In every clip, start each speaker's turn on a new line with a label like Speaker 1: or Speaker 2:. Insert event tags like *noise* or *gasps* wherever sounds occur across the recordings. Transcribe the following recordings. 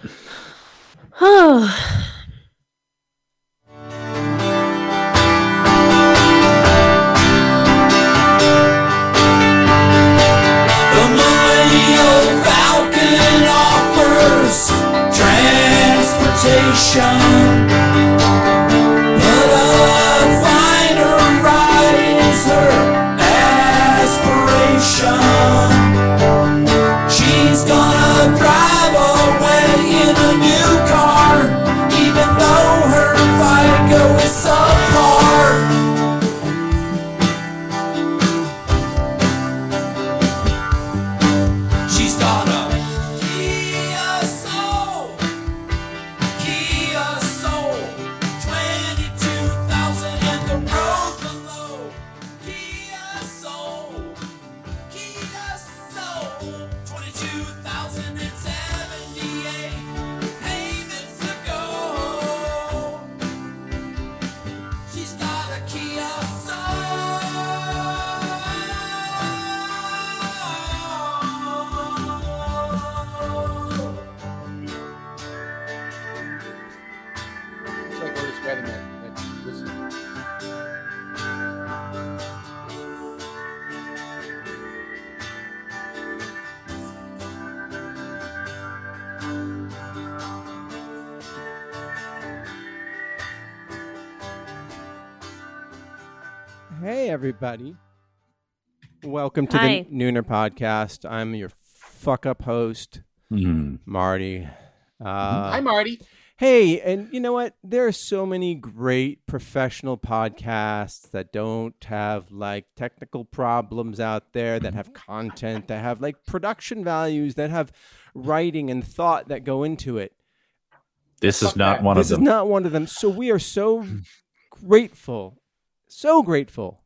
Speaker 1: *sighs* Oh.
Speaker 2: The Millennial Falcon offers transportation. But a finer ride is her aspiration. She's gonna drive away in a new car, even though her Fico is subpar. She's got a Kia Soul. Kia Soul. 22,000 and the road below. Kia Soul. Kia Soul. 22,078 payments to go. She's got a Kia Soul.
Speaker 3: It's like we're just waiting at, at listen. Hey everybody. Welcome to
Speaker 1: Hi.
Speaker 3: the Nooner podcast. I'm your fuck up host, Marty. Uh,
Speaker 4: Hi, Marty.
Speaker 3: Hey, and you know what? There are so many great professional podcasts that don't have like technical problems out there, that have content, that have like production values, that have writing and thought that go into it.
Speaker 5: This is not one
Speaker 3: This
Speaker 5: of
Speaker 3: is
Speaker 5: them.
Speaker 3: not one of them. So we are so grateful, so grateful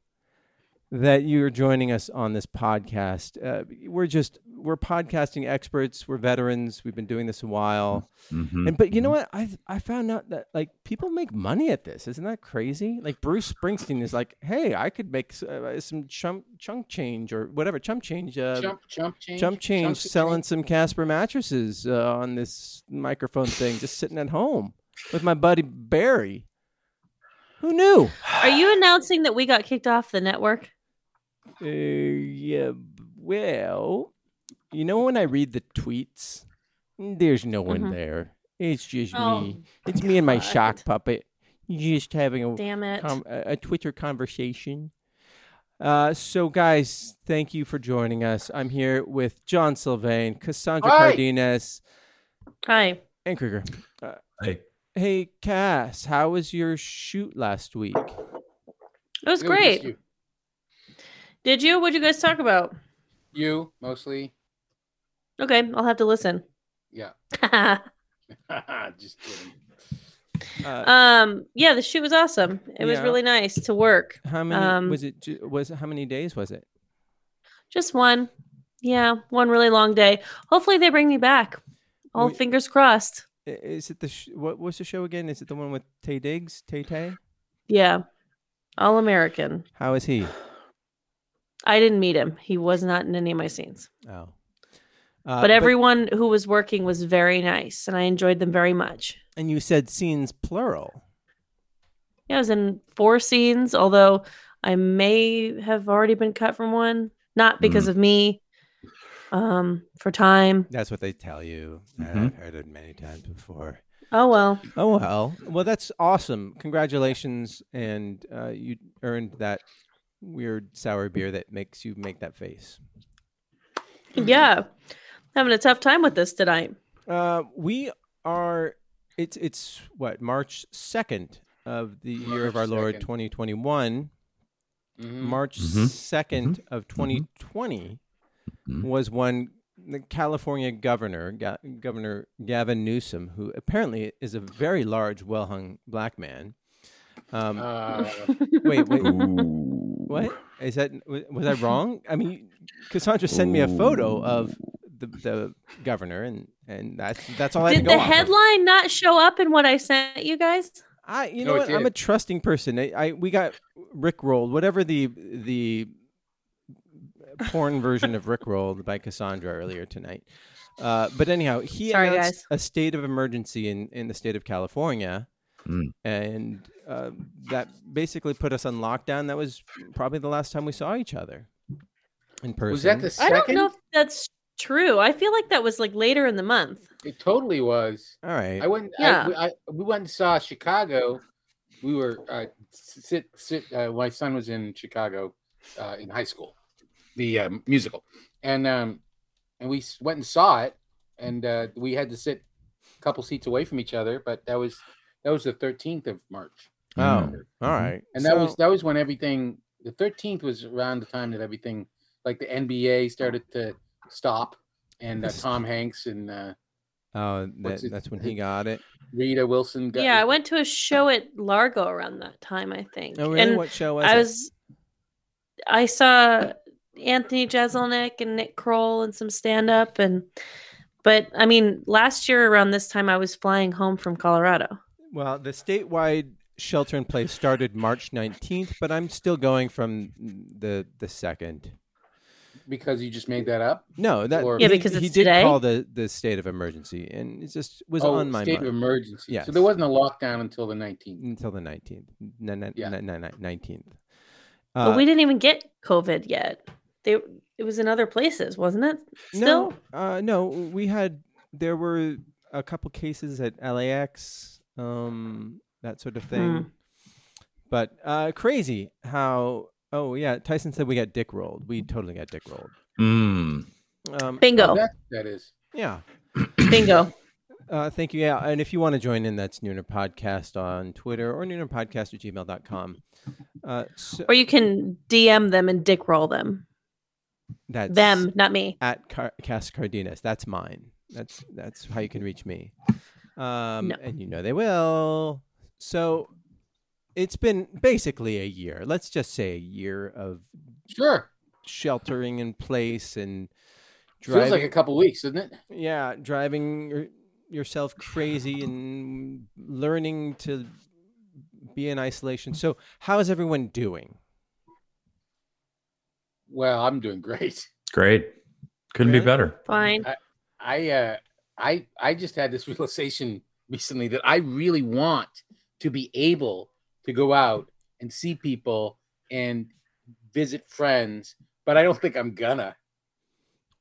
Speaker 3: that you're joining us on this podcast. Uh, we're just, we're podcasting experts, we're veterans, we've been doing this a while.
Speaker 5: Mhm.
Speaker 3: And but you know what? I I found out that like people make money at this. Isn't that crazy? Like Bruce Springsteen is like, hey, I could make s- uh, some chump chunk change or whatever chump change. Uh,
Speaker 4: Jump, jump change.
Speaker 3: Chump change
Speaker 4: Chunk
Speaker 3: selling some Casper mattresses uh, on this microphone thing, just sitting at home with my buddy Barry. Who knew?
Speaker 1: Are you announcing that we got kicked off the network?
Speaker 3: Uh, yeah, b- well, you know, when I read the tweets, there's no one
Speaker 1: Mhm.
Speaker 3: there. It's just
Speaker 1: Oh,
Speaker 3: me.
Speaker 1: *laughs*
Speaker 3: It's me and my
Speaker 1: God.
Speaker 3: shock puppet just having a,
Speaker 1: Oh, Damn it.
Speaker 3: com- a a Twitter conversation. Uh, so, guys, thank you for joining us. I'm here with John Sylvain, Cassandra
Speaker 4: Hi.
Speaker 3: Cardenas,
Speaker 1: Hi.
Speaker 3: and Krieger.
Speaker 5: Hey,
Speaker 3: Hey, Cass, how was your shoot last week?
Speaker 1: It was
Speaker 4: It was just
Speaker 1: great. Did you? What'd you guys talk about?
Speaker 4: You, you mostly.
Speaker 1: Okay, I'll have to listen.
Speaker 4: Yeah. just kidding.
Speaker 3: Uh,
Speaker 1: *laughs* um, yeah, the shoot was awesome. It was
Speaker 3: Yeah.
Speaker 1: really nice to work.
Speaker 3: how many
Speaker 1: um,
Speaker 3: was it? ju- Was how many days was it?
Speaker 1: Just one. Yeah, one really long day. Hopefully they bring me back. All
Speaker 3: We-
Speaker 1: fingers crossed.
Speaker 3: I- Is it the sh- what was the show again? Is it the one with Tay Diggs? Tay Tay?
Speaker 1: Yeah. All American.
Speaker 3: How is he?
Speaker 1: I didn't meet him. He was not in any of my scenes.
Speaker 3: Oh, uh,
Speaker 1: but everyone who was working was very nice and I enjoyed them very much.
Speaker 3: and you said scenes plural.
Speaker 1: Yeah, I was in four scenes, although I may have already been cut from one,
Speaker 3: Mm-hmm.
Speaker 1: not because of me, um, for time.
Speaker 3: That's what they tell you.
Speaker 5: and I've
Speaker 3: heard it many times before.
Speaker 1: Oh well.
Speaker 3: Mm-hmm. Oh well, well that's awesome. Congratulations, and uh, you earned that weird sour beer that makes you make that face.
Speaker 1: Yeah. Having a tough time with this tonight.
Speaker 3: Uh, we are. It's it's what March second of the year of our
Speaker 4: March
Speaker 3: Lord
Speaker 4: 2nd.
Speaker 3: twenty twenty one.
Speaker 1: Mm-hmm.
Speaker 4: Mhm.
Speaker 3: March
Speaker 5: Mhm.
Speaker 3: 2nd of 2020
Speaker 5: Mhm.
Speaker 3: was when the California governor, Ga- Governor Gavin Newsom, who apparently is a very large, well hung black man. Um,
Speaker 4: Uh,
Speaker 3: wait, wait,
Speaker 5: what?
Speaker 3: what? Is that, wa- was I wrong? I mean, Cassandra sent me a photo of the, the governor, and, and that's, that's all I had
Speaker 1: Did
Speaker 3: to go
Speaker 1: the
Speaker 3: off of.
Speaker 1: headline not show up in what I sent you guys?
Speaker 3: I you
Speaker 4: No,
Speaker 3: know
Speaker 4: it
Speaker 3: what? I'm
Speaker 4: did.
Speaker 3: a trusting person. I, I we got Rickrolled, whatever the the porn version of Rickrolled by Cassandra earlier tonight. Uh, but anyhow, he
Speaker 1: Sorry,
Speaker 3: announced a state of emergency in, in the state of California,
Speaker 5: Mm.
Speaker 3: and uh, that basically put us on lockdown. That was probably the last time we saw each other in person.
Speaker 4: Was that the
Speaker 1: I don't
Speaker 4: second?
Speaker 1: know if that's true. I feel like that was like later in the month.
Speaker 4: It totally was.
Speaker 3: All right.
Speaker 4: I went.
Speaker 1: Yeah.
Speaker 4: I, I, we went and saw Chicago. We were uh, sit sit. Uh, my son was in Chicago uh, in high school, the um, musical, and um, and we s- went and saw it, and uh, we had to sit a couple seats away from each other. But that was that was the thirteenth of March,
Speaker 3: oh, all right.
Speaker 4: Mm. and that was
Speaker 3: So-
Speaker 4: that was when everything. The thirteenth was around the time that everything, like the NBA, started to stop, and uh,
Speaker 3: This is-
Speaker 4: Tom Hanks and uh,
Speaker 3: oh,
Speaker 4: what's
Speaker 3: that,
Speaker 4: it- *laughs*
Speaker 3: that's when he got it.
Speaker 4: Rita Wilson got
Speaker 1: yeah, I went to a show at Largo around that time, I think.
Speaker 3: Oh, really?
Speaker 1: And
Speaker 3: what show was
Speaker 1: I
Speaker 3: it?
Speaker 1: was I saw Anthony Jeselnik and Nick Kroll and some stand up and but I mean last year around this time I was flying home from Colorado.
Speaker 3: Well, the statewide shelter in place started March 19th, but I'm still going from the the second.
Speaker 4: because you just made that up.
Speaker 3: No, that
Speaker 4: Or-
Speaker 1: Yeah,
Speaker 3: he-
Speaker 1: because
Speaker 3: he
Speaker 1: it's
Speaker 3: did
Speaker 1: today.
Speaker 3: call the the state of emergency, and it just was on my
Speaker 4: Oh, state
Speaker 3: mind
Speaker 4: of emergency. So
Speaker 3: Yes.
Speaker 4: there wasn't a lockdown until the 19th.
Speaker 3: until the 19th. Nin- nin-
Speaker 4: Yeah.
Speaker 3: nin- nin- 19th.
Speaker 1: But
Speaker 3: Uh,
Speaker 1: we didn't even get COVID yet. They it was in other places, wasn't it? Still?
Speaker 3: no, uh, no, we had there were a couple cases at LAX, um, that sort of
Speaker 1: Hmm.
Speaker 3: thing. But uh, crazy how. Oh yeah, Tyson said we got dick rolled. We totally got dick rolled.
Speaker 5: Mm.
Speaker 3: Um,
Speaker 1: Bingo.
Speaker 4: That, that is.
Speaker 3: yeah.
Speaker 1: Bingo.
Speaker 3: Uh, thank you. Yeah. And if you want to join in, that's Nooner Podcast on Twitter or noonerpodcast at gmail.com. Uh, so
Speaker 1: Or you can DM them and dick roll them.
Speaker 3: that's
Speaker 1: Them, not me.
Speaker 3: At Car- Cass Cardenas. That's mine. That's that's how you can reach me. Um,
Speaker 1: No.
Speaker 3: And you know they will. So it's been basically a year. Let's just say a year of
Speaker 4: Sure.
Speaker 3: sheltering in place and
Speaker 4: Feels like a couple weeks, doesn't it?
Speaker 3: yeah driving your, yourself crazy and learning to be in isolation so how is everyone doing
Speaker 4: Well, I'm doing great.
Speaker 5: Great. Couldn't
Speaker 3: Really?
Speaker 5: be better.
Speaker 1: Fine.
Speaker 4: I uh I I just had this *laughs* realization recently that I really want to be able to go out and see people and visit friends, but I don't think I'm gonna.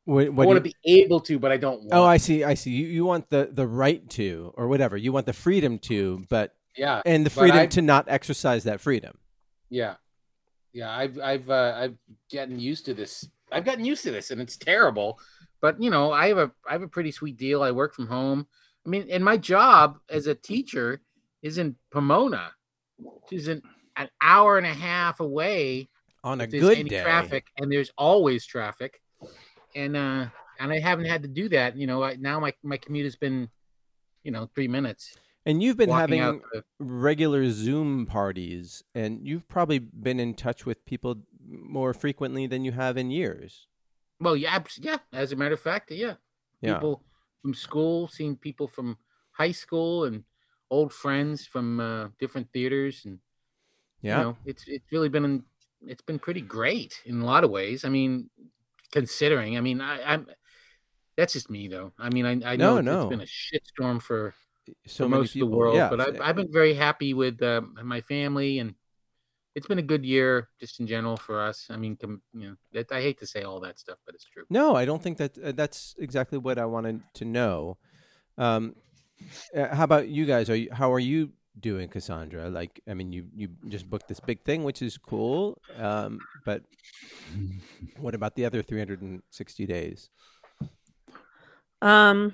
Speaker 3: what,
Speaker 4: I want to be able to, but I don't want.
Speaker 3: oh i see i see you, you want the the right to or whatever you want the freedom to but
Speaker 4: yeah.
Speaker 3: and the
Speaker 4: But
Speaker 3: freedom
Speaker 4: I-
Speaker 3: to not exercise that freedom
Speaker 4: Yeah, yeah. I've I've uh, I've gotten used to this. I've gotten used to this, and it's terrible. But you know, I have a I have a pretty sweet deal. I work from home. I mean, and my job as a teacher is in Pomona, which is an an hour and a half away.
Speaker 3: on a
Speaker 4: if there's
Speaker 3: good
Speaker 4: any
Speaker 3: day
Speaker 4: traffic, and there's always traffic, and uh, and I haven't had to do that. You know, I, now my my commute has been, you know, three minutes.
Speaker 3: and you've been
Speaker 4: walking
Speaker 3: having
Speaker 4: out the-
Speaker 3: regular zoom parties and you've probably been in touch with people more frequently than you have in years
Speaker 4: Well, yeah, abs- yeah. As a matter of fact, yeah.
Speaker 3: yeah
Speaker 4: people from school, seeing people from high school and old friends from uh, different theaters, and
Speaker 3: yeah
Speaker 4: you know, it's it's really been it's been pretty great in a lot of ways. I mean, considering, I mean, I, I'm that's just me though. I mean, I, I know
Speaker 3: No,
Speaker 4: it's-
Speaker 3: no.
Speaker 4: it's been a shitstorm for,
Speaker 3: so
Speaker 4: for
Speaker 3: many
Speaker 4: most of
Speaker 3: people
Speaker 4: the world,
Speaker 3: yeah
Speaker 4: but I've, I've been very happy with uh, my family and. It's been a good year, just in general for us. I mean, com- you know, that, I hate to say all that stuff, but it's true.
Speaker 3: No, I don't think that uh, that's exactly what I wanted to know. Um, uh, how about you guys? Are you, how are you doing, Cassandra? Like, I mean, you you just booked this big thing, which is cool. Um,
Speaker 5: *laughs*
Speaker 3: but what about the other 360 days?
Speaker 1: Um,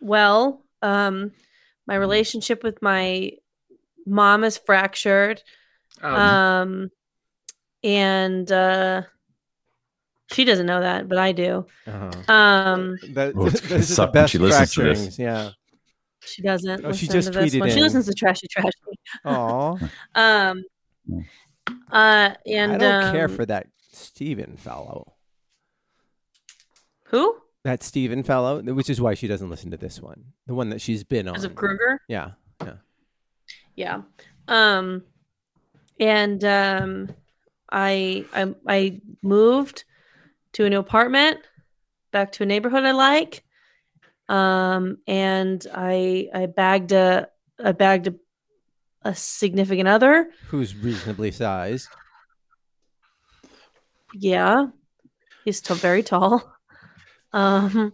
Speaker 1: well, um, my relationship with my mom is fractured.
Speaker 4: Um,
Speaker 1: Um, and uh, she doesn't know that, but I do.
Speaker 3: Uh-huh.
Speaker 1: Um,
Speaker 3: That, *laughs*
Speaker 5: Well, it's gonna
Speaker 3: those are the
Speaker 5: Oh, suck when
Speaker 3: best
Speaker 5: she listens to this.
Speaker 1: *laughs*
Speaker 3: fracturings. Yeah.
Speaker 1: she doesn't.
Speaker 3: Oh, she
Speaker 1: listen
Speaker 3: just
Speaker 1: to this
Speaker 3: tweeted
Speaker 1: one. She
Speaker 3: in.
Speaker 1: listens to trashy trash.
Speaker 3: Aw.
Speaker 1: Um,
Speaker 5: Mm.
Speaker 1: uh, and
Speaker 3: I don't care
Speaker 1: um,
Speaker 3: for that Steven fellow.
Speaker 1: who?
Speaker 3: That Steven fellow, which is why she doesn't listen to this one, the one that she's been on.
Speaker 1: Joseph Kruger.
Speaker 3: Yeah.
Speaker 1: yeah um and um I, I i moved to a new apartment back to a neighborhood i like um, and I I bagged a I bagged a, a significant other.
Speaker 3: Who's reasonably sized?
Speaker 1: Yeah, he's t- very tall. *laughs* Um,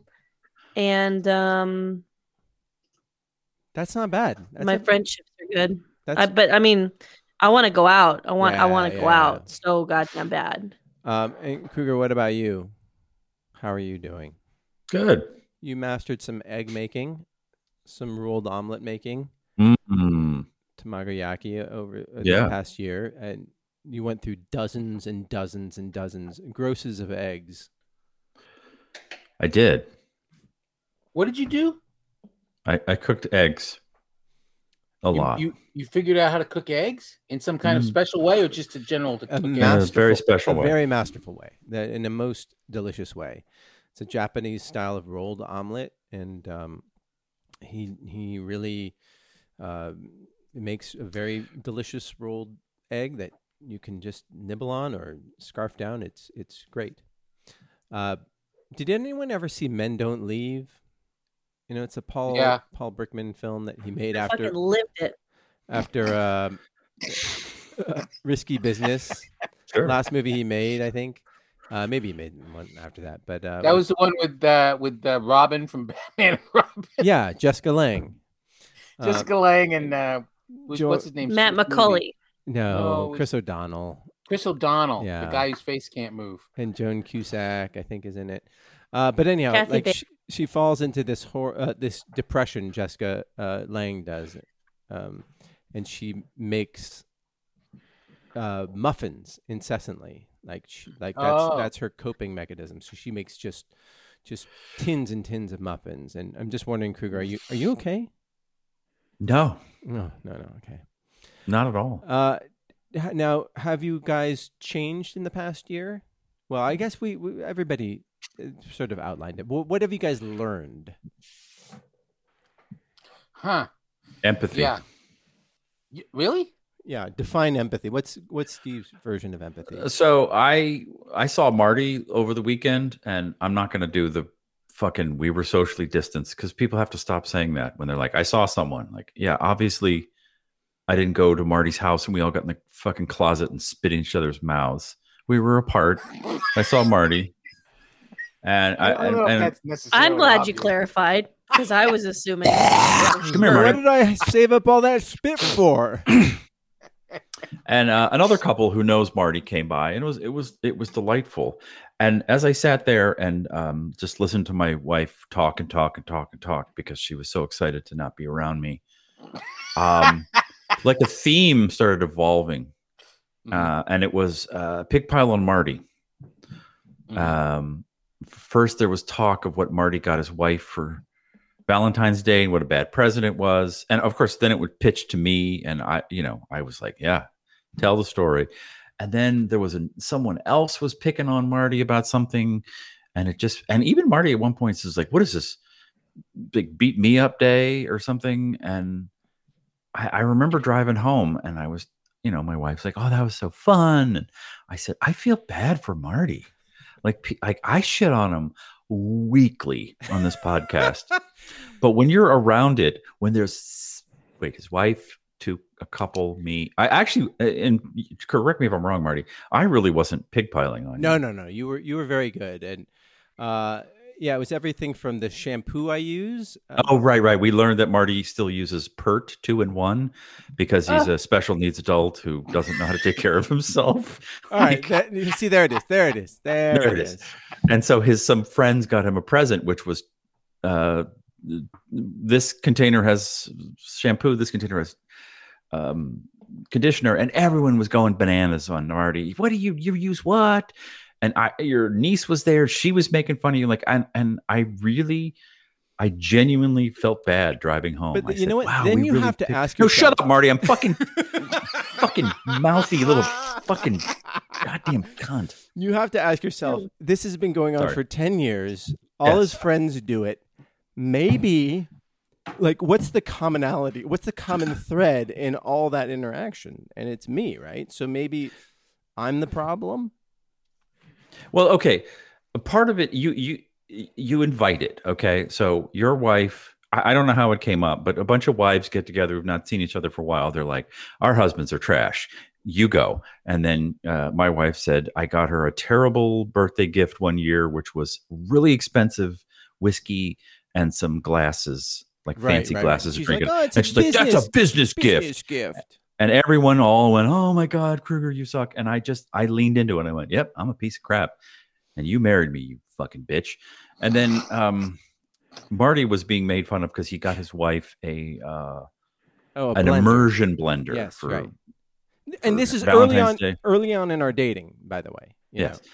Speaker 1: and um,
Speaker 3: That's not bad. That's
Speaker 1: my
Speaker 3: not-
Speaker 1: friendships are good. I,
Speaker 3: That's,
Speaker 1: but I mean, I want to go out. I want I
Speaker 3: Yeah,
Speaker 1: want to go
Speaker 3: yeah.
Speaker 1: out so goddamn bad.
Speaker 3: um, and Cougar, what about you? How are you doing?
Speaker 5: Good.
Speaker 3: You mastered some egg making, some rolled omelet making,
Speaker 5: Mm-hmm.
Speaker 3: tamagoyaki over uh,
Speaker 5: Yeah.
Speaker 3: the past year, and you went through dozens and dozens and dozens, grosses of eggs.
Speaker 5: I did.
Speaker 4: What did you do?
Speaker 5: I, I cooked eggs a
Speaker 4: you,
Speaker 5: lot.
Speaker 4: You you figured out how to cook eggs in some kind of
Speaker 5: Mm.
Speaker 4: special way, or just in general to
Speaker 3: A
Speaker 4: cook
Speaker 5: ma-
Speaker 4: eggs?
Speaker 5: a very
Speaker 3: masterful-
Speaker 5: special
Speaker 3: a
Speaker 5: way.
Speaker 3: very masterful way, that in the most delicious way. It's a Japanese style of rolled omelet, and um, he he really uh, makes a very delicious rolled egg that you can just nibble on or scarf down. It's it's great. Uh, did anyone ever see Men Don't Leave? You know, it's a Paul
Speaker 4: Yeah.
Speaker 3: Paul Brickman film that he made
Speaker 1: Fucking
Speaker 3: after
Speaker 1: lived it.
Speaker 3: after um, Risky Business
Speaker 5: sure.
Speaker 3: last movie he made, I think. Uh, maybe he made one after that, but uh,
Speaker 4: That was the one with uh, with uh, Robin from *laughs* Batman and Robin,
Speaker 3: yeah, Jessica Lang. Uh,
Speaker 4: Jessica Lang, and uh, was,
Speaker 3: Jo-
Speaker 4: what's his name?
Speaker 1: Matt
Speaker 4: Sweet movie.
Speaker 1: McCulley.
Speaker 3: Um, no,
Speaker 4: No, Oh, it
Speaker 3: Chris O'Donnell
Speaker 4: Chris O'Donnell,
Speaker 3: Yeah.
Speaker 4: the guy whose face can't move.
Speaker 3: and Joan Cusack, I think, is in it. Uh, but anyhow,
Speaker 1: Kathy
Speaker 3: like
Speaker 1: Ba-
Speaker 3: she, she falls into this hor- uh, this depression. Jessica uh, Lang does, um, and she makes uh, muffins incessantly. Like she, like that's
Speaker 4: Oh.
Speaker 3: that's her coping mechanism. So she makes just just tins and tins of muffins. And I'm just wondering, Kruger, are you are you okay?
Speaker 5: No,
Speaker 3: No, no, no. Okay.
Speaker 5: not at all.
Speaker 3: Uh, h- now, have you guys changed in the past year? Well, I guess we, we everybody uh, sort of outlined it. What, what have you guys learned?
Speaker 4: Huh?
Speaker 5: Empathy.
Speaker 4: Yeah. Y- really?
Speaker 3: Yeah, define empathy. What's what's Steve's version of
Speaker 5: Uh,
Speaker 3: empathy?
Speaker 5: So I I saw Marty over the weekend, and I'm not going to do the fucking we were socially distanced because people have to stop saying that when they're like, I saw someone. Like, yeah, obviously, I didn't go to Marty's house, and we all got in the fucking closet and spit in each other's mouths. We were apart. I saw Marty, and I,
Speaker 4: don't know if
Speaker 5: and, and
Speaker 4: that's necessarily
Speaker 1: I'm glad you
Speaker 4: obvious.
Speaker 1: clarified because I was
Speaker 5: *laughs*
Speaker 1: assuming.
Speaker 5: Come here,
Speaker 3: What
Speaker 5: Marty.
Speaker 3: did I save up all that spit for?
Speaker 5: and uh, another couple who knows Marty came by, and it was it was it was delightful. And as I sat there and um, just listened to my wife talk and talk and talk and talk because she was so excited to not be around me, um, like the theme started evolving,
Speaker 4: Mm-hmm.
Speaker 5: uh, and it was uh, Pig Pile on Marty.
Speaker 4: Mhm.
Speaker 5: Um, first, there was talk of what Marty got his wife for Valentine's Day and what a bad president was, and of course, then it would pitch to me, and I, you know, I was like, yeah, tell the story. And then there was an someone else was picking on Marty about something, and it just and even Marty at one point says like, "What is this big beat me up day or something?" And I, I remember driving home, and I was, you know, my wife's like, "Oh, that was so fun," and I said, "I feel bad for Marty." Like, pe- like I shit on him weekly on this podcast,
Speaker 3: *laughs*
Speaker 5: but when you're around it, when there's wait, his wife, two, a couple, me. I actually, and correct me if I'm wrong, Marty. I really wasn't pigpiling
Speaker 3: *clears throat*
Speaker 5: on
Speaker 3: No,
Speaker 5: you.
Speaker 3: no, no. You were you were very good, and uh, yeah, it was everything from the shampoo I use. uh,
Speaker 5: Oh, right, right. We learned that Marty still uses PERT two and one because
Speaker 3: Ah.
Speaker 5: he's a special needs adult who doesn't know how to take care of himself.
Speaker 3: all right.
Speaker 5: *laughs* Like-
Speaker 3: that- you see, there it is. There it is. There, it is.
Speaker 5: and so his some friends got him a present which was uh this container has shampoo this container has um conditioner and everyone was going bananas on Marty what do you you use what and I your niece was there she was making fun of you like and and I really I genuinely felt bad driving home
Speaker 3: But
Speaker 5: I
Speaker 3: you know what?
Speaker 5: Oh "Wow,
Speaker 3: Then
Speaker 5: we
Speaker 3: you
Speaker 5: really
Speaker 3: have to
Speaker 5: picked-"
Speaker 3: ask
Speaker 5: no shut
Speaker 3: yourself-
Speaker 5: up Marty
Speaker 3: *laughs*
Speaker 5: I'm fucking fucking mouthy little fucking goddamn cunt
Speaker 3: You have to ask yourself, this has been going on
Speaker 5: Sorry.
Speaker 3: for 10 years. All his
Speaker 5: Yes.
Speaker 3: friends do it. Maybe, like, what's the commonality? What's the
Speaker 5: *laughs*
Speaker 3: common thread in all that interaction? And it's me, right? So maybe I'm the problem.
Speaker 5: Well, okay. A part of it, you you y- you invite it. Okay. So your wife, I, I don't know how it came up, but a bunch of wives get together who've not seen each other for a while. They're like, our husbands are trash. You go. And then uh, my wife said, I got her a terrible birthday gift one year, which was really expensive whiskey and some glasses, like
Speaker 3: Right,
Speaker 5: fancy
Speaker 3: right, right.
Speaker 5: glasses
Speaker 3: She's
Speaker 5: to drink
Speaker 3: like,
Speaker 5: it.
Speaker 3: "Oh, it's a
Speaker 5: and she's like, that's a business gift.
Speaker 3: business gift.
Speaker 5: And everyone all went, Oh my God, Kruger, you suck. And I just, I leaned into it. And I went, Yep, I'm a piece of crap. And you married me, you fucking bitch. And then um, Marty was being made fun of because he got his wife a uh,
Speaker 3: Oh, a
Speaker 5: an
Speaker 3: blender.
Speaker 5: immersion blender
Speaker 3: Yes,
Speaker 5: for
Speaker 3: right. And
Speaker 5: for
Speaker 3: this is early
Speaker 5: Valentine's
Speaker 3: on,
Speaker 5: Day.
Speaker 3: early on in our dating, by the way. you
Speaker 5: Yes.
Speaker 3: know.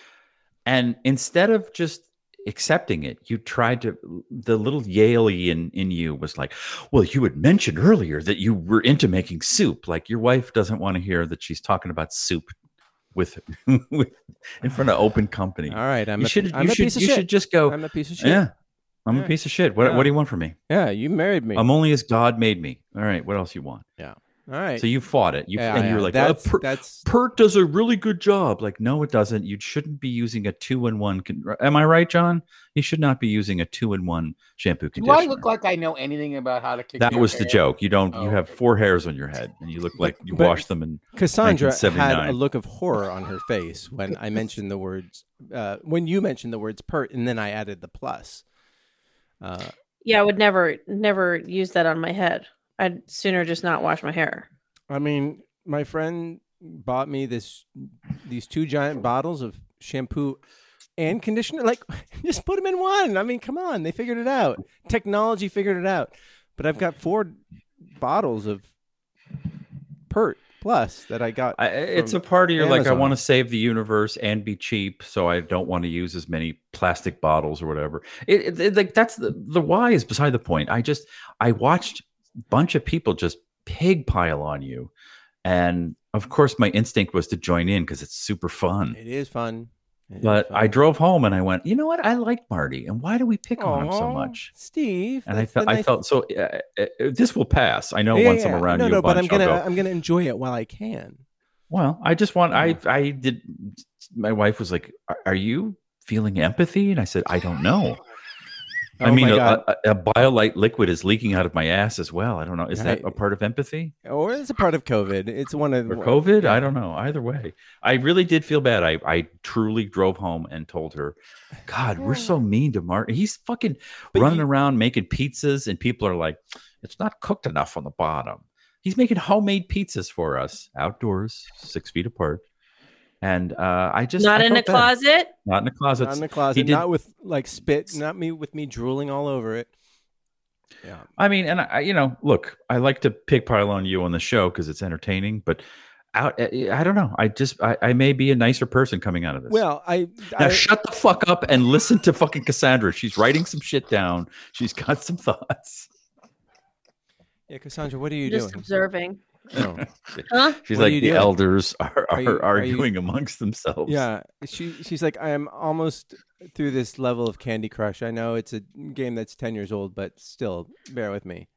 Speaker 5: And instead of just accepting it, you tried to the little Yale in in you was like, well, you had mentioned earlier that you were into making soup. Like your wife doesn't want to hear that she's talking about soup with, *laughs* with in front of open company.
Speaker 3: All right, I'm
Speaker 5: you
Speaker 3: a,
Speaker 5: should
Speaker 3: I'm
Speaker 5: you
Speaker 3: a
Speaker 5: should
Speaker 3: piece of
Speaker 5: you
Speaker 3: shit.
Speaker 5: should just go.
Speaker 3: I'm a piece of shit.
Speaker 5: yeah, I'm
Speaker 3: Yeah.
Speaker 5: a piece of shit. What
Speaker 3: Yeah.
Speaker 5: what do you want from me?
Speaker 3: Yeah, you married me.
Speaker 5: I'm only as God made me. All right, what else you want?
Speaker 3: All right.
Speaker 5: So you fought it. You
Speaker 3: yeah,
Speaker 5: and
Speaker 3: yeah,
Speaker 5: you were like, well,
Speaker 3: that's,
Speaker 5: per-
Speaker 3: that's
Speaker 5: Pert does a really good job. Like, no, it doesn't. You shouldn't be using a two in one. Con- Am I right, John? You should not be using a two in one shampoo
Speaker 4: Do I
Speaker 5: conditioner.
Speaker 4: look like I know anything about how to kick?
Speaker 5: that
Speaker 4: your
Speaker 5: was the
Speaker 4: hair?
Speaker 5: joke. You don't.
Speaker 4: Oh,
Speaker 5: you have
Speaker 4: okay.
Speaker 5: four hairs on your head, and you look
Speaker 4: *laughs*
Speaker 5: like you
Speaker 3: But-
Speaker 5: washed them. And
Speaker 3: Cassandra had a
Speaker 5: 1979.
Speaker 3: look of horror on her face when I mentioned the words, uh, when you mentioned the words pert, and then I added the plus. Uh,
Speaker 1: Yeah, I would never, never use that on my head. I'd sooner just not wash my hair.
Speaker 3: I mean, my friend bought me this, these two giant bottles of shampoo and conditioner. Like, *laughs* just put them in one. I mean, come on, they figured it out. Technology figured it out. But I've got four bottles of pert plus that I got.
Speaker 5: I, it's a
Speaker 3: from
Speaker 5: part of your like. I
Speaker 3: Amazon.
Speaker 5: want to save the universe and be cheap, so I don't want to use as many plastic bottles or whatever. It, it- it- like that's the the why is beside the point. I just I watched a bunch of people just pig pile on you, and of course my instinct was to join in because it's super fun.
Speaker 3: It is fun. It is
Speaker 5: But I
Speaker 3: fun.
Speaker 5: drove home and I went, you know what? I like Marty, and why do we pick on him so
Speaker 3: Aw,
Speaker 5: much?
Speaker 3: Steve.
Speaker 5: And I
Speaker 3: that's
Speaker 5: felt
Speaker 3: the
Speaker 5: I
Speaker 3: nice-
Speaker 5: felt so. Uh, uh, uh, this will pass. I know
Speaker 3: Yeah,
Speaker 5: once
Speaker 3: yeah,
Speaker 5: I'm around
Speaker 3: no,
Speaker 5: you,
Speaker 3: no,
Speaker 5: a
Speaker 3: but
Speaker 5: bunch,
Speaker 3: I'm gonna
Speaker 5: I'll go,
Speaker 3: I'm gonna enjoy it while I can.
Speaker 5: Well, I just want I I did my wife was like, "Are- "Are you feeling empathy?" And I said, "I don't know. I
Speaker 3: *laughs* Oh
Speaker 5: mean, uh,
Speaker 3: my
Speaker 5: a,
Speaker 3: God.
Speaker 5: a, a BioLite liquid is leaking out of my ass as well. I don't know. Is that a
Speaker 3: Right.
Speaker 5: part of empathy
Speaker 3: or it's Oh, a part of COVID. It's one of
Speaker 5: or
Speaker 3: the
Speaker 5: COVID? I don't know. Either way, I really did feel bad. I I truly drove home and told her, "God, we're so mean to Martin. He's fucking
Speaker 3: But
Speaker 5: running
Speaker 3: you-
Speaker 5: around making pizzas, and people are like, it's not cooked enough on the bottom. He's making homemade pizzas for us outdoors, six feet apart." And uh, I just
Speaker 1: not
Speaker 5: I
Speaker 1: in a
Speaker 5: felt bad.
Speaker 1: closet.
Speaker 5: Not in a closet.
Speaker 3: Not in the closet,
Speaker 5: did-
Speaker 3: not with like spit, not me with me drooling all over it. Yeah,
Speaker 5: I mean, and I, I- you know, look, I like to pick pile on you on the show because it's entertaining, but out, I I don't know. I just, I, I may be a nicer person coming out of this.
Speaker 3: Well, I,
Speaker 5: now
Speaker 3: I
Speaker 5: shut the fuck up and listen to fucking Cassandra. She's writing some shit down. She's got some thoughts.
Speaker 3: yeah, Cassandra, what are you
Speaker 1: just
Speaker 3: doing?
Speaker 1: observing.
Speaker 3: No.
Speaker 5: Oh.
Speaker 1: *laughs* Huh?
Speaker 5: She's
Speaker 3: What are
Speaker 5: like
Speaker 3: you
Speaker 5: the
Speaker 3: doing?
Speaker 5: elders are, are,
Speaker 3: Are you- are you-
Speaker 5: arguing amongst themselves.
Speaker 3: Yeah, she she's like I am almost through this level of Candy Crush. I know it's a game that's ten years old, but still, bear with me.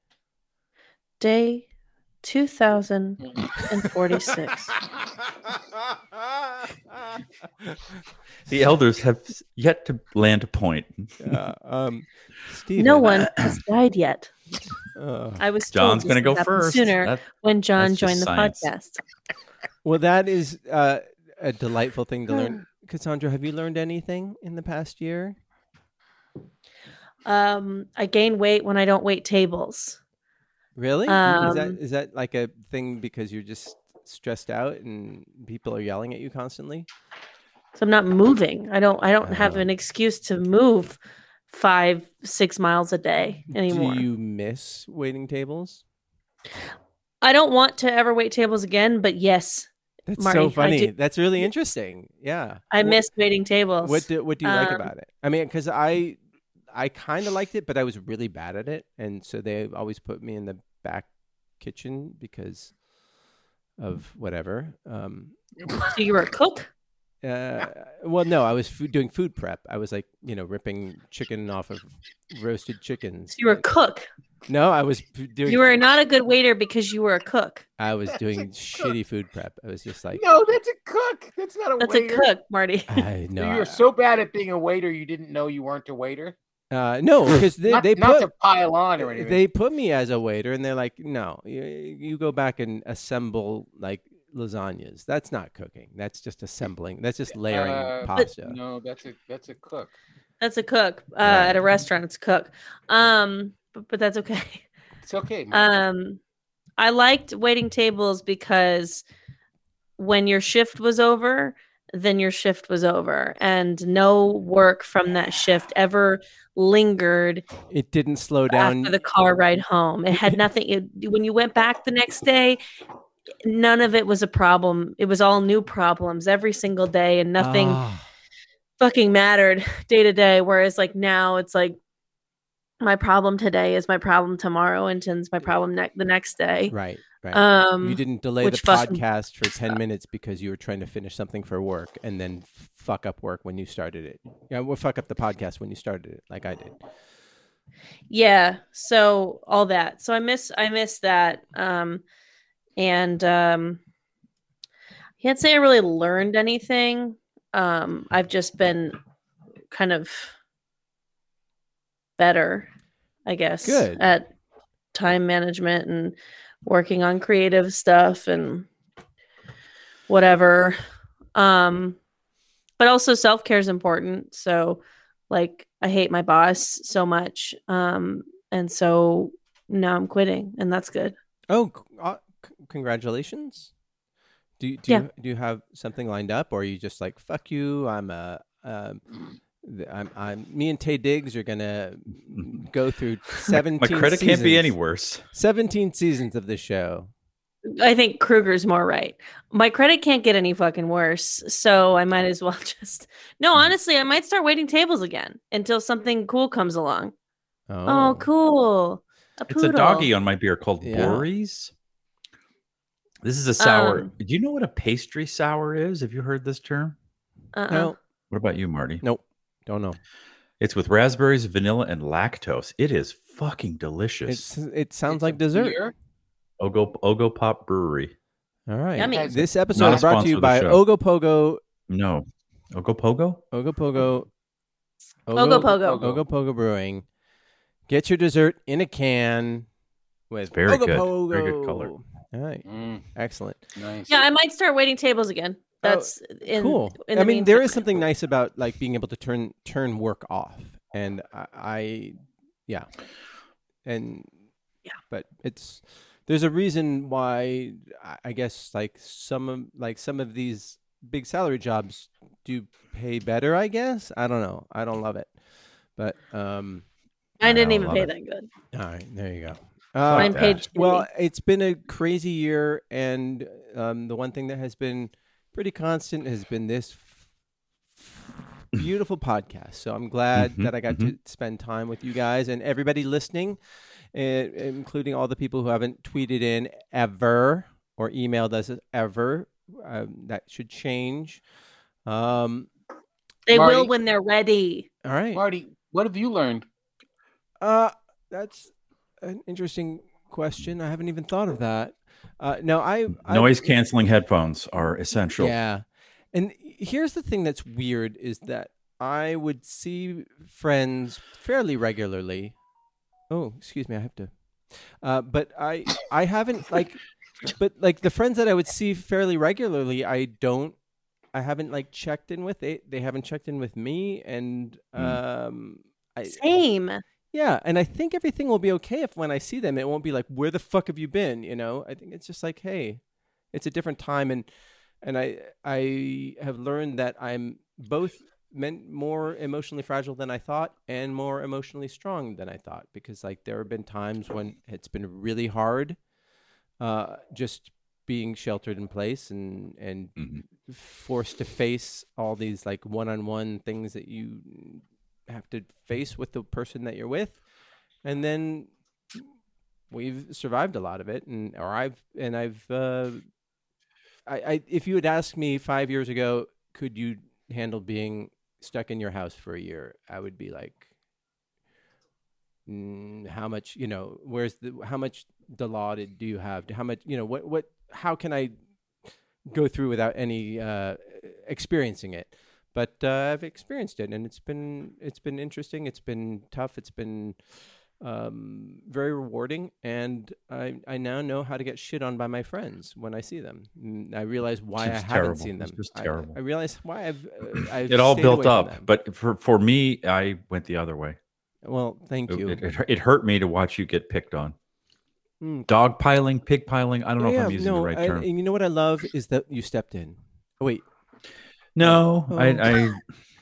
Speaker 1: Day
Speaker 5: *laughs*
Speaker 1: 2046.
Speaker 5: The elders have yet to land a point.
Speaker 3: Yeah, um, Steve,
Speaker 1: no one has died yet.
Speaker 3: Uh,
Speaker 1: I was told
Speaker 5: John's
Speaker 1: this
Speaker 5: going to
Speaker 1: would
Speaker 5: go
Speaker 1: happen
Speaker 5: first.
Speaker 1: sooner
Speaker 5: That-
Speaker 1: when John
Speaker 5: that's just
Speaker 1: joined the
Speaker 5: science.
Speaker 1: podcast.
Speaker 3: well, that is uh, a delightful thing
Speaker 1: *sighs*
Speaker 3: to learn. Cassandra, have you learned anything in the past year?
Speaker 1: Um, I gain weight when I don't wait tables.
Speaker 3: Really? is that
Speaker 1: Um,
Speaker 3: is that like a thing because you're just stressed out and people are yelling at you constantly?
Speaker 1: So I'm not moving. I don't I don't have
Speaker 3: Uh-huh.
Speaker 1: an excuse to move five, six miles a day anymore.
Speaker 3: Do you miss waiting tables?
Speaker 1: I don't want to ever wait tables again, but yes,
Speaker 3: That's
Speaker 1: Marty,
Speaker 3: so
Speaker 1: I
Speaker 3: funny.
Speaker 1: do-
Speaker 3: That's really interesting. Yeah.
Speaker 1: I
Speaker 3: Wh-
Speaker 1: miss waiting tables.
Speaker 3: What do, what do you like
Speaker 1: Um,
Speaker 3: about it? I mean, because I I kind of liked it, but I was really bad at it, and so they always put me in the back kitchen because of whatever. Um,
Speaker 1: so you were a cook?
Speaker 3: Uh, well, no, I was food, doing food prep. I was like, you know, ripping chicken off of roasted chickens.
Speaker 1: you were a cook.
Speaker 3: No, I was p- doing.
Speaker 1: You were not a good waiter because you were a cook.
Speaker 3: I was
Speaker 4: That's a
Speaker 3: doing
Speaker 4: cook.
Speaker 3: shitty food prep. I was just like,
Speaker 4: No, that's a cook. That's not a
Speaker 1: That's a
Speaker 4: waiter.
Speaker 1: cook, Marty.
Speaker 3: I
Speaker 4: So
Speaker 3: no,
Speaker 4: you were so bad at being a waiter, you didn't know you weren't a waiter.
Speaker 3: uh,
Speaker 4: *laughs*
Speaker 3: no, because they,
Speaker 4: not,
Speaker 3: they
Speaker 4: not
Speaker 3: put
Speaker 4: to pile on or anything.
Speaker 3: they put me as a waiter, and they're like, no, you, you go back and assemble like lasagnas. That's not cooking. That's just assembling. That's just layering
Speaker 4: Uh, but-
Speaker 3: pasta.
Speaker 4: no, that's a that's a cook.
Speaker 1: That's a cook uh,
Speaker 3: Right.
Speaker 1: at a restaurant. It's a cook. Um, but, but that's okay.
Speaker 4: It's okay. Mark.
Speaker 1: Um, I liked waiting tables because when your shift was over, then your shift was over, and no work from that shift ever lingered
Speaker 3: It didn't slow down.
Speaker 1: after the car ride home. It had nothing. It, when you went back the next day, none of it was a problem. It was all new problems every single day, and nothing
Speaker 3: Ah,
Speaker 1: fucking mattered *laughs* day to day. Whereas like now, it's like my problem today is my problem tomorrow, and tends my problem ne- the next day.
Speaker 3: right, right.
Speaker 1: Um,
Speaker 3: you didn't delay the
Speaker 1: which fucking
Speaker 3: podcast for 10 minutes because you were trying to finish something for work and then fuck up work when you started it. Yeah, well, fuck up the podcast when you started it, like I did.
Speaker 1: yeah so all that so i miss i miss that um and um i can't say i really learned anything um i've just been kind of better i guess
Speaker 3: Good.
Speaker 1: at time management and working on creative stuff and whatever um but also self-care is important so like i hate my boss so much um and so now i'm quitting and that's good
Speaker 3: Oh, c- uh, c- congratulations. Do, you- do,
Speaker 1: Yeah.
Speaker 3: you, do you have something lined up or are you just like, fuck you? I'm a. Um, th- I'm, I'm, me and Tay Diggs are gonna
Speaker 1: *laughs*
Speaker 3: go through seventeen.
Speaker 5: My credit can't be any
Speaker 3: seasons-
Speaker 5: worse.
Speaker 3: Seventeen seasons of this show.
Speaker 1: i think kruger's more right my credit can't get any fucking worse so i might as well *laughs* just no
Speaker 3: Hmm.
Speaker 1: honestly i might start waiting tables again until something cool comes along oh, cool a
Speaker 5: It's a
Speaker 1: poodle.
Speaker 5: doggy on my beer called
Speaker 3: Yeah.
Speaker 5: Boris. This is a sour.
Speaker 1: Um,
Speaker 5: Do you know what a pastry sour is? Have you heard this term?
Speaker 1: uh-uh.
Speaker 3: No,
Speaker 5: What about you, Marty?
Speaker 3: nope, don't know.
Speaker 5: It's with raspberries, vanilla, and lactose. It is fucking delicious.
Speaker 3: It's, it sounds
Speaker 4: It's a
Speaker 3: like dessert.
Speaker 4: beer.
Speaker 5: Ogo Ogo Pop Brewery.
Speaker 3: All right.
Speaker 1: Yummy.
Speaker 3: This
Speaker 5: Not
Speaker 3: episode
Speaker 5: a
Speaker 3: is brought to
Speaker 5: sponsor
Speaker 3: you
Speaker 5: of the
Speaker 3: by
Speaker 5: show.
Speaker 3: Ogopogo,
Speaker 5: No, Ogopogo.
Speaker 3: Ogopogo,
Speaker 1: Ogopogo.
Speaker 3: Ogopogo Brewing. Get your dessert in a can with
Speaker 5: very good.
Speaker 3: Ogopogo.
Speaker 5: Very good color.
Speaker 3: All right,
Speaker 4: Mm,
Speaker 3: excellent,
Speaker 4: nice.
Speaker 1: yeah i might start waiting tables again
Speaker 3: Oh,
Speaker 1: that's in,
Speaker 3: cool.
Speaker 1: in
Speaker 3: I
Speaker 1: the
Speaker 3: mean, there is
Speaker 1: meantime.
Speaker 3: something nice about like being able to turn turn work off, and I, I yeah, and
Speaker 1: Yeah.
Speaker 3: but it's there's a reason why I- I guess like some of like some of these big salary jobs do pay better. I guess I don't know. I don't love it, but um,
Speaker 1: i didn't
Speaker 5: I
Speaker 1: even
Speaker 5: love
Speaker 1: pay
Speaker 5: it.
Speaker 1: that good
Speaker 3: all right, there you go.
Speaker 5: Fuck
Speaker 1: mine
Speaker 5: that.
Speaker 1: paid shitty.
Speaker 3: Well, it's been a crazy year, and um, the one thing that has been pretty constant has been this f- beautiful podcast. So I'm glad
Speaker 5: Mhm,
Speaker 3: that I got to spend time with you guys and everybody listening, uh, including all the people who haven't tweeted in ever or emailed us ever. Um, that should change. Um,
Speaker 1: they will
Speaker 4: Marty-
Speaker 1: when they're ready
Speaker 3: all right.
Speaker 4: Marty, what have you learned?
Speaker 5: Oh,
Speaker 3: Uh, that's an interesting question. I haven't even thought of that. Uh, no, I, I
Speaker 5: Noise canceling headphones are essential.
Speaker 3: Yeah. And here's the thing that's weird is that I would see friends fairly regularly. Oh, excuse me, I have to. Uh, but I I haven't like but like the friends that I would see fairly regularly, I don't I haven't like checked in with they they haven't checked in with me and
Speaker 5: Hmm.
Speaker 3: um I
Speaker 1: same
Speaker 3: yeah, and I think everything will be okay if when I see them, it won't be like, "Where the fuck have you been?" You know, I think it's just like, "Hey, it's a different time," and and I I have learned that I'm both meant more emotionally fragile than I thought and more emotionally strong than I thought because like there have been times when it's been really hard, uh, just being sheltered in place and and
Speaker 5: Mhm.
Speaker 3: forced to face all these like one-on-one things that you have to face with the person that you're with and then we've survived a lot of it and or i've and i've uh I, I if you had asked me five years ago could you handle being stuck in your house for a year? I would be like, mm, how much, you know, where's the, how much Dilaudid do you have? How much, you know, what, what, how can I go through without any uh, experiencing it? But uh, I've experienced it, and it's been it's been interesting. It's been tough. It's been um, very rewarding, and I I now know how to get shit on by my friends when I see them. Mm, I realize why I
Speaker 5: It's
Speaker 3: haven't
Speaker 5: terrible.
Speaker 3: seen them.
Speaker 5: It's just
Speaker 3: I-
Speaker 5: terrible.
Speaker 3: I, realize why I've,
Speaker 5: *clears throat*
Speaker 3: uh, I've
Speaker 5: it all
Speaker 3: stayed away
Speaker 5: built
Speaker 3: from
Speaker 5: up,
Speaker 3: them.
Speaker 5: but for for me, I went the other way.
Speaker 3: well, thank
Speaker 5: It,
Speaker 3: you.
Speaker 5: it, it- it hurt me to watch you get picked on.
Speaker 3: Mm.
Speaker 5: Dog piling, pig piling. I don't know
Speaker 3: Yeah,
Speaker 5: if I'm using
Speaker 3: no,
Speaker 5: the right
Speaker 3: I-
Speaker 5: term.
Speaker 3: and you know what I love is that you stepped in. Oh, wait,
Speaker 5: no, I,
Speaker 3: Oh.
Speaker 5: I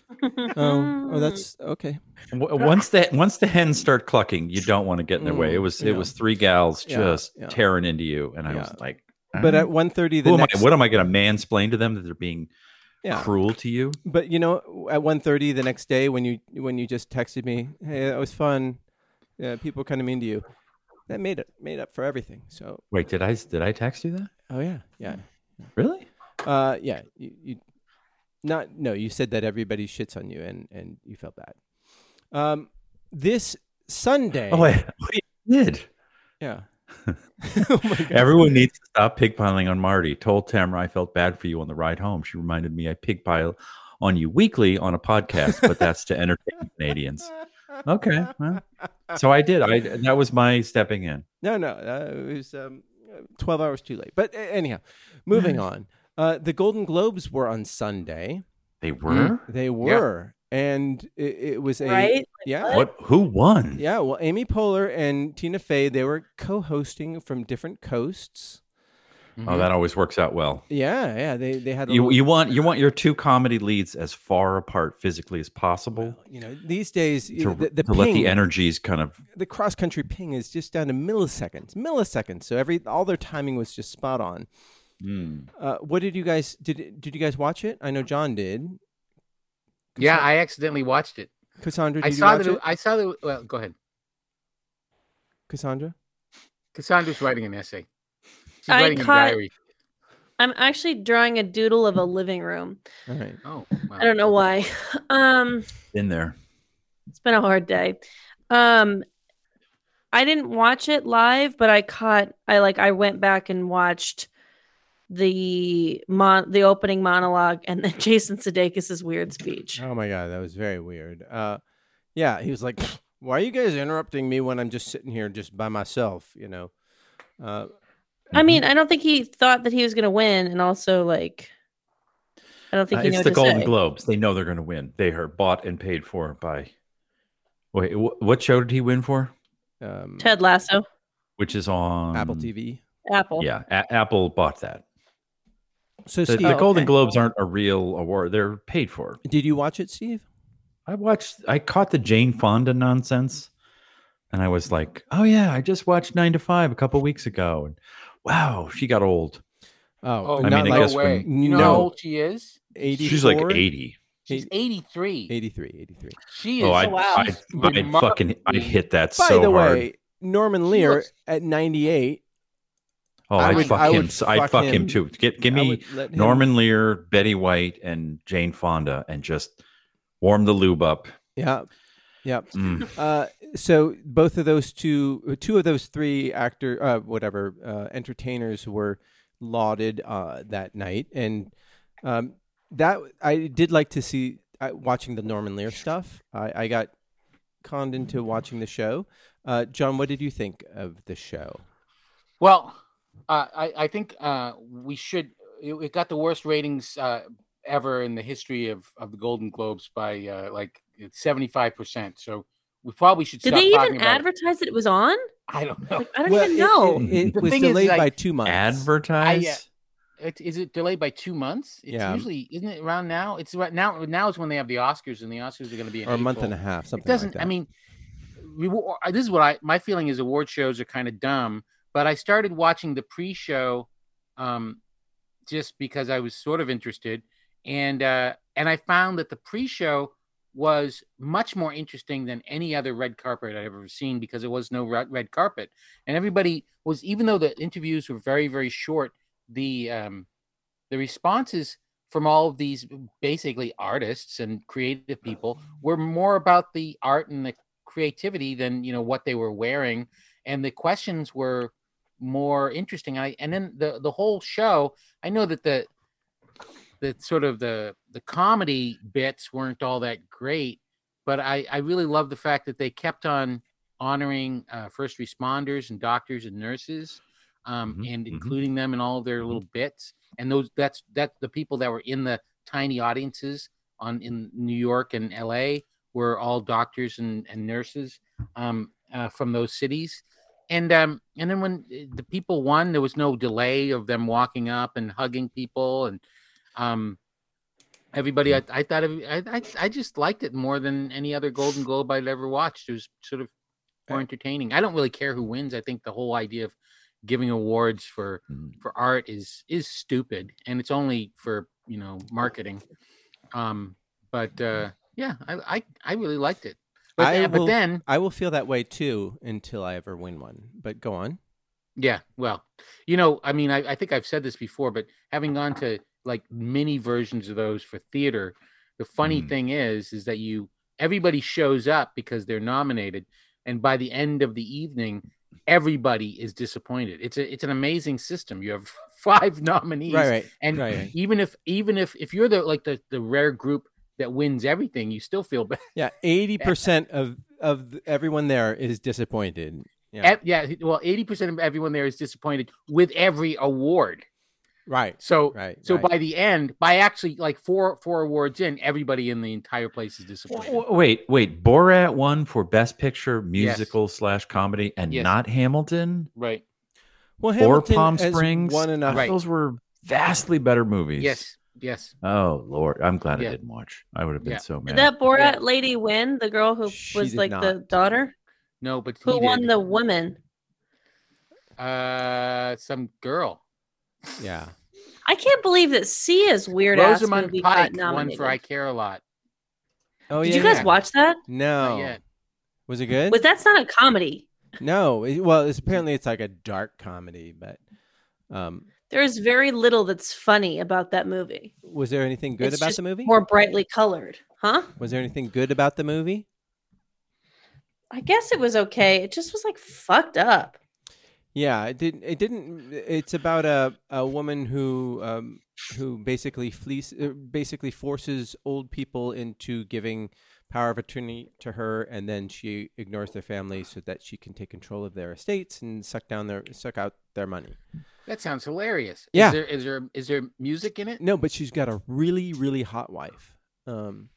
Speaker 3: *laughs*
Speaker 5: w-
Speaker 3: oh,
Speaker 1: Mm.
Speaker 3: oh, that's okay.
Speaker 5: once the once the hens start clucking, you don't want to get in their way. It
Speaker 3: Mm,
Speaker 5: was
Speaker 3: yeah.
Speaker 5: it was three gals
Speaker 3: Yeah,
Speaker 5: just
Speaker 3: yeah.
Speaker 5: tearing into you, and I was
Speaker 3: Yeah.
Speaker 5: like,
Speaker 3: But
Speaker 5: "Ah,
Speaker 3: at 1.30 the
Speaker 5: who am
Speaker 3: next
Speaker 5: I? What am I going to mansplain to them that they're being
Speaker 3: yeah.
Speaker 5: cruel to you?
Speaker 3: But you know, at 1.30 the next day, when you when you just texted me, "Hey, that was fun," yeah, people kind of mean to you. That made it made up for everything. So,
Speaker 5: Wait, did I did I text you that?
Speaker 3: oh yeah, yeah,
Speaker 5: Really?
Speaker 3: uh, yeah. You, you not no, you said that everybody shits on you, and and you felt bad. Um, this Sunday.
Speaker 5: Oh, *laughs* I, you did.
Speaker 3: yeah. *laughs* oh my god.
Speaker 5: Everyone needs to stop pigpiling on Marty. Told Tamra I felt bad for you on the ride home. She reminded me I pigpile on you weekly on a podcast, but that's to entertain Canadians. Okay. well, so I did. I that was my stepping in.
Speaker 3: No, no, uh, it was um, uh, twelve hours too late. But uh, anyhow, moving on. Uh, the Golden Globes were on Sunday.
Speaker 5: They were?
Speaker 3: They were, and it, it was a
Speaker 1: *laughs* right?
Speaker 3: yeah,
Speaker 1: What?
Speaker 5: What who won?
Speaker 3: yeah. Well, Amy Poehler and Tina Fey they were co-hosting from different coasts.
Speaker 4: Mm-hmm.
Speaker 5: Oh, that always works out well.
Speaker 3: Yeah, yeah. They they had a
Speaker 5: You
Speaker 3: little-
Speaker 5: you want you want your two comedy leads as far apart physically as possible.
Speaker 3: you know these days you
Speaker 5: To,
Speaker 3: know, the, the
Speaker 5: to let the
Speaker 3: ping-
Speaker 5: energies kind of
Speaker 3: the cross country ping is just down to milliseconds, milliseconds. So every all their timing was just spot on.
Speaker 5: Mm.
Speaker 3: Uh, what did you guys did? Did you guys watch it? I know John did.
Speaker 4: Yeah, I accidentally watched it.
Speaker 3: Cassandra, did
Speaker 4: I
Speaker 3: you
Speaker 4: saw
Speaker 3: watch
Speaker 4: that. It,
Speaker 3: it?
Speaker 4: I saw that. Well, go ahead.
Speaker 3: Cassandra.
Speaker 4: Cassandra's writing an essay. She's
Speaker 1: I
Speaker 4: writing
Speaker 1: caught-
Speaker 4: a diary.
Speaker 1: I'm actually drawing a doodle of a living room.
Speaker 3: All right.
Speaker 4: Oh, wow.
Speaker 1: I don't know why. *laughs* Um,
Speaker 5: in there.
Speaker 1: It's been a hard day. Um I didn't watch it live, but I caught I like I went back and watched the mon the opening monologue and then *laughs* Jason Sudeikis' weird speech.
Speaker 3: Oh my god, that was very weird. Uh, yeah, he was like, *laughs* "Why are you guys interrupting me when I'm just sitting here just by myself?" You know. Uh,
Speaker 1: I mean, I don't think he thought that he was gonna win and also like I don't think
Speaker 5: Uh,
Speaker 1: he knew what
Speaker 5: it's the
Speaker 1: to
Speaker 5: Golden
Speaker 1: say.
Speaker 5: Globes. They know they're going to win. They are bought and paid for by. Wait, wh- what show did he win for?
Speaker 3: um,
Speaker 1: Ted Lasso,
Speaker 5: Which is on
Speaker 3: Apple TV.
Speaker 1: Apple.
Speaker 5: Yeah, A- Apple bought that.
Speaker 3: So
Speaker 5: The,
Speaker 3: Steve,
Speaker 5: the Golden
Speaker 3: okay.
Speaker 5: Globes aren't a real award; they're paid for.
Speaker 3: Did you watch it, Steve?
Speaker 5: I watched. I caught the Jane Fonda nonsense, and I was like, "Oh yeah, I just watched Nine to Five a couple weeks ago, and wow, she got old.
Speaker 4: Oh,
Speaker 3: Oh,
Speaker 5: I
Speaker 3: not
Speaker 5: mean, I
Speaker 3: like
Speaker 5: guess
Speaker 4: no way.
Speaker 3: when-
Speaker 4: you know how
Speaker 3: No.
Speaker 4: old she is?
Speaker 3: 84?
Speaker 5: She's like eighty.
Speaker 4: She's
Speaker 3: Eight-
Speaker 4: 83.
Speaker 3: 83, 83.
Speaker 4: She is.
Speaker 5: Oh, I,
Speaker 1: Oh,
Speaker 4: *laughs*
Speaker 1: wow.
Speaker 5: I, I,
Speaker 4: remarkably-
Speaker 5: fucking, I hit that
Speaker 3: By
Speaker 5: so
Speaker 3: the
Speaker 5: hard.
Speaker 3: way, Norman
Speaker 4: She
Speaker 3: Lear
Speaker 4: looks-
Speaker 3: at 98.
Speaker 5: oh,
Speaker 4: I
Speaker 5: I would
Speaker 4: would-
Speaker 5: fuck
Speaker 3: I
Speaker 5: him.
Speaker 3: would
Speaker 5: I would
Speaker 3: fuck
Speaker 5: fuck him
Speaker 3: him.
Speaker 5: too. Give, give
Speaker 3: I
Speaker 5: me
Speaker 3: would let him-
Speaker 5: Norman Lear, Betty White, and Jane Fonda, and just warm the lube up.
Speaker 3: Yeah. Yeah.
Speaker 5: Mm.
Speaker 3: Uh, so both of those two, two of those three actor, uh, whatever, uh, entertainers were lauded uh, that night, and um, that I did like to see I, watching the Norman Lear stuff. I, I got conned into watching the show. Uh, John, what did you think of the show?
Speaker 4: Well, uh, I, I think uh, we should. It, it got the worst ratings uh, ever in the history of, of the Golden Globes by uh, like seventy five percent. So we probably should.
Speaker 1: Did
Speaker 4: stop
Speaker 1: they
Speaker 4: talking
Speaker 1: even
Speaker 4: about it.
Speaker 1: advertise that it was on?
Speaker 4: I don't know.
Speaker 1: Like, I don't
Speaker 3: Well,
Speaker 1: even
Speaker 3: it-
Speaker 1: know.
Speaker 3: It, it
Speaker 4: The
Speaker 3: was
Speaker 4: thing is,
Speaker 3: delayed
Speaker 4: like,
Speaker 3: by two months.
Speaker 5: Advertise.
Speaker 4: I, uh, It, is it delayed by two months? It's
Speaker 3: Yeah.
Speaker 4: usually isn't it around now? It's right now. Now is when they have the Oscars, and the Oscars are going to be in
Speaker 3: or a month
Speaker 4: April.
Speaker 3: and a half, something
Speaker 4: it doesn't
Speaker 3: like that.
Speaker 4: i mean rewar- I- this is what i my feeling is award shows are kind of dumb but i started watching the pre-show um just because i was sort of interested and uh and i found that the pre-show was much more interesting than any other red carpet i'd ever seen because there was no red, red carpet and everybody was even though the interviews were very very short the um the responses from all of these basically artists and creative people were more about the art and the creativity than you know what they were wearing and the questions were more interesting I, and then the the whole show i know that the the sort of the the comedy bits weren't all that great but i i really love the fact that they kept on honoring uh, first responders and doctors and nurses um,
Speaker 5: Mhm,
Speaker 4: and
Speaker 5: mhm.
Speaker 4: including them in all of their little bits and those that's that's the people that were in the tiny audiences on in new york and la were all doctors and, and nurses um, uh, from those cities and um, and then when uh, the people won there was no delay of them walking up and hugging people and um, everybody I, I thought of, I, I I just liked it more than any other golden globe i'd ever watched it was sort of more entertaining i don't really care who wins i think the whole idea of giving awards for
Speaker 3: Mm-hmm.
Speaker 5: Mhm.
Speaker 4: for art is is stupid and it's only for you know marketing um but uh yeah i i, I really liked it but,
Speaker 3: Mm-hmm. I
Speaker 4: then- but
Speaker 3: will-
Speaker 4: then
Speaker 3: I will feel that way too until I ever win one. But go on.
Speaker 4: Yeah, well, you know, I mean, I, I think I've said this before, but having gone to like mini versions of those for theater, the funny
Speaker 5: Mm.
Speaker 4: thing is, is that you everybody shows up because they're nominated, and by the end of the evening, everybody is disappointed. It's a it's an amazing system. You have *laughs* five nominees,
Speaker 3: Right, right.
Speaker 4: and
Speaker 3: right, right.
Speaker 4: even if even if if you're the like the the rare group that wins everything, you still feel bad.
Speaker 3: Yeah, eighty percent of of th- everyone there is disappointed. Yeah,
Speaker 4: Ev- E, Yeah, well, eighty percent of everyone there is disappointed with every award.
Speaker 3: right,
Speaker 4: So
Speaker 3: right.
Speaker 4: So
Speaker 3: right.
Speaker 4: by the end, by actually like four four awards in, everybody in the entire place is disappointed.
Speaker 5: W- Wait, wait. Borat won for Best Picture,
Speaker 4: Yes.
Speaker 5: musical slash comedy, and
Speaker 4: Yes.
Speaker 5: not Hamilton
Speaker 4: right.
Speaker 3: well,
Speaker 5: or
Speaker 3: Hamilton
Speaker 5: Palm
Speaker 3: has
Speaker 5: Springs.
Speaker 3: won enough.
Speaker 4: Right.
Speaker 5: Those were vastly better movies.
Speaker 4: Yes. Yes.
Speaker 5: Oh Lord, I'm glad
Speaker 4: Yeah.
Speaker 5: I didn't watch. I would have been
Speaker 4: Yeah.
Speaker 5: so mad. Mm.
Speaker 1: Did that Borat lady win? The girl who
Speaker 3: She
Speaker 1: was
Speaker 3: did
Speaker 1: like the
Speaker 3: not.
Speaker 1: daughter?
Speaker 4: No, but he
Speaker 1: Who won
Speaker 4: did.
Speaker 1: the woman?
Speaker 4: uh some girl.
Speaker 3: Yeah,
Speaker 1: I can't believe that Sia's weird ass
Speaker 4: Rosamund
Speaker 1: movie got
Speaker 4: Pike won
Speaker 1: nominated.
Speaker 4: for I Care a Lot.
Speaker 3: Oh
Speaker 1: Did
Speaker 3: yeah.
Speaker 1: you guys
Speaker 3: yeah.
Speaker 1: watch that?
Speaker 3: No.
Speaker 4: Not yet.
Speaker 3: Was it good?
Speaker 1: But that's not a comedy.
Speaker 3: no. it- well, it's apparently it's like a dark comedy, but um,
Speaker 1: There is very little that's funny about that movie.
Speaker 3: was there anything good
Speaker 1: It's
Speaker 3: about
Speaker 1: just
Speaker 3: the movie?
Speaker 1: More brightly colored, huh?
Speaker 3: Was there anything good about the movie?
Speaker 1: I guess it was okay. It just was like fucked up.
Speaker 3: Yeah, it didn't. It didn't. It's about a a woman who um who basically fleece, uh, basically forces old people into giving power of attorney to her, and then she ignores their family so that she can take control of their estates and suck down their suck out their money.
Speaker 4: That sounds hilarious.
Speaker 3: Yeah.
Speaker 4: Is there is there is there music in it?
Speaker 3: No, but she's got a really really hot wife, um,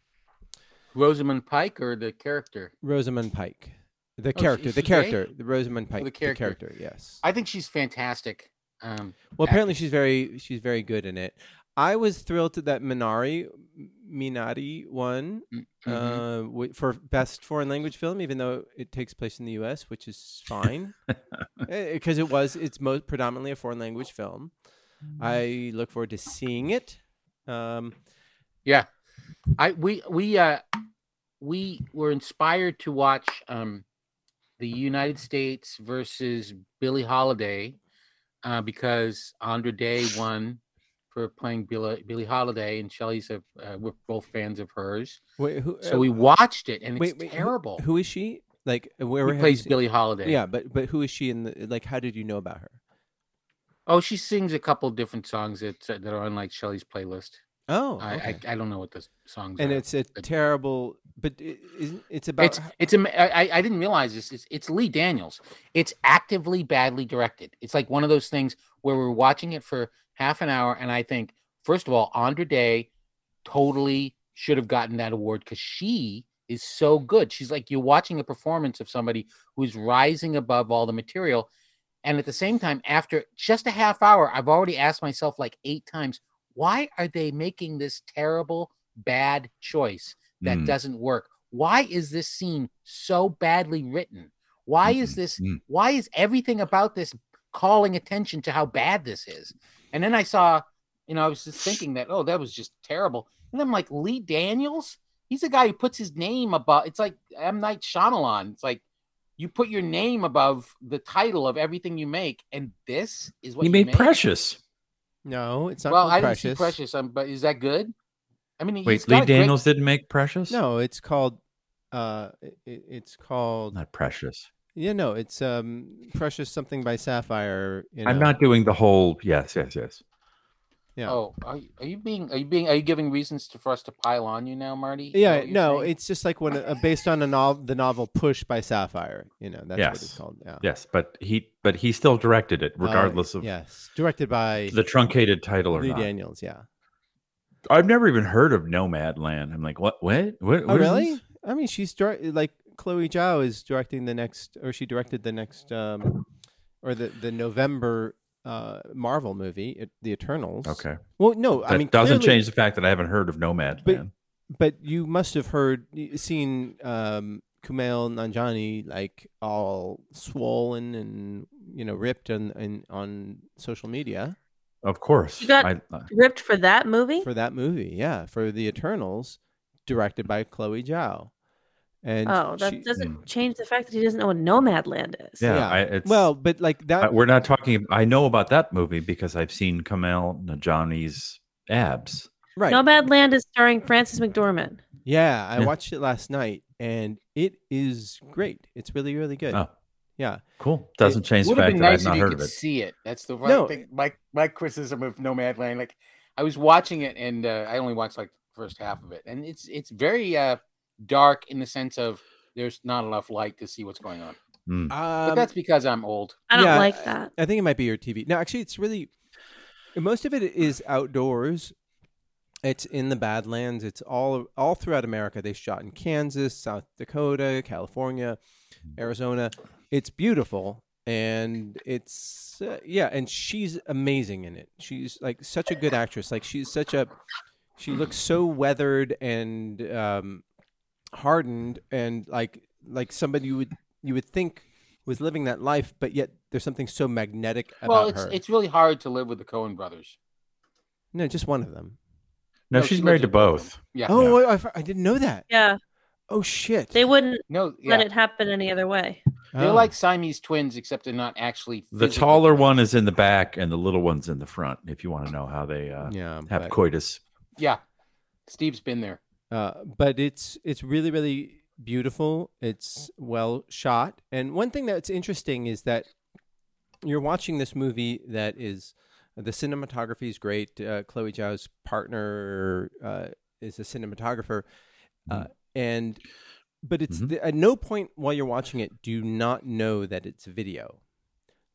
Speaker 4: Rosamund Pike or the character?
Speaker 3: Rosamund Pike, the
Speaker 4: Oh, she-
Speaker 3: character,
Speaker 4: is
Speaker 3: the
Speaker 4: she gay? Oh,
Speaker 3: character, the Rosamund Pike,
Speaker 4: character.
Speaker 3: Yes,
Speaker 4: I think she's fantastic. Um
Speaker 3: Well, apparently
Speaker 4: actress.
Speaker 3: she's very she's very good in it. I was thrilled to that Minari Minari won
Speaker 4: mhm.
Speaker 3: uh, wi- for best foreign language film, even though it takes place in the U.S., which is
Speaker 4: *laughs*
Speaker 3: fine because it was it's most predominantly a foreign language film.
Speaker 4: Mm-hmm.
Speaker 3: I look forward to seeing it. Um,
Speaker 4: I we we uh we were inspired to watch um the United States versus Billie Holiday uh, because Andra Day won for playing Billie, Billie Holiday and Shelley's a uh, we're both fans of hers.
Speaker 3: wait, who,
Speaker 4: So we watched it and it's
Speaker 3: Uh, wait, wait, who-
Speaker 4: terrible. Who,
Speaker 3: who is she? Like where have you
Speaker 4: plays
Speaker 3: se-
Speaker 4: Billie Holiday?
Speaker 3: Yeah, but but who is she in the like? How did you know about her?
Speaker 4: Oh, she sings a couple different songs that that are on like Shelley's playlist.
Speaker 3: Oh,
Speaker 4: I,
Speaker 3: okay.
Speaker 4: I I don't know what the songs
Speaker 3: and
Speaker 4: are.
Speaker 3: it's a terrible, but it, isn't, it's about
Speaker 4: it's it's am- I, I- I didn't realize this it's, it's lee daniels it's actively badly directed it's like one of those things where we're watching it for half an hour and i think first of all andre day totally should have gotten that award because she is so good she's like you're watching a performance of somebody who's rising above all the material and at the same time after just a half hour i've already asked myself like eight times why are they making this terrible bad choice that
Speaker 5: Mm,
Speaker 4: doesn't work why is this scene so badly written why is
Speaker 5: mhm,
Speaker 4: this
Speaker 5: mm.
Speaker 4: why is everything about this calling attention to how bad this is and then i saw you know i was just thinking that oh that was just terrible and i'm like lee daniels he's a guy who puts his name above it's like m night Shyamalan. it's like you put your name above the title of everything you make and this is what
Speaker 5: He
Speaker 4: you
Speaker 5: made
Speaker 4: make?
Speaker 5: Precious.
Speaker 3: No, it's not.
Speaker 4: well,
Speaker 3: called
Speaker 4: I
Speaker 3: precious.
Speaker 4: didn't see Precious, um, but is that good? I mean, he's
Speaker 5: Wait,
Speaker 4: got
Speaker 5: Lee
Speaker 4: a great-
Speaker 5: Daniels didn't make Precious?
Speaker 3: No, it's called. Uh, it, it's called.
Speaker 5: Not Precious.
Speaker 3: Yeah, no, it's um, precious something by Sapphire. You know.
Speaker 5: I'm not doing the whole. Yes, yes, yes.
Speaker 3: Yeah.
Speaker 4: Oh, are, you- are you being? Are you being? Are you giving reasons to, for us to pile on you now, Marty? Is that
Speaker 3: Yeah,
Speaker 4: what you're
Speaker 3: no,
Speaker 4: saying?
Speaker 3: it's just like when uh, based on a novel, the novel Push by Sapphire. You know, that's what it's
Speaker 5: Yes.
Speaker 3: called. Yeah.
Speaker 5: Yes, but he but he still directed it,
Speaker 3: Uh,
Speaker 5: regardless of
Speaker 3: yes, directed by
Speaker 5: the truncated title or
Speaker 3: Lee
Speaker 5: not.
Speaker 3: Daniels. Yeah.
Speaker 5: I've never even heard of Nomad Land. I'm like, what? What? What?
Speaker 3: Oh,
Speaker 5: what is
Speaker 3: really?
Speaker 5: this?
Speaker 3: I mean, she's dir- like Chloe Zhao is directing the next, or she directed the next, um, or the the November uh, Marvel movie, it, The Eternals.
Speaker 5: Okay.
Speaker 3: Well, no,
Speaker 5: That
Speaker 3: I mean
Speaker 5: doesn't
Speaker 3: clearly-
Speaker 5: change the fact that I haven't heard of Nomad
Speaker 3: But-
Speaker 5: Land.
Speaker 3: But you must have heard, y- seen um, Kumail Nanjiani like all swollen and you know ripped on and on social media
Speaker 5: Of course.
Speaker 1: You got-
Speaker 5: I, uh,
Speaker 1: Ripped for that movie?
Speaker 3: for that movie. Yeah, for The Eternals, directed by Chloe Zhao. And
Speaker 1: oh, that
Speaker 3: she- mm.
Speaker 1: doesn't change the fact that he doesn't know what Nomadland is.
Speaker 5: yeah. I, it's,
Speaker 3: well, but like that.
Speaker 5: I- we're not talking. I know about that movie because I've seen Kamal Najani's abs.
Speaker 3: right.
Speaker 1: Nomadland is starring Francis McDormand.
Speaker 3: Yeah, I
Speaker 5: Yeah.
Speaker 3: watched it last night and it is great. It's really, really good.
Speaker 5: Oh.
Speaker 3: Yeah.
Speaker 5: Cool. Doesn't change the
Speaker 4: Would have
Speaker 5: fact
Speaker 4: been
Speaker 5: that I've
Speaker 4: nice
Speaker 5: not
Speaker 4: if you
Speaker 5: heard of
Speaker 4: could
Speaker 5: it.
Speaker 4: see it. That's the one
Speaker 3: No.
Speaker 4: thing. My my criticism of Nomad Land, like I was watching it and uh, I only watched like the first half of it, and it's it's very uh, dark in the sense of there's not enough light to see what's going on.
Speaker 5: Mm.
Speaker 4: But
Speaker 3: Um,
Speaker 4: that's because I'm old.
Speaker 1: I don't
Speaker 3: Yeah,
Speaker 1: like that.
Speaker 3: I think it might be your TV. No, actually, it's really, most of it is outdoors. It's in the Badlands. It's all all throughout America. They shot in Kansas, South Dakota, California, Arizona. It's beautiful, and it's uh, yeah. And she's amazing in it. She's like such a good actress. Like she's such a she looks so weathered and um, hardened, and like like somebody you would you would think was living that life, but yet there's something so magnetic about
Speaker 4: well, it's
Speaker 3: her.
Speaker 4: it's really hard to live with the Cohen brothers.
Speaker 3: no, just one of them.
Speaker 5: No,
Speaker 4: No,
Speaker 5: she's
Speaker 4: she lives
Speaker 5: married to
Speaker 4: with both of
Speaker 5: both.
Speaker 4: Yeah.
Speaker 3: Oh, I, I f- I didn't know that.
Speaker 1: Yeah,
Speaker 3: Oh shit!
Speaker 1: they wouldn't
Speaker 4: No,
Speaker 1: let
Speaker 4: yeah.
Speaker 1: it happen any other way.
Speaker 4: They're
Speaker 3: Oh.
Speaker 4: like Siamese twins, except they're not actually.
Speaker 5: The
Speaker 4: physically
Speaker 5: taller
Speaker 4: twins.
Speaker 5: one is in the back, and the little one's in the front. If you want to know how they uh,
Speaker 3: yeah,
Speaker 5: have
Speaker 3: but,
Speaker 5: coitus,
Speaker 4: Yeah, Steve's been there.
Speaker 3: uh, but it's it's really really beautiful. It's well shot, and one thing that's interesting is that you're watching this movie that is the cinematography is great. Uh, Chloe Zhao's partner uh, is a cinematographer, uh, and but it's
Speaker 5: Mhm.
Speaker 3: the, at no point while you're watching it do you not know that it's video,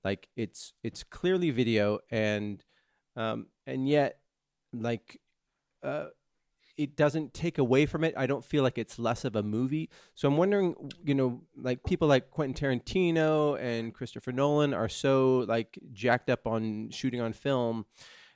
Speaker 3: like it's it's clearly video, and um, and yet like uh, it doesn't take away from it. I don't feel like it's less of a movie. So I'm wondering, you know, like people like Quentin Tarantino and Christopher Nolan are so like jacked up on shooting on film,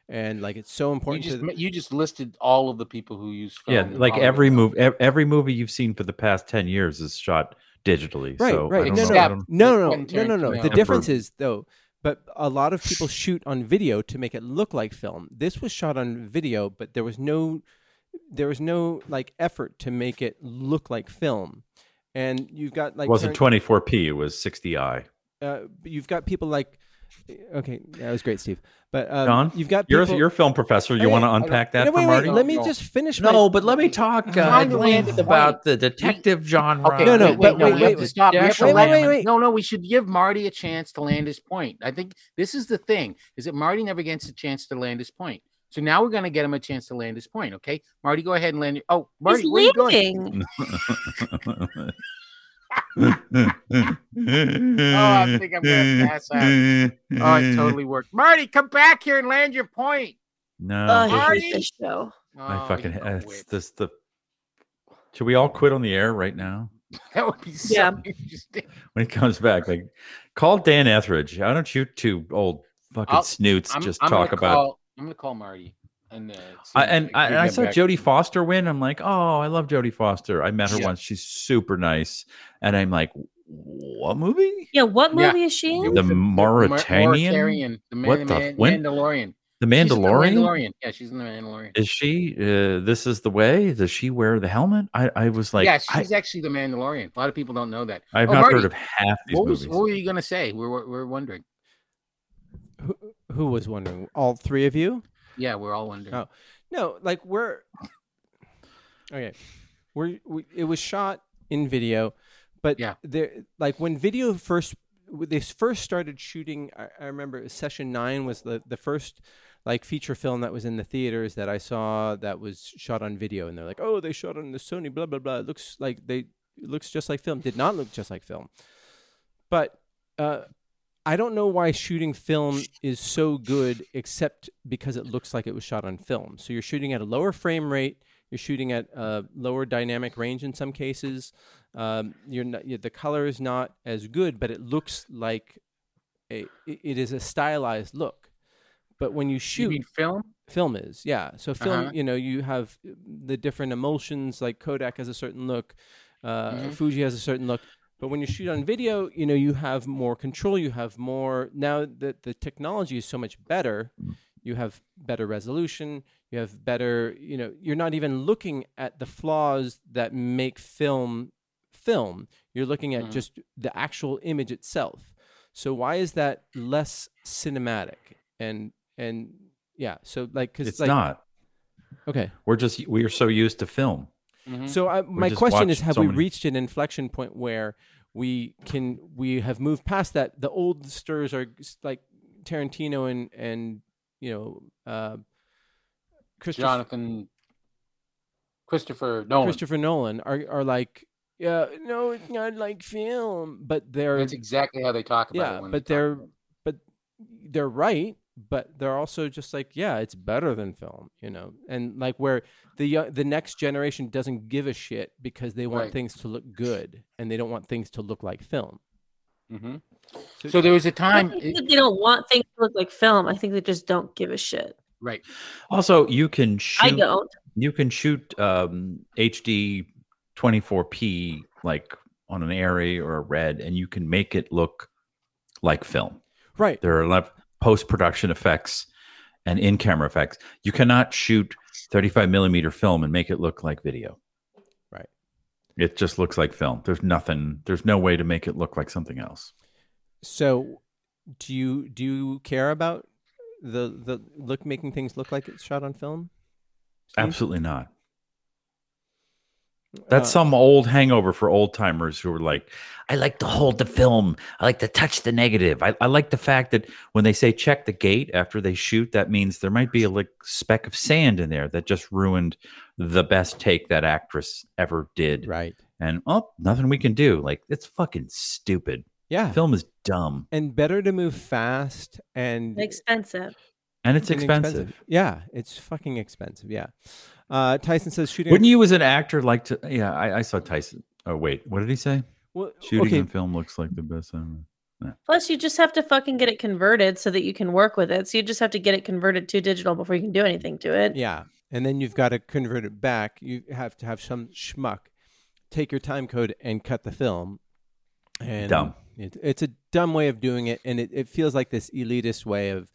Speaker 3: and like it's so
Speaker 4: You
Speaker 3: important
Speaker 4: just
Speaker 3: to them.
Speaker 4: you just listed all of the people who use.
Speaker 5: yeah,
Speaker 4: film in
Speaker 5: like
Speaker 4: Hollywood.
Speaker 5: every movie, every movie you've seen for the past ten years is shot digitally.
Speaker 3: Right,
Speaker 5: so I
Speaker 3: right. No,
Speaker 5: don't know.
Speaker 3: no,
Speaker 5: I
Speaker 4: no.
Speaker 5: don't-
Speaker 3: No, no, no,
Speaker 4: Quentin
Speaker 3: no, no, no. The
Speaker 4: Tarantino.
Speaker 3: difference is though, but a lot of people shoot on video to make it look like film. This was shot on video, but there was no, there was no like effort to make it look like film. And you've got like
Speaker 5: it wasn't
Speaker 3: Tarant-
Speaker 5: 24p. It was 60i.
Speaker 3: uh, you've got people like okay that was great steve but um,
Speaker 5: Don,
Speaker 3: you've got
Speaker 5: You're
Speaker 3: people,
Speaker 5: a, you're a film professor. You
Speaker 3: Hey,
Speaker 5: want
Speaker 3: I
Speaker 5: to
Speaker 3: don't-
Speaker 5: unpack
Speaker 3: No,
Speaker 5: that
Speaker 3: wait,
Speaker 5: for
Speaker 3: wait,
Speaker 5: Marty?
Speaker 3: let me just finish my,
Speaker 5: but let me talk
Speaker 4: uh, at length about
Speaker 5: the
Speaker 4: detective
Speaker 5: genre.
Speaker 4: Okay,
Speaker 3: No, no,
Speaker 4: wait,
Speaker 3: but
Speaker 4: wait, no,
Speaker 3: wait,
Speaker 4: we have
Speaker 3: wait,
Speaker 4: to stop. We have to
Speaker 3: wait,
Speaker 4: let
Speaker 3: wait,
Speaker 4: him-
Speaker 3: wait.
Speaker 4: No, no, we should give Marty a chance to land his point. I think this is the thing: is that Marty never gets a chance to land his point. So now we're going to get him a chance to land his point. Okay, Marty, go ahead and land. Your, oh, Marty,
Speaker 1: He's
Speaker 4: where are you going?
Speaker 1: leaving.
Speaker 3: *laughs*
Speaker 5: *laughs* I
Speaker 4: Oh, think I'm gonna pass out. Oh, it totally worked. Marty, come back here and land your point.
Speaker 5: No,
Speaker 1: Oh,
Speaker 5: this
Speaker 1: I
Speaker 5: is-
Speaker 1: hate this show.
Speaker 5: I
Speaker 4: Oh,
Speaker 5: fucking.
Speaker 4: you
Speaker 5: It's
Speaker 4: quit.
Speaker 5: this the. Should we all quit on the air right now?
Speaker 4: *laughs*
Speaker 5: *laughs*
Speaker 4: that would be so
Speaker 1: Yeah.
Speaker 4: interesting.
Speaker 5: When he comes back, like, call Dan Etheridge. Why don't you two old fucking
Speaker 4: I'll-
Speaker 5: snoots
Speaker 4: I'm,
Speaker 5: just
Speaker 4: I'm
Speaker 5: talk
Speaker 4: gonna
Speaker 5: about?
Speaker 4: Call, I'm going to call Marty. And, uh, see
Speaker 5: I,
Speaker 4: if
Speaker 5: and
Speaker 4: can
Speaker 5: I, and I
Speaker 4: get
Speaker 5: saw
Speaker 4: back.
Speaker 5: Jodie Foster win. I'm like, oh, I love Jodie Foster. I met her
Speaker 4: Yeah.
Speaker 5: once. She's super nice. And I'm like, what movie?
Speaker 1: Yeah, what
Speaker 4: Yeah.
Speaker 1: movie is she
Speaker 4: It
Speaker 1: in?
Speaker 4: was
Speaker 5: The
Speaker 4: a-
Speaker 5: Mauritanian?
Speaker 4: Mauritanian, The Man,
Speaker 5: What
Speaker 4: the
Speaker 5: the
Speaker 4: Man-
Speaker 5: when-
Speaker 4: Mandalorian.
Speaker 5: The
Speaker 4: She's in The
Speaker 5: Mandalorian.
Speaker 4: Mandalorian. Yeah, she's in the Mandalorian.
Speaker 5: is she uh, this is the way does she wear the helmet i i was like
Speaker 4: yeah,
Speaker 5: I,
Speaker 4: she's actually the Mandalorian. A lot of people don't know that.
Speaker 5: i've
Speaker 4: Oh,
Speaker 5: not
Speaker 4: Marty,
Speaker 5: heard of half these
Speaker 4: What, was,
Speaker 5: movies
Speaker 4: what were you going to say? We're, we're, we're wondering.
Speaker 3: Who, who was wondering? All three of you?
Speaker 4: Yeah, we're all wondering.
Speaker 3: Oh. No, like we're okay. We're we, it was shot in video, but
Speaker 4: Yeah.
Speaker 3: there like when video first when they first started shooting. I, I remember it was session nine was the the first like feature film that was in the theaters that I saw that was shot on video, and they're like, oh, they shot on the Sony, blah blah blah. It looks like they it looks just like film. Did not look just like film, but. uh I don't know why shooting film is so good except because it looks like it was shot on film. So you're shooting at a lower frame rate, you're shooting at a lower dynamic range in some cases. Um, you're not, you the color is not as good, but it looks like a, it- it is a stylized look. But when you shoot,
Speaker 4: You mean film?
Speaker 3: film is yeah so film
Speaker 4: Uh-huh.
Speaker 3: you know you have the different emulsions like kodak has a certain look uh,
Speaker 4: Mhm.
Speaker 3: fuji has a certain look but when you shoot on video you know you have more control you have more now that the technology is so much better you have better resolution you have better you know you're not even looking at the flaws that make film film you're looking at
Speaker 4: Mhm.
Speaker 3: just the actual image itself so why is that less cinematic and and yeah so like because
Speaker 5: It's
Speaker 3: like,
Speaker 5: not.
Speaker 3: okay
Speaker 5: We're just we are so used to film.
Speaker 4: Mhm.
Speaker 3: so I, my
Speaker 5: just
Speaker 3: question is
Speaker 5: watched
Speaker 3: have
Speaker 5: so
Speaker 3: we
Speaker 5: many-
Speaker 3: reached an inflection point where we can we have moved past that the old stirs are s- like tarantino and and you know uh christopher
Speaker 4: Jonathan Christopher Nolan.
Speaker 3: christopher nolan are, are like yeah no it's not like film but they're
Speaker 4: That's exactly how they talk about
Speaker 3: yeah
Speaker 4: it. when
Speaker 3: but
Speaker 4: they talk
Speaker 3: they're
Speaker 4: about it.
Speaker 3: but they're right but they're also just like yeah it's better than film you know and like where the yo- the next generation doesn't give a shit because they want
Speaker 4: Right.
Speaker 3: things to look good and they don't want things to look like film
Speaker 4: Mhm.
Speaker 3: So-
Speaker 4: So there was a
Speaker 1: I
Speaker 4: time,
Speaker 1: don't
Speaker 4: it-
Speaker 1: think that they don't want things to look like film. I think they just don't give a shit.
Speaker 4: right?
Speaker 5: Also, you can shoot
Speaker 1: I don't.
Speaker 5: you can shoot um, HD 24p like on an airy or a red, and you can make it look like film.
Speaker 3: right
Speaker 5: There are a lot of post production effects and in camera effects. You cannot shoot 35 millimeter film and make it look like video.
Speaker 3: Right.
Speaker 5: It just looks like film. There's nothing. There's no way to make it look like something else.
Speaker 3: so do you do you care about the the look making things look like it's shot on film Steve?
Speaker 5: Absolutely not.
Speaker 3: Uh,
Speaker 5: That's some old hangover for old timers who were like, I like to hold the film. I like to touch the negative. I, I like the fact that when they say check the gate after they shoot, that means there might be a like speck of sand in there that just ruined the best take that actress ever did.
Speaker 3: right
Speaker 5: And oh, nothing we can do. Like it's fucking stupid.
Speaker 3: yeah
Speaker 5: Film is dumb
Speaker 3: and better to move fast and
Speaker 1: Expensive.
Speaker 5: and it's
Speaker 3: and
Speaker 5: expensive.
Speaker 3: Yeah, it's fucking expensive. Yeah. Uh, Tyson says shooting.
Speaker 5: Wouldn't you, as an actor, like to? Yeah, I, I saw Tyson. Oh wait, what did he say?
Speaker 3: Well,
Speaker 5: Shooting
Speaker 3: okay,
Speaker 5: in film looks like the best. Ever.
Speaker 1: Plus, you just have to fucking get it converted so that you can work with it. So you just have to get it converted to digital before you can do anything to it.
Speaker 3: Yeah, and then you've got to convert it back. You have to have some schmuck take your time code and cut the film. And
Speaker 5: Dumb.
Speaker 3: It, it's a dumb way of doing it, and it, it feels like this elitist way of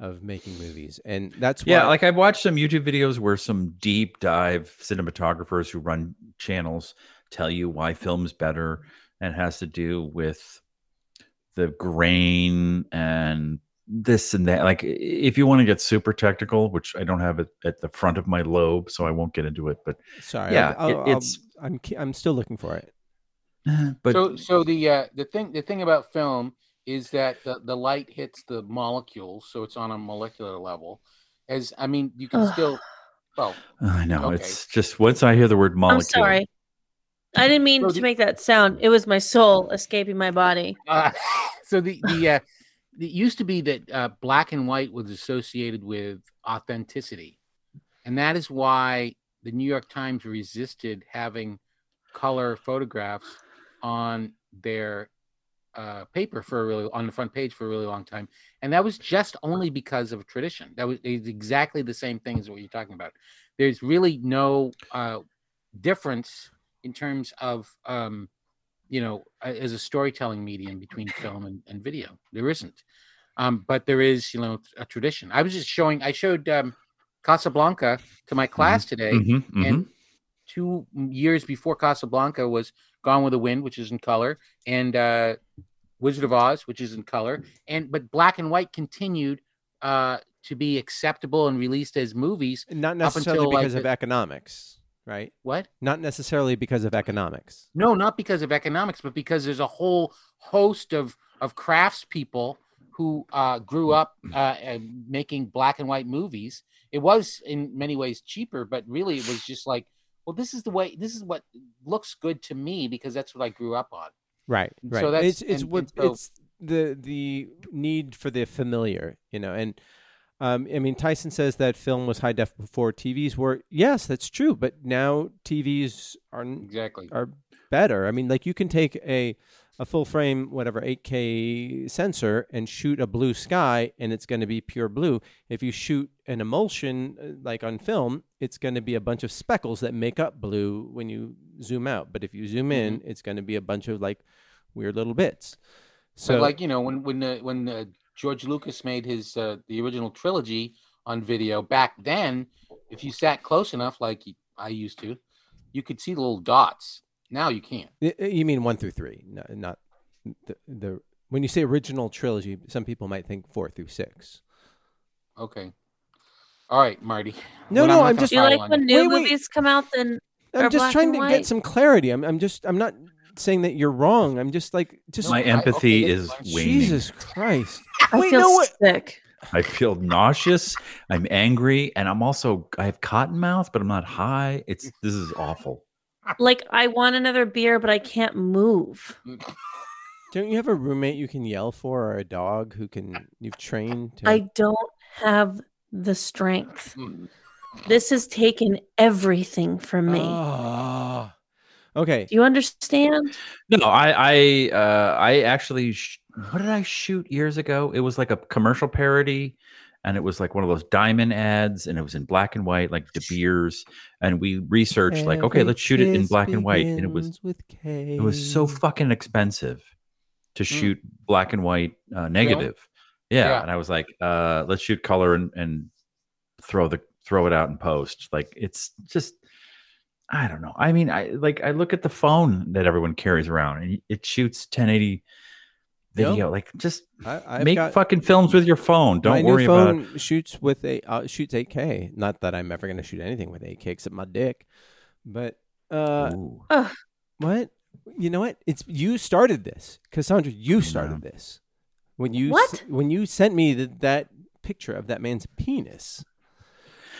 Speaker 3: of making movies, and that's why.
Speaker 5: Yeah, like I've watched some YouTube videos where some deep dive cinematographers who run channels tell you why film's better and has to do with the grain and this and that. Like i- if you want to get super technical, which I don't have it at the front of my lobe, so I won't get into it.
Speaker 4: *sighs*
Speaker 5: But
Speaker 3: sorry,
Speaker 5: yeah,
Speaker 3: I'll,
Speaker 5: it-
Speaker 3: I'll,
Speaker 5: it's-
Speaker 3: i am I'm still looking for it.
Speaker 5: but
Speaker 4: so, so the uh, the thing the thing about film is that the, the light hits the molecules, so it's on a molecular level. As I mean, you can
Speaker 1: Ugh.
Speaker 4: still. Well,
Speaker 5: I know
Speaker 4: okay.
Speaker 5: it's just once I hear the word molecule,
Speaker 1: I'm sorry. I didn't mean
Speaker 4: No,
Speaker 1: to
Speaker 4: the-
Speaker 1: make that sound. It was my soul escaping my body.
Speaker 4: uh, *laughs* so the the uh, it used to be that uh, black and white was associated with authenticity, and that is why the New York Times resisted having color photographs on their uh, paper for a really on the front page for a really long time, and that was just only because of tradition. That was it's exactly the same thing as what you're talking about. There's really no uh, difference in terms of um, you know a- as a storytelling medium between film and, and video. There isn't, um, but there is you know a tradition. I was just showing. I showed um, Casablanca to my class today
Speaker 5: Mhm, mhm.
Speaker 4: and two m- years before Casablanca was Gone with the Wind, which is in color, and uh, Wizard of Oz, which is in color, and but black and white continued uh, to be acceptable and released as movies.
Speaker 3: Not necessarily
Speaker 4: until, like,
Speaker 3: because of
Speaker 4: the-
Speaker 3: economics, right?
Speaker 4: What?
Speaker 3: Not necessarily because of economics.
Speaker 4: No, not because of economics, but because there's a whole host of of craftspeople who uh, grew up uh, and making black and white movies. It was in many ways cheaper, but really it was just like, well, this is the way. This is what looks good to me because that's what I grew up on.
Speaker 3: Right.
Speaker 4: And
Speaker 3: Right.
Speaker 4: so that's-
Speaker 3: it's it's
Speaker 4: and-
Speaker 3: what
Speaker 4: and so-
Speaker 3: it's the the need for the familiar, you know, and um, I mean Tyson says that film was high def before TVs were. Yes, that's true, but now TVs are n-
Speaker 4: Exactly.
Speaker 3: are better. I mean, like you can take a a full frame whatever 8K sensor and shoot a blue sky and it's going to be pure blue. If you shoot an emulsion uh, like on film, it's going to be a bunch of speckles that make up blue when you zoom out. But if you zoom in,
Speaker 4: Mm-hmm.
Speaker 3: it's going to be a bunch of like weird little bits. So
Speaker 4: So, like you know, when when uh, when uh, George Lucas made his uh, the original trilogy on video back then, if you sat close enough, like y- I used to, you could see the little dots. Now you can't.
Speaker 3: Y- y- you mean 1 through 3, no- not the, the when you say original trilogy, some people might think 4 through 6.
Speaker 4: Okay. All right, Marty. *laughs* Well,
Speaker 3: No, no,
Speaker 4: not
Speaker 3: I'm
Speaker 4: gonna
Speaker 3: just
Speaker 1: Do you
Speaker 4: pile
Speaker 3: I
Speaker 4: on
Speaker 1: like when
Speaker 4: you.
Speaker 3: Wait,
Speaker 1: new
Speaker 3: wait.
Speaker 1: movies come out? Then or
Speaker 3: I'm just
Speaker 1: black
Speaker 3: trying
Speaker 1: and
Speaker 3: to
Speaker 1: white.
Speaker 3: get some clarity. I'm, I'm just, I'm not saying that you're wrong. I'm just like, just
Speaker 5: My
Speaker 4: I- okay,
Speaker 5: empathy
Speaker 4: that's
Speaker 5: is
Speaker 4: fine.
Speaker 5: waning.
Speaker 3: Jesus Christ.
Speaker 1: I
Speaker 3: Wait,
Speaker 1: feel
Speaker 3: no, what?
Speaker 1: sick.
Speaker 5: I feel nauseous. I'm angry, and I'm also I have cotton mouth, but I'm not high. It's this is awful.
Speaker 1: Like I want another beer, but I can't move.
Speaker 3: Don't you have a roommate you can yell for, or a dog who can you've trained? To...
Speaker 1: I don't have the strength.
Speaker 4: Mm.
Speaker 1: This has taken everything from me.
Speaker 5: Oh.
Speaker 3: Ah. okay.
Speaker 1: Do you understand?
Speaker 5: No, I I uh, I actually sh- what did I shoot years ago? It was like a commercial parody, and it was like one of those diamond ads, and it was in black and white, like De Beers. And we researched like, okay,
Speaker 3: Every
Speaker 5: let's shoot it in
Speaker 3: kiss
Speaker 5: black and white, and it was
Speaker 3: begins with K.
Speaker 5: it was so fucking expensive
Speaker 3: Mm.
Speaker 5: to shoot black and white uh, negative. Yeah.
Speaker 4: Yeah.
Speaker 5: and I was like, uh, let's shoot color and and throw the throw it out in post. Like it's just I don't know. I mean, I like I look at the phone that everyone carries around and it shoots 1080
Speaker 3: Yep.
Speaker 5: video. Like just
Speaker 3: I, I've
Speaker 5: make
Speaker 3: got,
Speaker 5: fucking films with your phone.
Speaker 3: my
Speaker 5: Don't
Speaker 3: new
Speaker 5: worry about
Speaker 3: phone shoots with a uh, shoots 8K. Not that I'm ever going to shoot anything with 8K except my dick, but uh,
Speaker 5: Ooh.
Speaker 3: What? You know what? It's you started this, Cassandra. You started this when you s-
Speaker 1: What?
Speaker 3: when you sent me th- that picture of that man's penis.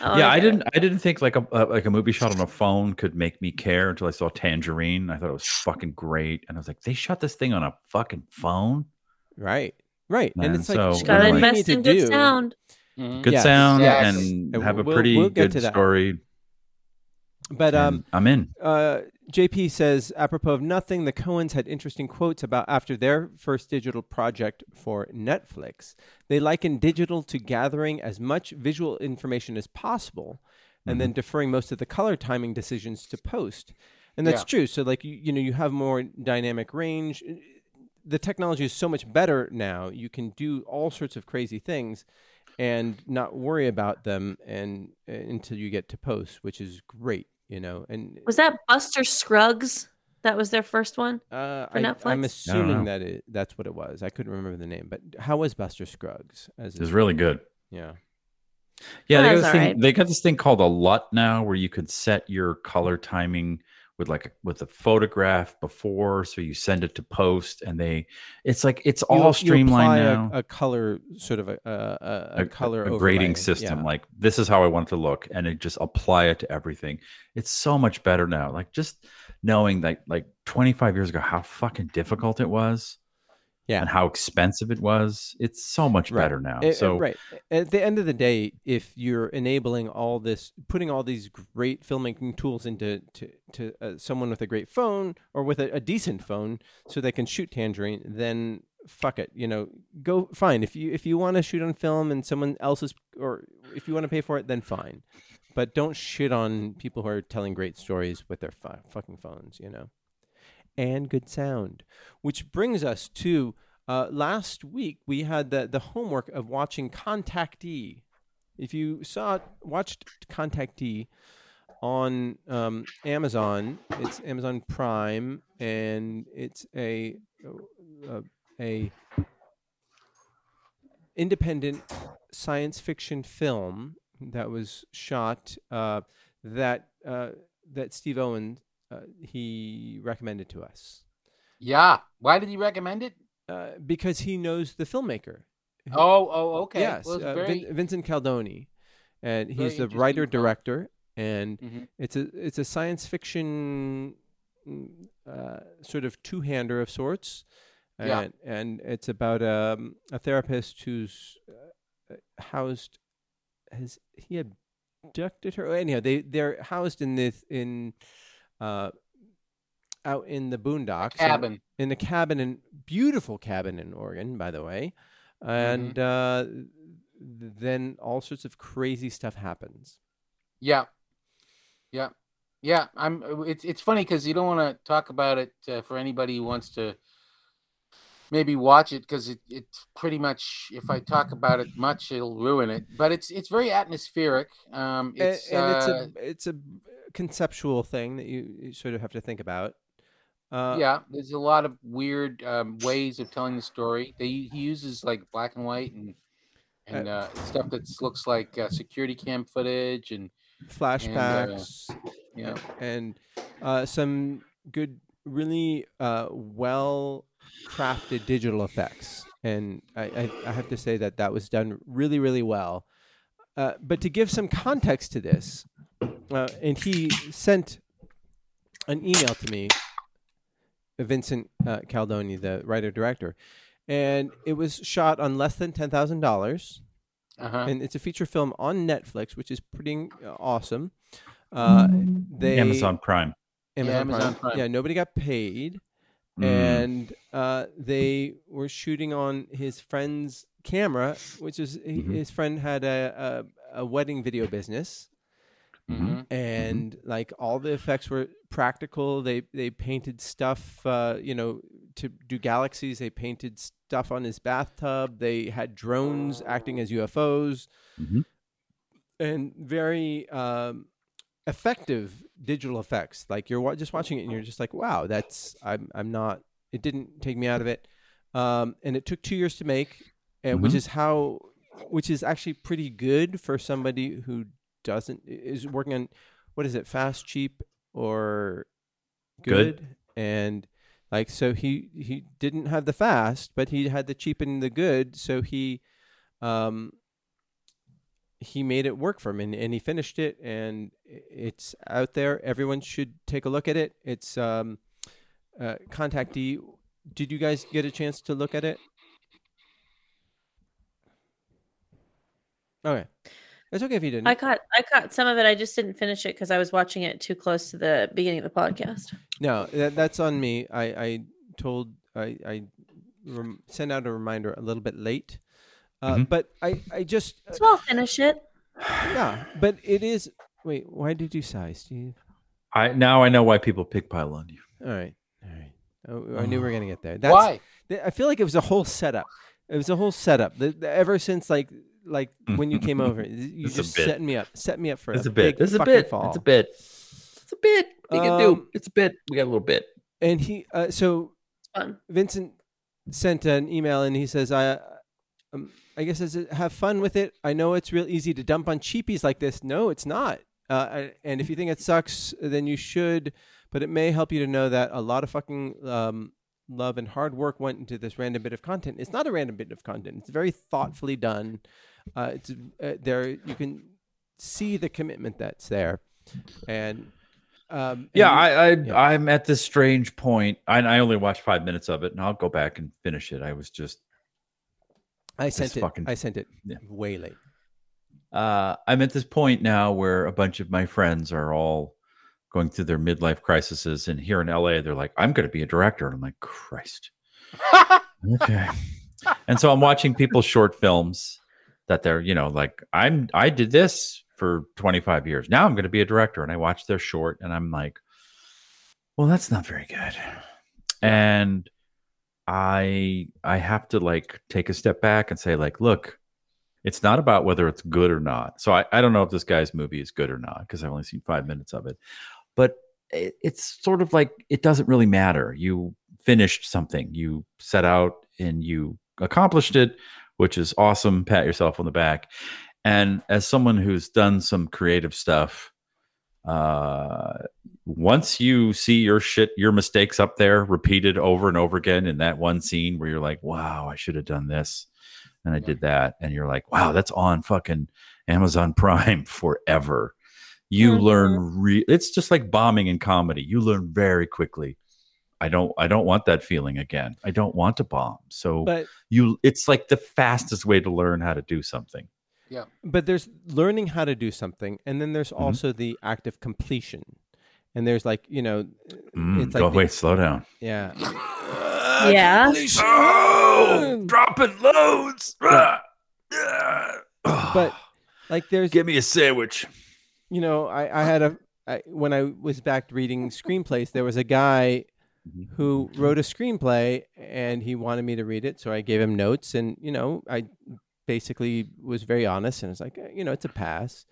Speaker 1: Oh,
Speaker 5: yeah, I
Speaker 1: okay.
Speaker 5: didn't. I didn't think like a, a like a movie shot on a phone could make me care until I saw Tangerine. I thought it was fucking great, and I was like, they shot this thing on a fucking phone.
Speaker 3: Right. Right. and
Speaker 5: Man,
Speaker 3: it's like
Speaker 5: so
Speaker 1: Just
Speaker 5: What
Speaker 1: gotta
Speaker 5: do I need
Speaker 1: invest in good sound.
Speaker 4: Mhm.
Speaker 5: Good
Speaker 3: Yes,
Speaker 5: sound
Speaker 4: exactly.
Speaker 5: and
Speaker 3: And
Speaker 5: have a
Speaker 3: we'll-
Speaker 5: pretty
Speaker 3: we'll get
Speaker 5: good
Speaker 3: to that.
Speaker 5: story.
Speaker 3: But um,
Speaker 5: and I'm in.
Speaker 3: uh, JP says, apropos of nothing, the Coens had interesting quotes about after their first digital project for Netflix. They likened digital to gathering as much visual information as possible and then deferring most of the color timing decisions to post. And that's
Speaker 4: Yeah.
Speaker 3: true. So, like, you, you know, you have more dynamic range. Uh, The technology is so much better now. You can do all sorts of crazy things and not worry about them and uh, until you get to post, which is great, you know. And
Speaker 1: Was that Buster Scruggs? That was their first one.
Speaker 3: uh,
Speaker 1: for
Speaker 3: I, I'm
Speaker 1: Netflix?
Speaker 3: assuming
Speaker 5: know.
Speaker 3: that it, that's what it was. I couldn't remember the name, but how was Buster Scruggs? As
Speaker 5: It was
Speaker 3: a-
Speaker 5: really good.
Speaker 3: yeah,
Speaker 5: Yeah,
Speaker 1: Oh,
Speaker 5: they got
Speaker 1: that's
Speaker 5: this thing.
Speaker 1: alright.
Speaker 5: They got this thing called a LUT now, where you could set your color timing with like a, with a photograph before, so you send it to post, and they. It's like it's
Speaker 3: You-
Speaker 5: all
Speaker 3: you apply
Speaker 5: streamlined
Speaker 3: a-
Speaker 5: now.
Speaker 3: A, color sort of a a, a, a color
Speaker 5: a grading
Speaker 3: overlay.
Speaker 5: system.
Speaker 3: Yeah.
Speaker 5: Like this is how I want it to look, and it just apply it to everything. It's so much better now. Like just knowing that, like 25 years ago, how fucking difficult it was,
Speaker 3: Yeah.
Speaker 5: and how expensive it was. It's so much
Speaker 3: Right.
Speaker 5: better now.
Speaker 3: It- it-
Speaker 5: so
Speaker 3: right at the end of the day, if you're enabling all this, putting all these great filmmaking tools into to, to uh, someone with a great phone or with a, a decent phone, so they can shoot Tangerine, then fuck it. You know, go fine. If you if you want to shoot on film and someone else's, or if you want to pay for it, then fine. But don't shit on people who are telling great stories with their fu- fucking phones. You know and good sound. Which brings us to uh, last week, we had the, the homework of watching Contactee. If you saw watched Contactee on um, Amazon, it's Amazon Prime, and it's a, a, uh, a independent science fiction film that was shot uh, that uh, that Steve Owen uh, he recommended to us
Speaker 4: Yeah. Why did he recommend it?
Speaker 3: uh, because he knows the filmmaker.
Speaker 4: Oh, oh, okay.
Speaker 3: Yes,
Speaker 4: Well, it's
Speaker 3: uh,
Speaker 4: very-
Speaker 3: Vin- Vincent Caldoni,
Speaker 4: very
Speaker 3: and he's the
Speaker 4: interesting
Speaker 3: writer
Speaker 4: film.
Speaker 3: director, and
Speaker 4: Mhm.
Speaker 3: it's a it's a science fiction mm, uh, sort of two hander of sorts, and
Speaker 4: Yeah.
Speaker 3: and it's about um, a therapist who's uh, housed has he abducted her? Anyhow, they they're housed in this in. Uh, out in the boondocks, and-
Speaker 4: cabin.
Speaker 3: in a cabin in beautiful cabin in Oregon, by the way.
Speaker 4: Mm-hmm.
Speaker 3: And uh, th- then all sorts of crazy stuff happens.
Speaker 4: Yeah. Yeah. Yeah. I'm it's it's funny because you don't want to talk about it uh, for anybody who wants to maybe watch it because it, it's pretty much if I talk about it much it'll ruin it. But it's it's very atmospheric. Um
Speaker 3: A-
Speaker 4: it's,
Speaker 3: and it's
Speaker 4: uh,
Speaker 3: a it's a conceptual thing that you, you sort of have to think about. Uh,
Speaker 4: yeah, there's a lot of weird um, ways of telling the story. They, he uses like black and white and and uh, stuff that looks like uh, security cam footage and uh,
Speaker 3: Flashbacks
Speaker 4: you know
Speaker 3: and uh, some good, really uh, well crafted digital effects. And I, I, I have to say that that was done really, really well. Uh, but to give some context to this, uh, and he sent an email to me, Vincent uh, Caldoni, the writer director, and it was shot on less than ten thousand dollars
Speaker 4: uh-huh.
Speaker 3: and it's a feature film on Netflix, which is pretty uh, awesome. Uh, they
Speaker 5: Amazon Prime.
Speaker 3: Amazon,
Speaker 4: Yeah, Amazon
Speaker 3: Prime.
Speaker 4: Prime.
Speaker 3: Yeah, nobody got paid,
Speaker 5: Mm.
Speaker 3: and uh, they were shooting on his friend's camera, which is he
Speaker 4: Mm-hmm.
Speaker 5: Mhm.
Speaker 3: his friend had a, a a wedding video business,
Speaker 4: hmm
Speaker 3: and like all the effects were practical. They they painted stuff, uh, you know, to do galaxies. They painted stuff on his bathtub. They had drones acting as UFOs,
Speaker 5: Mhm.
Speaker 3: and very um, effective digital effects. Like you're wa- just watching it, and you're just like, wow, that's I'm I'm not. It didn't take me out of it, um, and it took two years to make, and which
Speaker 5: Mhm.
Speaker 3: is how, which is actually pretty good for somebody who doesn't is working on what is it fast cheap or good,
Speaker 5: Good.
Speaker 3: and like so he he didn't have the fast but he had the cheap and the good so he um he made it work for him and, and he finished it and i- it's out there everyone should take a look at it it's um uh contactee did you guys get a chance to look at it okay it's okay if you didn't
Speaker 1: I caught I caught some of it. I just didn't finish it because I was watching it too close to the beginning of the podcast.
Speaker 3: No, that, that's on me. I, I told I I rem- sent out a reminder a little bit late, uh,
Speaker 5: Mhm.
Speaker 3: but I I just uh,
Speaker 1: So I'll finish it.
Speaker 3: yeah. But it is. Wait, why did you sigh, Steve?
Speaker 5: I now I know why people pile on you.
Speaker 3: All right, all right. Oh, I knew we were gonna get there. That's,
Speaker 4: Why?
Speaker 3: th- I feel like it was a whole setup. It was a whole setup. The, the- ever since like like when you came
Speaker 5: *laughs*
Speaker 3: over, you
Speaker 5: It's a
Speaker 3: just
Speaker 5: bit.
Speaker 3: set me up. Set me up for
Speaker 5: It's
Speaker 3: a,
Speaker 5: a bit.
Speaker 3: big
Speaker 5: It's a
Speaker 3: fucking
Speaker 5: bit.
Speaker 3: Fall.
Speaker 5: It's a bit. It's a bit. We can
Speaker 3: Um,
Speaker 5: do. It's a bit. We got a little bit.
Speaker 3: And he uh, so
Speaker 1: It's fun.
Speaker 3: Vincent sent an email and he says, "I, um, I guess it's have fun with it. I know it's real easy to dump on cheapies like this. No, it's not. Uh, I- and if you think it sucks, then you should. But it may help you to know that a lot of fucking um, love and hard work went into this random bit of content. It's not a random bit of content. It's very thoughtfully done. Uh, it's uh, there. You can see the commitment that's there, and um, and
Speaker 5: Yeah,
Speaker 3: you-
Speaker 5: I, I
Speaker 3: yeah.
Speaker 5: I'm at this strange point. I, I only watched five minutes of it, and I'll go back and finish it. I was just
Speaker 3: I sent
Speaker 5: This
Speaker 3: it.
Speaker 5: fucking-
Speaker 3: I sent it
Speaker 5: Yeah.
Speaker 3: way late.
Speaker 5: uh, I'm at this point now where a bunch of my friends are all going through their midlife crises, and here in LA, they're like, "I'm going to be a director," and I'm like, "Christ, okay." and so I'm watching people's short films that they're, you know, like I'm I did this for 25 years. Now I'm going to be a director, and I watch their short, and I'm like, "Well, that's not very good," and I I have to like take a step back and say, like, look it's not about whether it's good or not. So I, I don't know if this guy's movie is good or not because I've only seen five minutes of it. But it, it's sort of like it doesn't really matter. You finished something, you set out and you accomplished it, which is awesome. Pat yourself on the back. And as someone who's done some creative stuff, uh, once you see your shit, your mistakes up there repeated over and over again in that one scene where you're like, wow, I should have done this. And I
Speaker 4: Yeah.
Speaker 5: did that. And you're like, wow, that's on fucking Amazon *laughs* Prime forever. You
Speaker 1: Mhm.
Speaker 5: learn re- it's just like bombing in comedy. You learn very quickly. I don't I don't want that feeling again. I don't want to bomb. So
Speaker 3: But
Speaker 5: you it's like the fastest way to learn how to do something.
Speaker 3: but there's learning how to do something, and then there's
Speaker 5: Mm-hmm.
Speaker 3: also the act of completion. And there's like you know,
Speaker 5: Mm,
Speaker 3: it's
Speaker 5: go
Speaker 3: like the-
Speaker 5: wait, slow down.
Speaker 3: yeah.
Speaker 1: yeah.
Speaker 5: Oh, dropping loads.
Speaker 3: Yeah.
Speaker 5: But
Speaker 3: But Like there's
Speaker 5: give me a sandwich.
Speaker 3: you know, I, I had a I, when I was back reading screenplays, there was a guy
Speaker 5: Mm-hmm.
Speaker 3: who wrote a screenplay and he wanted me to read it, so I gave him notes, and you know, I basically was very honest and was like, "Eh, you know, it's a pass.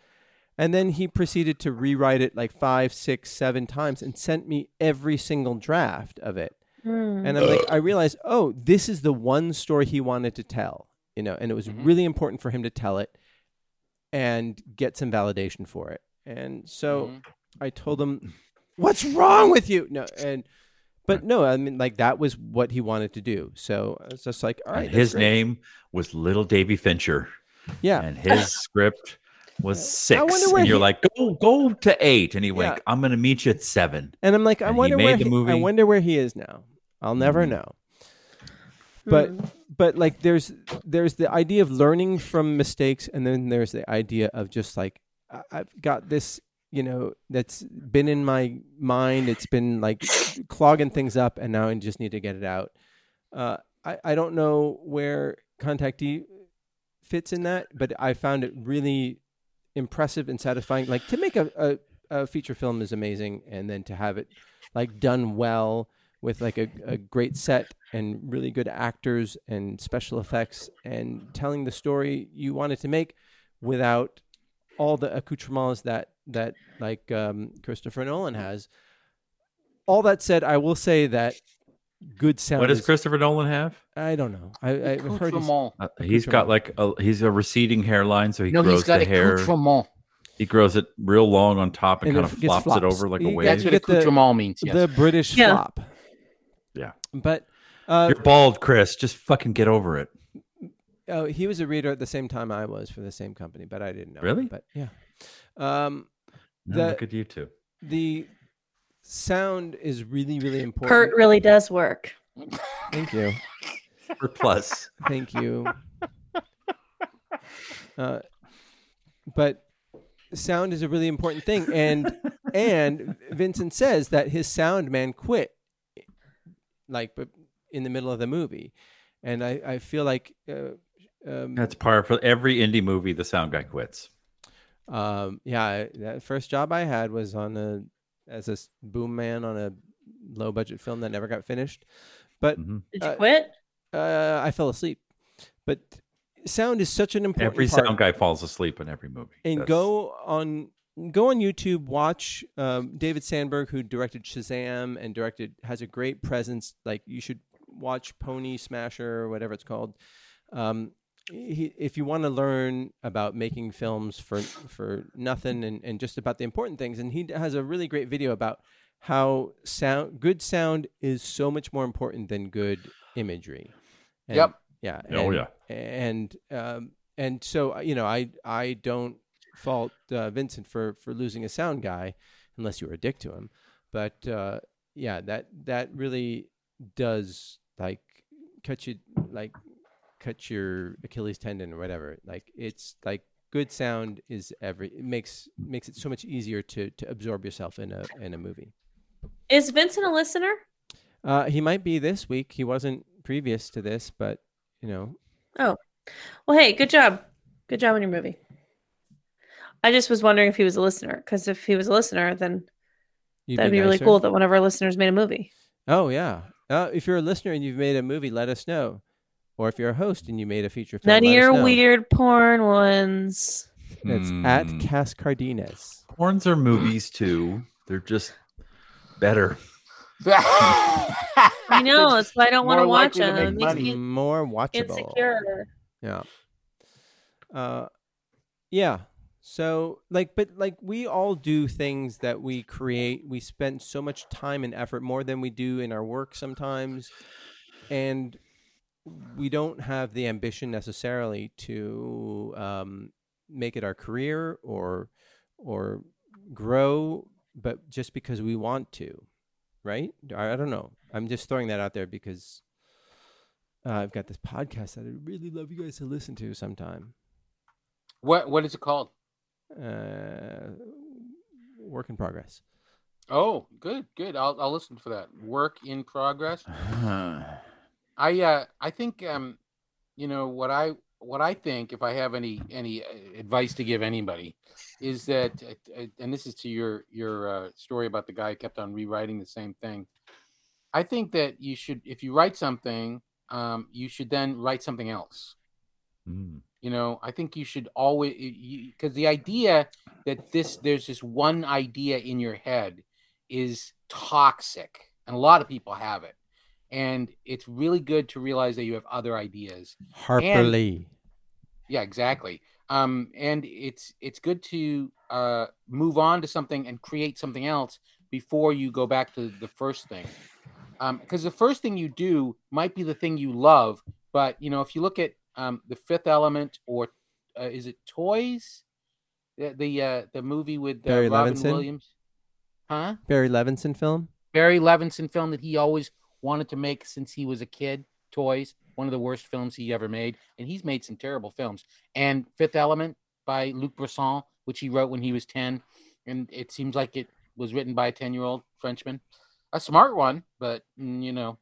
Speaker 3: And then he proceeded to rewrite it like five, six, seven times and sent me every single draft of it.
Speaker 1: Mm.
Speaker 5: uh,
Speaker 3: And I'm like, I realized, oh, this is the one story he wanted to tell, you know, and it was
Speaker 5: Mm-hmm.
Speaker 4: Mhm.
Speaker 3: really important for him to tell it and get some validation for it. And so
Speaker 5: Mm-hmm.
Speaker 4: Mhm.
Speaker 3: I told him, what's wrong with you? No, and but no, I mean, like that was what he wanted to do. So it's just like, all right,
Speaker 5: And
Speaker 3: that's
Speaker 5: his
Speaker 3: great.
Speaker 5: name was Little Davy Fincher,
Speaker 3: yeah,
Speaker 5: and
Speaker 3: *laughs*
Speaker 5: his script was
Speaker 3: I wonder
Speaker 5: six.
Speaker 3: where
Speaker 5: And you're
Speaker 3: he-
Speaker 5: like, go, go to eight. And he went,
Speaker 3: Yeah.
Speaker 5: I'm gonna meet you at seven.
Speaker 3: and I'm like, I
Speaker 5: and he
Speaker 3: wonder
Speaker 5: made
Speaker 3: where
Speaker 5: the
Speaker 3: he, I
Speaker 5: movie.
Speaker 3: wonder where he is now. I'll never
Speaker 5: Mhm.
Speaker 3: know. But
Speaker 1: Hmm.
Speaker 3: but like there's there's the idea of learning from mistakes and then there's the idea of just like I- i've got this you know that's been in my mind it's been like clogging things up and now i just need to get it out uh, I, I don't know where contactee fits in that but i found it really impressive and satisfying like to make a, a, a feature film is amazing and then to have it like done well with like a, a great set and really good actors and special effects and telling the story you wanted to make without all the accoutrements that that like um, Christopher Nolan has. All that said, I will say that good sound.
Speaker 5: What does
Speaker 3: is-
Speaker 5: Christopher Nolan have?
Speaker 3: I don't know. I, I've heard he's,
Speaker 4: Accoutrement.
Speaker 5: Uh, he's got like a he's a receding hairline, so he
Speaker 4: No,
Speaker 5: grows
Speaker 4: he's got
Speaker 5: the hair.
Speaker 4: accoutrement.
Speaker 5: He grows it real long on top and,
Speaker 3: And
Speaker 5: kind
Speaker 3: it
Speaker 5: of
Speaker 3: gets
Speaker 5: flops, it
Speaker 3: flops.
Speaker 5: over like a
Speaker 3: He-
Speaker 5: wave.
Speaker 4: That's what
Speaker 3: Get the-
Speaker 4: accoutrement means. Yes.
Speaker 3: the British
Speaker 1: Yeah.
Speaker 3: flop.
Speaker 5: Yeah.
Speaker 3: but uh,
Speaker 5: You're bald, Chris. Just fucking get over it.
Speaker 3: oh, he was a reader at the same time I was for the same company, but I didn't know. it,
Speaker 5: Really?
Speaker 3: But yeah. Um,
Speaker 5: No,
Speaker 3: The-
Speaker 5: look at you *laughs* two.
Speaker 3: the sound is really really important
Speaker 1: Kurt really does work.
Speaker 3: thank you
Speaker 5: Or plus.
Speaker 3: thank you uh, but sound is a really important thing and and vincent says that his sound man quit like but in the middle of the movie and i i feel like uh, um,
Speaker 5: That's par for every indie movie. The sound guy quits.
Speaker 3: Um, yeah, I- that first job I had was on a as a s- boom man on a low budget film that never got finished. But
Speaker 5: Mhm.
Speaker 1: Did you
Speaker 3: Uh,
Speaker 1: quit?
Speaker 3: uh, I fell asleep. But sound is such an important
Speaker 5: Every
Speaker 3: part.
Speaker 5: sound guy falls asleep in every movie.
Speaker 3: And
Speaker 5: That's-
Speaker 3: go on go on YouTube, watch um, David Sandberg, who directed Shazam and directed has a great presence. Like you should watch Pony Smasher or whatever it's called. Um, he, if you want to learn about making films for for nothing and, and just about the important things, and he has a really great video about how sound good sound is so much more important than good imagery. And- *laughs*
Speaker 4: Yep.
Speaker 3: Yeah.
Speaker 5: Oh,
Speaker 3: and-
Speaker 5: yeah.
Speaker 3: and um, and so uh, you know I I don't fault uh, Vincent for for losing a sound guy unless you were a dick to him, but uh, yeah that that really does like cut you like cut your Achilles tendon or whatever like it's like good sound is every it makes makes it so much easier to to absorb yourself in a in a movie.
Speaker 1: Is Vincent a listener?
Speaker 3: Uh, he might be this week. He wasn't previous to this, but you know
Speaker 1: Well, hey, good job. Good job on your movie. I just was wondering if he was a listener, because if he was a listener, then
Speaker 3: you'd
Speaker 1: that'd be, really
Speaker 3: nicer.
Speaker 1: cool that one of our listeners made a movie.
Speaker 3: Oh yeah. Uh, if you're a listener and you've made a movie, let us know. Or if you're a host and you made a feature film,
Speaker 1: None of
Speaker 3: let us
Speaker 1: your
Speaker 3: know.
Speaker 1: weird porn ones.
Speaker 3: It's
Speaker 5: Hmm.
Speaker 3: at Cass Cardenas.
Speaker 5: *sighs* porns are movies too. They're just better.
Speaker 4: *laughs*
Speaker 1: I know. That's why I don't want to
Speaker 4: more
Speaker 1: watch
Speaker 4: likely
Speaker 1: it.
Speaker 4: to
Speaker 1: It
Speaker 4: make
Speaker 1: makes
Speaker 4: money.
Speaker 1: me
Speaker 3: More watchable.
Speaker 1: insecure.
Speaker 3: Yeah. Uh, yeah. So like, but like we all do things that we create. We spend so much time and effort, more than we do in our work sometimes, and we don't have the ambition necessarily to um, make it our career or or grow, but just because we want to, right? I, I don't know. I'm just throwing that out there because uh, I've got this podcast that I'd really love you guys to listen to sometime.
Speaker 4: What what is it called?
Speaker 3: Uh, work in progress.
Speaker 4: Oh, good, good. I'll I'll listen for that. Work in progress.
Speaker 5: Uh,
Speaker 4: I uh I think um you know what I what I think if I have any any uh, advice to give anybody is that uh, uh, and this is to your your uh, story about the guy who kept on rewriting the same thing. I think that you should if you write something, um, you should then write something else
Speaker 5: mm.
Speaker 4: you know i think you should always because the idea that this there's this one idea in your head is toxic and a lot of people have it and it's really good to realize that you have other ideas
Speaker 3: Harper
Speaker 4: And-
Speaker 3: Lee.
Speaker 4: yeah exactly um and it's it's good to uh move on to something and create something else before you go back to the first thing um because the first thing you do might be the thing you love but you know if you look at um the fifth element or uh, is it toys the the, uh, the movie with uh,
Speaker 3: Barry
Speaker 4: robin
Speaker 3: Levinson?
Speaker 4: williams huh
Speaker 3: Barry Levinson film.
Speaker 4: barry levinson film that he always wanted to make since he was a kid toys one of the worst films he ever made and he's made some terrible films and fifth element by luc brisson which he wrote when he was 10 and it seems like it was written by a 10 year old frenchman a smart one but mm, you know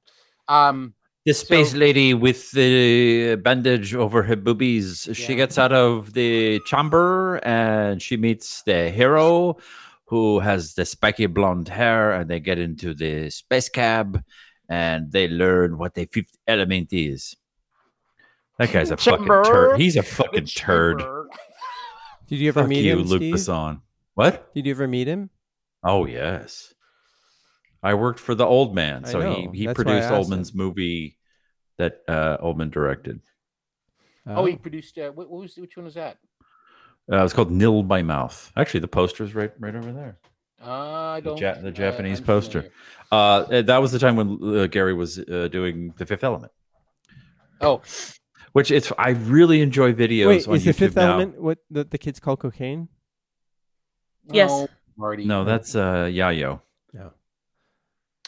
Speaker 4: um
Speaker 5: The space
Speaker 4: So-
Speaker 5: lady with the bandage over her boobies.
Speaker 4: Yeah.
Speaker 5: She gets out of the chamber and she meets the hero who has the spiky blonde hair, and they get into the space cab and they learn what the fifth element is. That guy's a fucking
Speaker 4: Chamber.
Speaker 5: turd. He's a fucking turd.
Speaker 3: Did you ever
Speaker 5: Fuck
Speaker 3: meet
Speaker 5: you,
Speaker 3: him,
Speaker 5: Luke
Speaker 3: Steve?
Speaker 5: Besson. What?
Speaker 3: Did you ever meet him?
Speaker 5: Oh yes, I worked for the Old Man,
Speaker 3: I
Speaker 5: so he
Speaker 3: know. That's
Speaker 5: he
Speaker 3: why I
Speaker 5: produced
Speaker 3: asked
Speaker 5: Oldman's movie that uh, Oldman directed.
Speaker 4: oh he produced uh, what, what was which one was that
Speaker 5: Uh, it's called Nil by Mouth. Actually, the poster's right right over there.
Speaker 4: uh, i
Speaker 5: The
Speaker 4: don't
Speaker 5: Ja- the
Speaker 4: uh,
Speaker 5: Japanese
Speaker 4: I'm
Speaker 5: poster.
Speaker 4: familiar.
Speaker 5: Uh, and that was the time when uh, Gary was uh, doing The Fifth Element,
Speaker 4: oh
Speaker 5: which it's I really enjoy videos
Speaker 3: Wait,
Speaker 5: on
Speaker 3: is
Speaker 5: YouTube
Speaker 3: the fifth
Speaker 5: now.
Speaker 3: element what the, the kids call cocaine?
Speaker 1: Yes.
Speaker 4: no, Oh, marty
Speaker 5: No, that's uh, Yayo.
Speaker 3: No.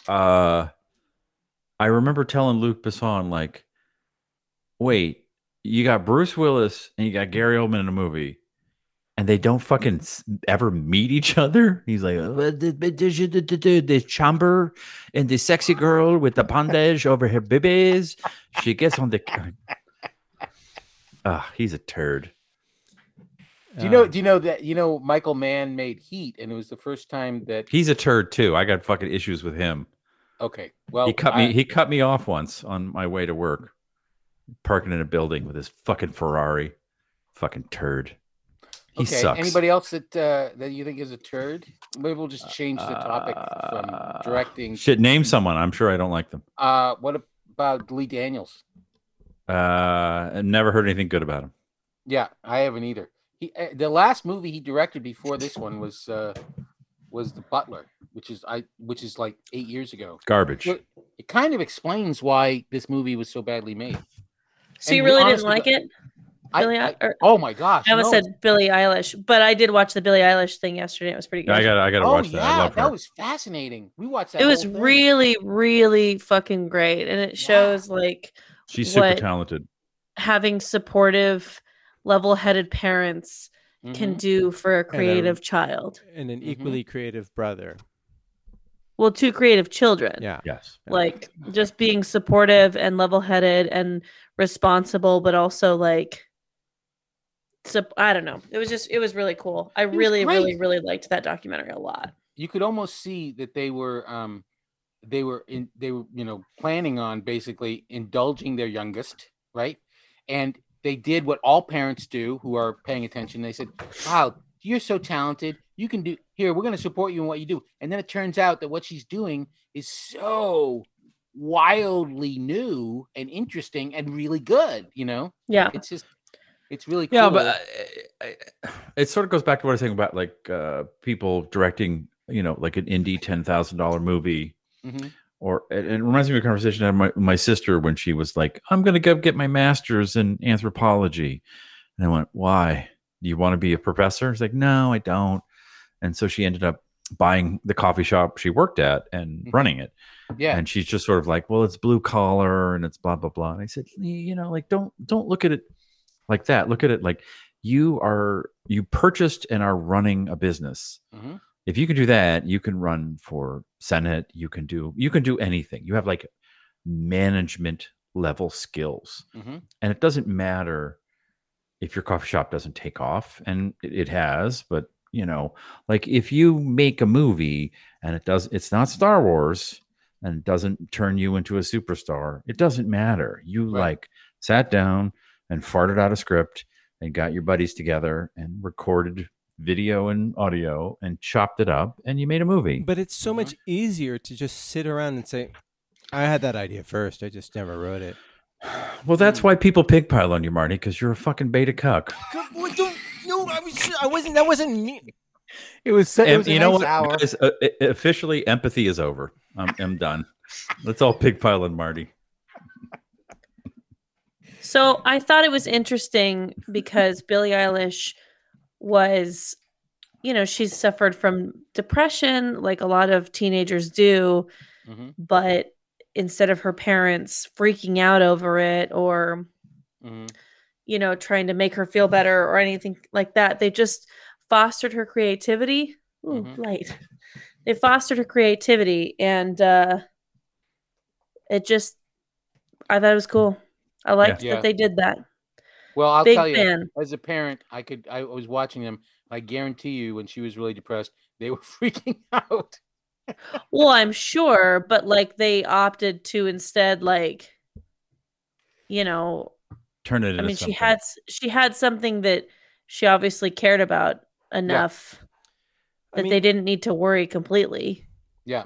Speaker 5: uh I remember telling Luke Besson, like, wait, you got Bruce Willis and you got Gary Oldman in a movie, and they don't fucking s- ever meet each other. He's like, "Uh, the, the, the, the- the- the- the chamber and the sexy girl with the bandage over her bibis. She gets on the. Ah, he's a turd.
Speaker 4: Do you know?
Speaker 3: Uh,
Speaker 5: Um,
Speaker 4: Do you know that you know Michael Mann made Heat, and it was the first time that.
Speaker 5: He's a turd too. I got fucking issues with him.
Speaker 4: Okay, well,
Speaker 5: he cut
Speaker 4: I-
Speaker 5: me. He cut me off once on my way to work, parking in a building with his fucking Ferrari. Fucking turd. He
Speaker 4: okay.
Speaker 5: sucks.
Speaker 4: Anybody else that uh, that you think is a turd? Maybe we'll just change the topic
Speaker 5: Uh,
Speaker 4: from directing.
Speaker 5: Shit, name someone. I'm sure I don't like them.
Speaker 4: Uh, what about Lee Daniels?
Speaker 5: Uh, I never heard anything good about him.
Speaker 4: Yeah, I haven't either. He uh, the last movie he directed before this one was uh, was The Butler, which is I which is like eight years ago.
Speaker 5: Garbage.
Speaker 4: Well, It kind of explains why this movie was so badly made.
Speaker 1: So you
Speaker 4: And we
Speaker 1: really didn't
Speaker 4: honestly
Speaker 1: like
Speaker 4: got-
Speaker 1: it,
Speaker 4: I-
Speaker 1: Billy?
Speaker 4: I,
Speaker 1: I, or,
Speaker 4: oh my gosh!
Speaker 1: I almost
Speaker 4: no.
Speaker 1: said Billie Eilish, but I did watch the Billie Eilish thing yesterday. It was pretty good.
Speaker 5: I got. I got to
Speaker 4: oh
Speaker 5: watch
Speaker 4: yeah,
Speaker 5: that. I love her.
Speaker 4: that was fascinating. We watched that.
Speaker 1: it was
Speaker 4: whole thing.
Speaker 1: really, really fucking great, and it shows like
Speaker 5: She's super
Speaker 1: what-
Speaker 5: talented.
Speaker 1: having supportive, level-headed parents
Speaker 4: Mhm.
Speaker 1: can do for a
Speaker 3: I-
Speaker 1: creative child.
Speaker 3: and an
Speaker 4: Mhm.
Speaker 3: equally creative brother.
Speaker 1: Well, two creative children.
Speaker 3: Yeah.
Speaker 5: Yes.
Speaker 3: Yeah.
Speaker 1: like just being supportive and level-headed and responsible but also like sup- i don't know it was just it was really cool i
Speaker 4: was
Speaker 1: really really
Speaker 4: great.
Speaker 1: really liked that documentary a lot
Speaker 4: you could almost see that they were um they were in they were you know planning on basically indulging their youngest right and they did what all parents do who are paying attention they said wow you're so talented. You can do here. We're going to support you in what you do. And then it turns out that what she's doing is so wildly new and interesting and really good. You know,
Speaker 1: Yeah.
Speaker 4: it's just, it's really cool.
Speaker 5: Yeah, but I, I, it sort of goes back to what I was saying about like uh, people directing, you know, like an indie ten thousand dollar movie,
Speaker 4: Mhm.
Speaker 5: or it, it reminds me of a conversation I had with my, my sister when she was like, "I'm going to go get my master's in anthropology," and I went, "Why? Do you want to be a professor?" She's like, "No, I don't," and so she ended up buying the coffee shop she worked at and
Speaker 4: Mhm.
Speaker 5: running it.
Speaker 4: yeah.
Speaker 5: And she's just sort of like, well, it's blue collar and it's blah blah blah. And I said, "Y- you know, like don't don't look at it like that. Look at it like you are you purchased and are running a business.
Speaker 4: Mhm.
Speaker 5: If you can do that, you can run for senate. You can do you can do anything. You have like management level skills,
Speaker 4: Mhm.
Speaker 5: and it doesn't matter if your coffee shop doesn't take off, and it, it has, but you know, like if you make a movie and it does, it's not Star Wars and it doesn't turn you into a superstar, it doesn't matter. You
Speaker 4: Right.
Speaker 5: like sat down and farted out a script and got your buddies together and recorded video and audio and chopped it up and you made a movie.
Speaker 3: But it's so
Speaker 4: Mhm.
Speaker 3: much easier to just sit around and say, I had that idea first. I just never wrote it.
Speaker 5: *sighs* Well,
Speaker 4: Hmm.
Speaker 5: that's why people pigpile on you, Marty, because you're a fucking beta cuck.
Speaker 3: no, I was I wasn't that wasn't me.
Speaker 4: *laughs* It was, so,
Speaker 5: Em- you know what? guys? Uh, i- i- officially, empathy is over. I'm, I'm done. Let's all pigpile on Marty.
Speaker 1: So I thought it was interesting because Billie Eilish was, you know, she's suffered from depression like a lot of teenagers do,
Speaker 4: Mhm.
Speaker 1: but instead of her parents freaking out over it or,
Speaker 4: Mhm.
Speaker 1: you know, trying to make her feel better or anything like that, they just fostered her creativity. Ooh,
Speaker 4: Mhm.
Speaker 1: light. They fostered her creativity and uh it just I thought it was cool. I liked
Speaker 4: Yeah.
Speaker 1: that they did that.
Speaker 4: Well, I'll
Speaker 1: Big
Speaker 4: tell you.
Speaker 1: fan.
Speaker 4: as a parent, I could I was watching them. I guarantee you, when she was really depressed, they were *laughs* freaking out.
Speaker 1: Well, I'm sure, but like they opted to instead, like, you know,
Speaker 5: Turn it into
Speaker 1: I mean, she
Speaker 5: something.
Speaker 1: had s- she had something that she obviously cared about enough
Speaker 3: I
Speaker 1: that
Speaker 3: mean-
Speaker 1: they didn't need to worry completely.
Speaker 4: Yeah,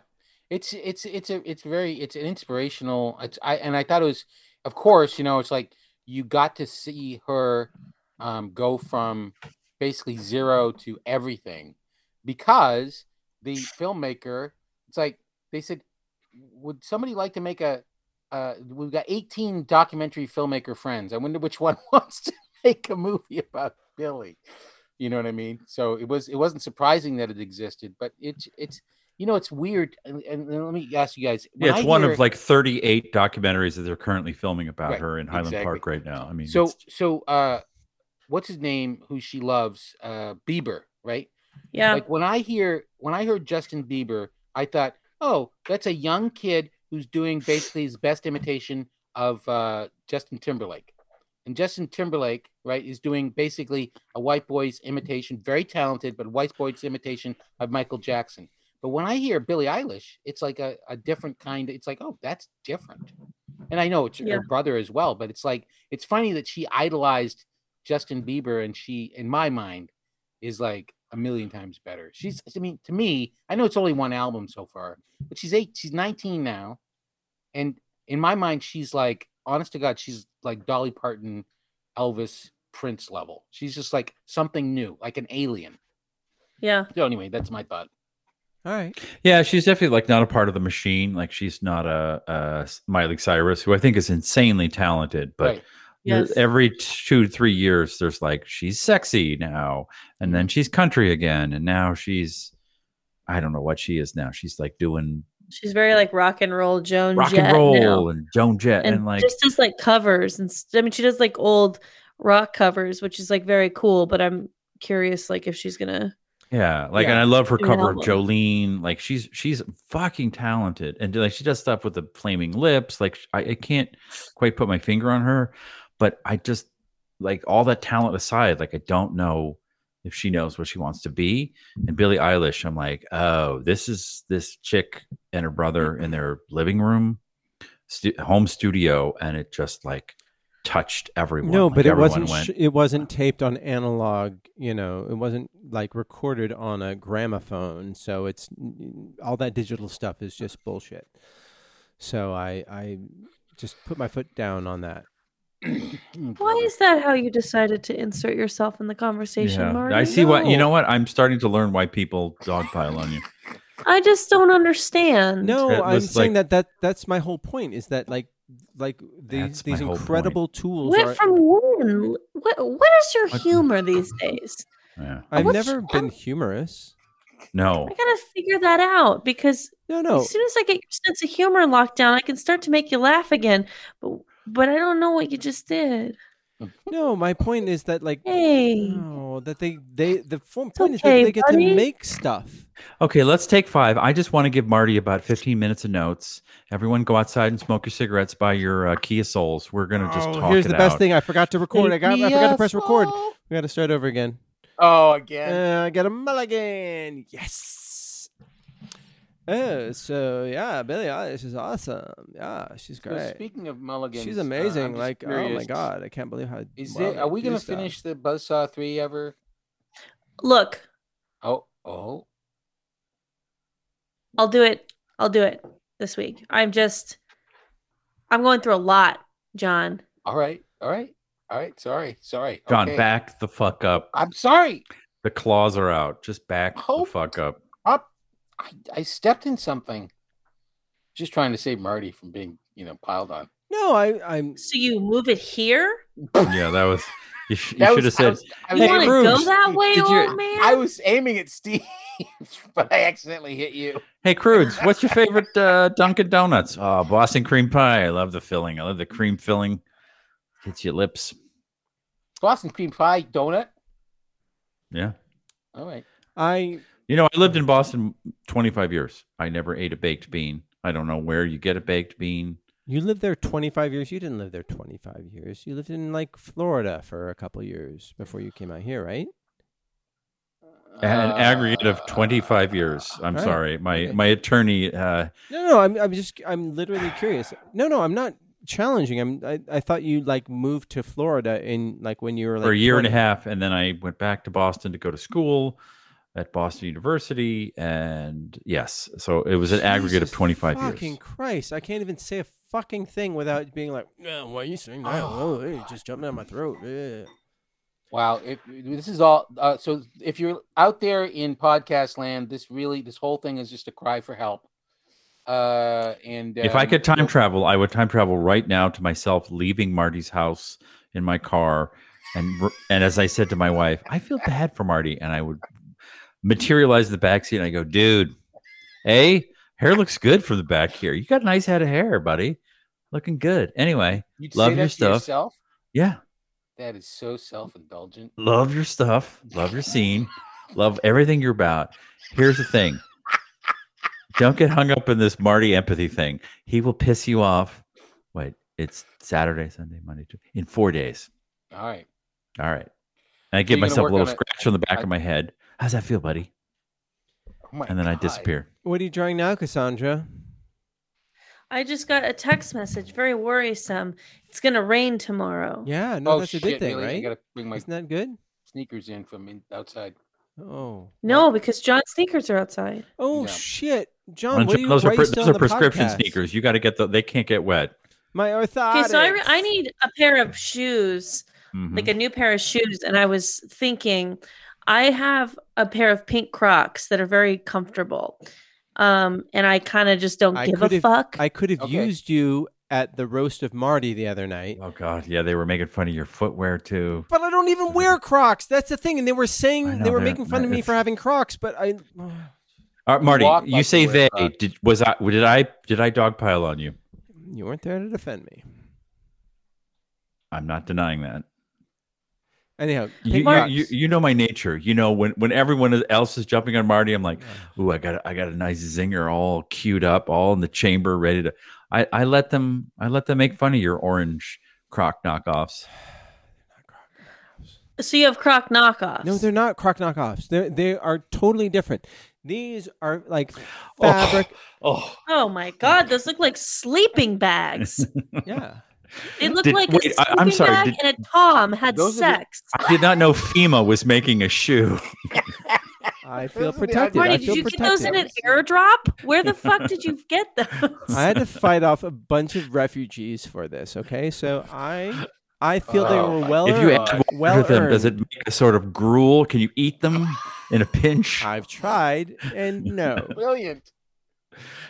Speaker 4: it's it's it's a it's very it's an inspirational. It's I and I thought it was, of course, you know, it's like you got to see her um, go from basically zero to everything because the filmmaker. It's like they said, would somebody like to make a? Uh, we've got 18 documentary filmmaker friends. I wonder which *laughs* one wants to make a movie about Billy. You know what I mean? So it was it wasn't surprising that it existed, but it's it's you know it's weird. And, and let me ask you guys. when
Speaker 5: Yeah, it's
Speaker 4: I
Speaker 5: one
Speaker 4: hear-
Speaker 5: of like 38 documentaries that they're currently filming about
Speaker 4: Right,
Speaker 5: her in Highland
Speaker 4: exactly.
Speaker 5: Park right now. I mean,
Speaker 4: so
Speaker 5: it's-
Speaker 4: so uh what's his name who she loves uh bieber right
Speaker 1: Yeah,
Speaker 4: like when i hear when i heard justin bieber i thought oh that's a young kid who's doing basically his best imitation of uh justin timberlake and justin timberlake right is doing basically a white boy's imitation very talented but white boy's imitation of michael jackson but when i hear billie eilish it's like a, a different kind it's like oh that's different and i know it's
Speaker 1: Yeah.
Speaker 4: her brother as well but it's like it's funny that she idolized justin bieber and she in my mind is like a million times better. She's,
Speaker 3: Mm.
Speaker 4: I mean, to me, I know it's only one album so far, but she's eight, she's 19 now. And in my mind, she's like, honest to God, she's like Dolly Parton, Elvis, Prince level. She's just like something new, like an alien.
Speaker 1: yeah,
Speaker 4: So, anyway, that's my thought.
Speaker 3: All right.
Speaker 5: yeah, she's definitely like not a part of the machine. Like she's not a, a Miley Cyrus, who I think is insanely talented, but
Speaker 4: right. *clears throat*
Speaker 5: th-
Speaker 1: yes,
Speaker 5: every two to three years, there's like she's sexy now, and
Speaker 4: Mm-hmm.
Speaker 5: then she's country again, and now she's I don't know what she is now. She's like doing
Speaker 1: she's very like rock and roll Joan
Speaker 5: rock
Speaker 1: Jett
Speaker 5: and
Speaker 1: now.
Speaker 5: roll and Joan Jett, and,
Speaker 1: and,
Speaker 5: like
Speaker 1: just does like covers and st- I mean, she does like old rock covers, which is like very cool. But I'm curious, like, if she's gonna,
Speaker 5: Yeah, like, and
Speaker 4: Yeah.
Speaker 5: I love her
Speaker 1: Doing
Speaker 5: cover of
Speaker 1: album.
Speaker 5: Jolene. Like, she's she's fucking talented, and like she does stuff with the flaming lips. Like, sh- I, I can't quite put my finger on her, but I just like all that talent aside, like I don't know if she knows what she wants to be. And Billie Eilish, I'm like, oh, this is this chick and her brother in their living room, stu- home studio, and it just like touched everyone.
Speaker 3: No,
Speaker 5: Like,
Speaker 3: but it
Speaker 5: everyone
Speaker 3: wasn't.
Speaker 5: went,
Speaker 3: Sh- it wasn't taped on analog. You know, it wasn't like recorded on a gramophone. So it's all that digital stuff is just bullshit. So I, I just put my foot down on that.
Speaker 4: Oh
Speaker 1: Why is that how you decided to insert yourself in the conversation,
Speaker 5: Yeah.
Speaker 1: Marty?
Speaker 5: I see what you
Speaker 1: No.
Speaker 5: know. What I'm starting to learn why people
Speaker 1: *laughs*
Speaker 5: dogpile on you.
Speaker 1: I just don't understand.
Speaker 3: No,
Speaker 5: It
Speaker 3: I'm
Speaker 5: was
Speaker 3: saying that
Speaker 5: like-
Speaker 3: that that's my whole point. Is that like like these
Speaker 5: That's my
Speaker 3: these
Speaker 5: whole point.
Speaker 3: incredible tools?
Speaker 1: Went
Speaker 3: are,
Speaker 1: from when? What, what is your
Speaker 5: What-
Speaker 1: humor these days?
Speaker 5: Yeah.
Speaker 3: I've
Speaker 1: What's-
Speaker 3: never been humorous.
Speaker 5: No,
Speaker 1: I gotta figure that out because
Speaker 3: No, no.
Speaker 4: Oh.
Speaker 1: as soon as I get your sense of humor locked down, I can start to make you laugh again. But but I don't know what you just did.
Speaker 3: No, my point is that like
Speaker 1: Hey,
Speaker 4: Hmm.
Speaker 3: no, that they they the full point is that
Speaker 1: okay,
Speaker 3: they get
Speaker 1: buddy.
Speaker 3: to make stuff.
Speaker 5: Okay, let's take five. I just want to give Marty about 15 minutes of notes. Everyone go outside and smoke your cigarettes by your uh, Kia Souls. We're going to just
Speaker 4: Oh,
Speaker 5: talk
Speaker 3: here's
Speaker 5: it
Speaker 3: the best
Speaker 5: out.
Speaker 3: thing. I forgot to record. I got. I
Speaker 4: Yes.
Speaker 3: forgot to press record. We got to start over again.
Speaker 4: Oh, again.
Speaker 3: Uh, I got a mulligan. Yes. Oh, so yeah, Billie Eilish is awesome. Yeah, she's
Speaker 4: So
Speaker 3: great.
Speaker 4: speaking of mulligans,
Speaker 3: She's
Speaker 4: uh, I'm
Speaker 3: amazing.
Speaker 4: just
Speaker 3: like, oh my
Speaker 4: curious,
Speaker 3: god, I can't believe how.
Speaker 4: Is
Speaker 3: well
Speaker 4: it? Are
Speaker 3: they
Speaker 4: we
Speaker 3: do
Speaker 4: gonna
Speaker 3: stuff.
Speaker 4: finish the Buzzsaw three ever?
Speaker 1: look,
Speaker 4: Oh, oh.
Speaker 1: I'll do it. I'll do it this week. I'm just, I'm going through a lot, John.
Speaker 4: All right, all right, all right. Sorry, sorry.
Speaker 5: John,
Speaker 4: okay.
Speaker 5: back the fuck up.
Speaker 4: I'm sorry.
Speaker 5: The claws are out. Just back
Speaker 4: Hope-
Speaker 5: the
Speaker 4: *laughs*
Speaker 5: fuck up.
Speaker 4: Up. I, I stepped in something. Just trying to save Marty from being, you know, piled on.
Speaker 3: No, I, I'm.
Speaker 1: So you move it here?
Speaker 5: Yeah, that was. You, sh- you
Speaker 4: That
Speaker 5: should have
Speaker 4: was- I
Speaker 5: said.
Speaker 4: was- I
Speaker 1: You
Speaker 4: was
Speaker 3: Hey,
Speaker 1: want to
Speaker 4: aiming-
Speaker 3: Bruce,
Speaker 1: go
Speaker 4: *laughs*
Speaker 1: that way,
Speaker 5: did you-
Speaker 1: old man?
Speaker 4: I was aiming at Steve, *laughs* but I accidentally hit you.
Speaker 5: Hey, Crudes, what's
Speaker 4: *laughs*
Speaker 5: your favorite uh, Dunkin' Donuts? Oh, Boston cream pie. I love the filling. I love the cream filling. Hits your lips.
Speaker 4: Boston cream pie donut.
Speaker 5: Yeah.
Speaker 4: All right.
Speaker 3: I
Speaker 5: You know, I lived in Boston 25 years. I never ate a baked bean. I don't know where you get a baked bean.
Speaker 3: you lived there 25 years. You didn't live there 25 years. You lived in like Florida for a couple years before you came out here, right?
Speaker 5: an aggregate of
Speaker 4: Uh,
Speaker 5: 25 years i'm
Speaker 3: All right.
Speaker 5: sorry my
Speaker 3: Ah, Okay.
Speaker 5: my attorney uh
Speaker 3: No, no, I'm, I'm just, I'm literally curious. No, no, I'm not challenging. I'm, I, I thought you like moved to Florida in like when you were like
Speaker 5: for a year and a
Speaker 3: 20.
Speaker 5: half and then i went back to boston to go to school at boston university and yes so it was an aggregate of
Speaker 3: Jesus
Speaker 5: 25
Speaker 3: fucking
Speaker 5: years
Speaker 3: Christ, I can't even say a fucking thing without being like, yeah, why are you saying that? Oh, hey, it just jumped down my throat. Yeah.
Speaker 4: Wow, if, this is all. Uh, so, if you're out there in podcast land, this really, this whole thing is just a cry for help. Uh, and
Speaker 5: if i
Speaker 4: um,
Speaker 5: could time
Speaker 4: you'll-
Speaker 5: travel i would time travel right now to myself leaving marty's house in my car and r- and as i said to my wife i feel bad for marty and i would materialize in the backseat and i go dude hey hair looks good from the back here you got a nice head of hair buddy looking good anyway
Speaker 4: you'd
Speaker 5: love
Speaker 4: say
Speaker 5: your
Speaker 4: that to
Speaker 5: stuff.
Speaker 4: yourself.
Speaker 5: Yeah.
Speaker 4: That is so self-indulgent.
Speaker 5: Love your stuff. Love your scene. Love everything you're about. Here's the thing don't get hung up in this Marty empathy thing. He will piss you off. Wait, it's Saturday, Sunday, Monday, Tuesday, in four days.
Speaker 4: All right,
Speaker 5: All right. And I give
Speaker 4: you're gonna
Speaker 5: myself
Speaker 4: work
Speaker 5: a little
Speaker 4: on it.
Speaker 5: scratch on the back
Speaker 4: I-
Speaker 5: of my head. How's that feel, buddy?
Speaker 4: Oh my
Speaker 5: And then I
Speaker 4: God.
Speaker 5: disappear.
Speaker 3: What are you drawing now, Cassandra?
Speaker 1: I just got a text message, very worrisome. It's gonna rain tomorrow.
Speaker 3: Yeah, no,
Speaker 4: oh
Speaker 3: that's
Speaker 4: shit!
Speaker 3: a good thing,
Speaker 4: really? I
Speaker 3: right?
Speaker 4: gotta bring my
Speaker 3: Isn't that good?
Speaker 4: sneakers in from in, outside.
Speaker 3: *laughs* Oh.
Speaker 1: No, because John's sneakers are outside.
Speaker 3: Oh
Speaker 4: Yeah.
Speaker 3: shit, John!
Speaker 5: And
Speaker 3: what are you
Speaker 5: those are,
Speaker 3: why
Speaker 5: pre-
Speaker 3: you still on
Speaker 5: those are
Speaker 3: the
Speaker 5: prescription
Speaker 3: podcast?
Speaker 5: sneakers. You got to get the. They can't get wet.
Speaker 3: My orthotics.
Speaker 1: Okay, so I, re- I need a pair of shoes,
Speaker 5: Mhm.
Speaker 1: like a new pair of shoes, and I was thinking, I have a pair of pink Crocs that are very comfortable, um, and I kind of just don't
Speaker 3: I
Speaker 1: give
Speaker 3: could've-
Speaker 1: a fuck.
Speaker 3: I could have
Speaker 4: Okay.
Speaker 3: used you at the roast of Marty the other night,
Speaker 5: Oh God, yeah, they were making fun of your footwear too.
Speaker 3: but I don't even wear Crocs. That's the thing, and they were
Speaker 5: I
Speaker 3: saying
Speaker 5: know,
Speaker 3: they were
Speaker 5: they're-
Speaker 3: making fun of me
Speaker 5: it's-
Speaker 3: for having Crocs, but I. *sighs*
Speaker 5: All right, Marty,
Speaker 4: walk
Speaker 5: you
Speaker 4: like you
Speaker 5: say
Speaker 4: wear
Speaker 5: they.
Speaker 4: Crocs.
Speaker 5: Did was I? Did I? Did I dogpile on you?
Speaker 3: You weren't there to defend me.
Speaker 5: I'm not denying that.
Speaker 3: Anyhow,
Speaker 5: You,
Speaker 3: Marty-
Speaker 5: you, you, you know my nature. You know when when everyone else is jumping on Marty, I'm like, ooh, I got a- I got a nice zinger all queued up, all in the chamber, ready to. I I let them I let them make fun of your orange croc knockoffs.
Speaker 1: so you have Croc knockoffs.
Speaker 3: No, they're not Croc knockoffs. They they are totally different. These are like fabric.
Speaker 5: *laughs* Oh,
Speaker 1: oh my god, those look like sleeping bags.
Speaker 3: Yeah.
Speaker 1: It looked
Speaker 5: Did-
Speaker 1: like
Speaker 5: wait,
Speaker 1: a
Speaker 5: I-
Speaker 1: sleeping
Speaker 5: I'm sorry,
Speaker 1: bag
Speaker 5: did-
Speaker 1: and a Tom had
Speaker 4: Those are the-
Speaker 1: sex.
Speaker 5: I did not know FEMA was making a shoe.
Speaker 3: I feel
Speaker 4: Those are the
Speaker 3: protected.
Speaker 4: ideas.
Speaker 3: I
Speaker 1: Marty, did
Speaker 3: feel
Speaker 1: you
Speaker 3: protected.
Speaker 1: get those in an airdrop? Where the fuck did you get those?
Speaker 3: I had to fight off a bunch of refugees for this. Okay, so I I feel they
Speaker 4: Oh,
Speaker 3: were well
Speaker 5: if you
Speaker 3: earned.
Speaker 5: add water
Speaker 3: *laughs* well
Speaker 5: to them, does it
Speaker 3: earned.
Speaker 5: make a sort of gruel? Can you eat them in
Speaker 3: *laughs*
Speaker 5: a pinch?
Speaker 3: I've tried, and no.
Speaker 4: Brilliant.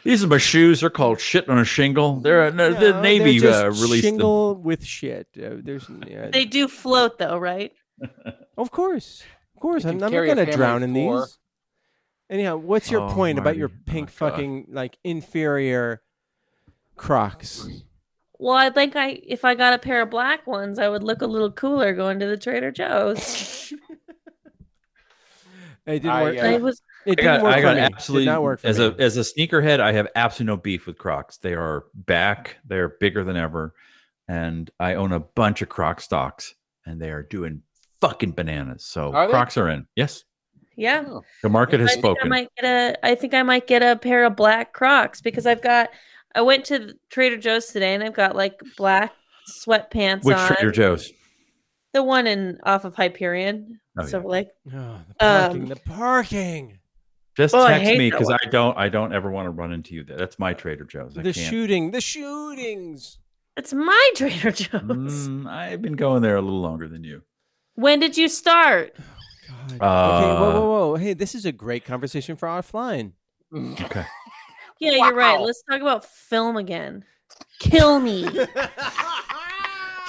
Speaker 5: These are my shoes. They're called shit on a shingle. They're uh, no, the
Speaker 3: No,
Speaker 5: Navy
Speaker 3: they're
Speaker 5: uh,
Speaker 3: just
Speaker 5: released them.
Speaker 3: shingle with shit. Uh, there's, yeah,
Speaker 1: they do float though, right?
Speaker 3: of course, of course.
Speaker 4: You can
Speaker 3: I'm, I'm not
Speaker 4: carry a
Speaker 3: gonna
Speaker 4: family of
Speaker 3: drown in
Speaker 4: four.
Speaker 3: these. Anyhow, what's your
Speaker 5: Oh,
Speaker 3: point about your
Speaker 5: Marty. Oh,
Speaker 3: pink
Speaker 5: God.
Speaker 3: fucking like inferior Crocs?
Speaker 1: Well, I think I if I got a pair of black ones, I would look a little cooler going to the Trader Joe's.
Speaker 3: It didn't
Speaker 4: I,
Speaker 3: work.
Speaker 4: uh,
Speaker 1: I was
Speaker 3: It
Speaker 5: I
Speaker 3: didn't
Speaker 5: got,
Speaker 3: work
Speaker 5: I
Speaker 3: for
Speaker 5: got
Speaker 3: me.
Speaker 5: absolutely
Speaker 3: Did not work for
Speaker 5: as
Speaker 3: me. Oh,
Speaker 5: a as a sneakerhead. I have absolutely no beef with Crocs. They are back. They are bigger than ever, and I own a bunch of Croc stocks, and they are doing fucking bananas. So
Speaker 4: Are they?
Speaker 5: Crocs are in. Yes,
Speaker 1: yeah.
Speaker 4: Oh.
Speaker 5: the market has
Speaker 1: I think I
Speaker 5: spoken.
Speaker 1: might get a. I think I might get a pair of black Crocs because I've got. I went to the Trader Joe's today and I've got like black sweatpants
Speaker 5: Which
Speaker 1: on.
Speaker 5: Trader Joe's?
Speaker 1: The one in off of Hyperion.
Speaker 5: Oh,
Speaker 1: so
Speaker 5: yeah.
Speaker 1: like,
Speaker 3: Oh, the parking.
Speaker 1: Um,
Speaker 3: the parking.
Speaker 5: Just
Speaker 1: Oh, I
Speaker 5: text
Speaker 1: hate
Speaker 5: me
Speaker 1: that
Speaker 5: because
Speaker 1: one.
Speaker 5: I don't. I don't ever want to run into you. There. That's my Trader Joe's. I
Speaker 3: The
Speaker 5: can't.
Speaker 3: shooting. The shootings.
Speaker 1: it's my *laughs* Trader Joe's.
Speaker 5: Mm, I've been going there a little longer than you.
Speaker 1: When did you start?
Speaker 3: God. okay. Whoa,
Speaker 5: Uh,
Speaker 3: whoa, whoa. Hey, this is a great conversation for offline.
Speaker 4: Oh.
Speaker 3: *laughs*
Speaker 1: Yeah, you're right.
Speaker 4: Wow.
Speaker 1: Let's talk about film again. Kill me.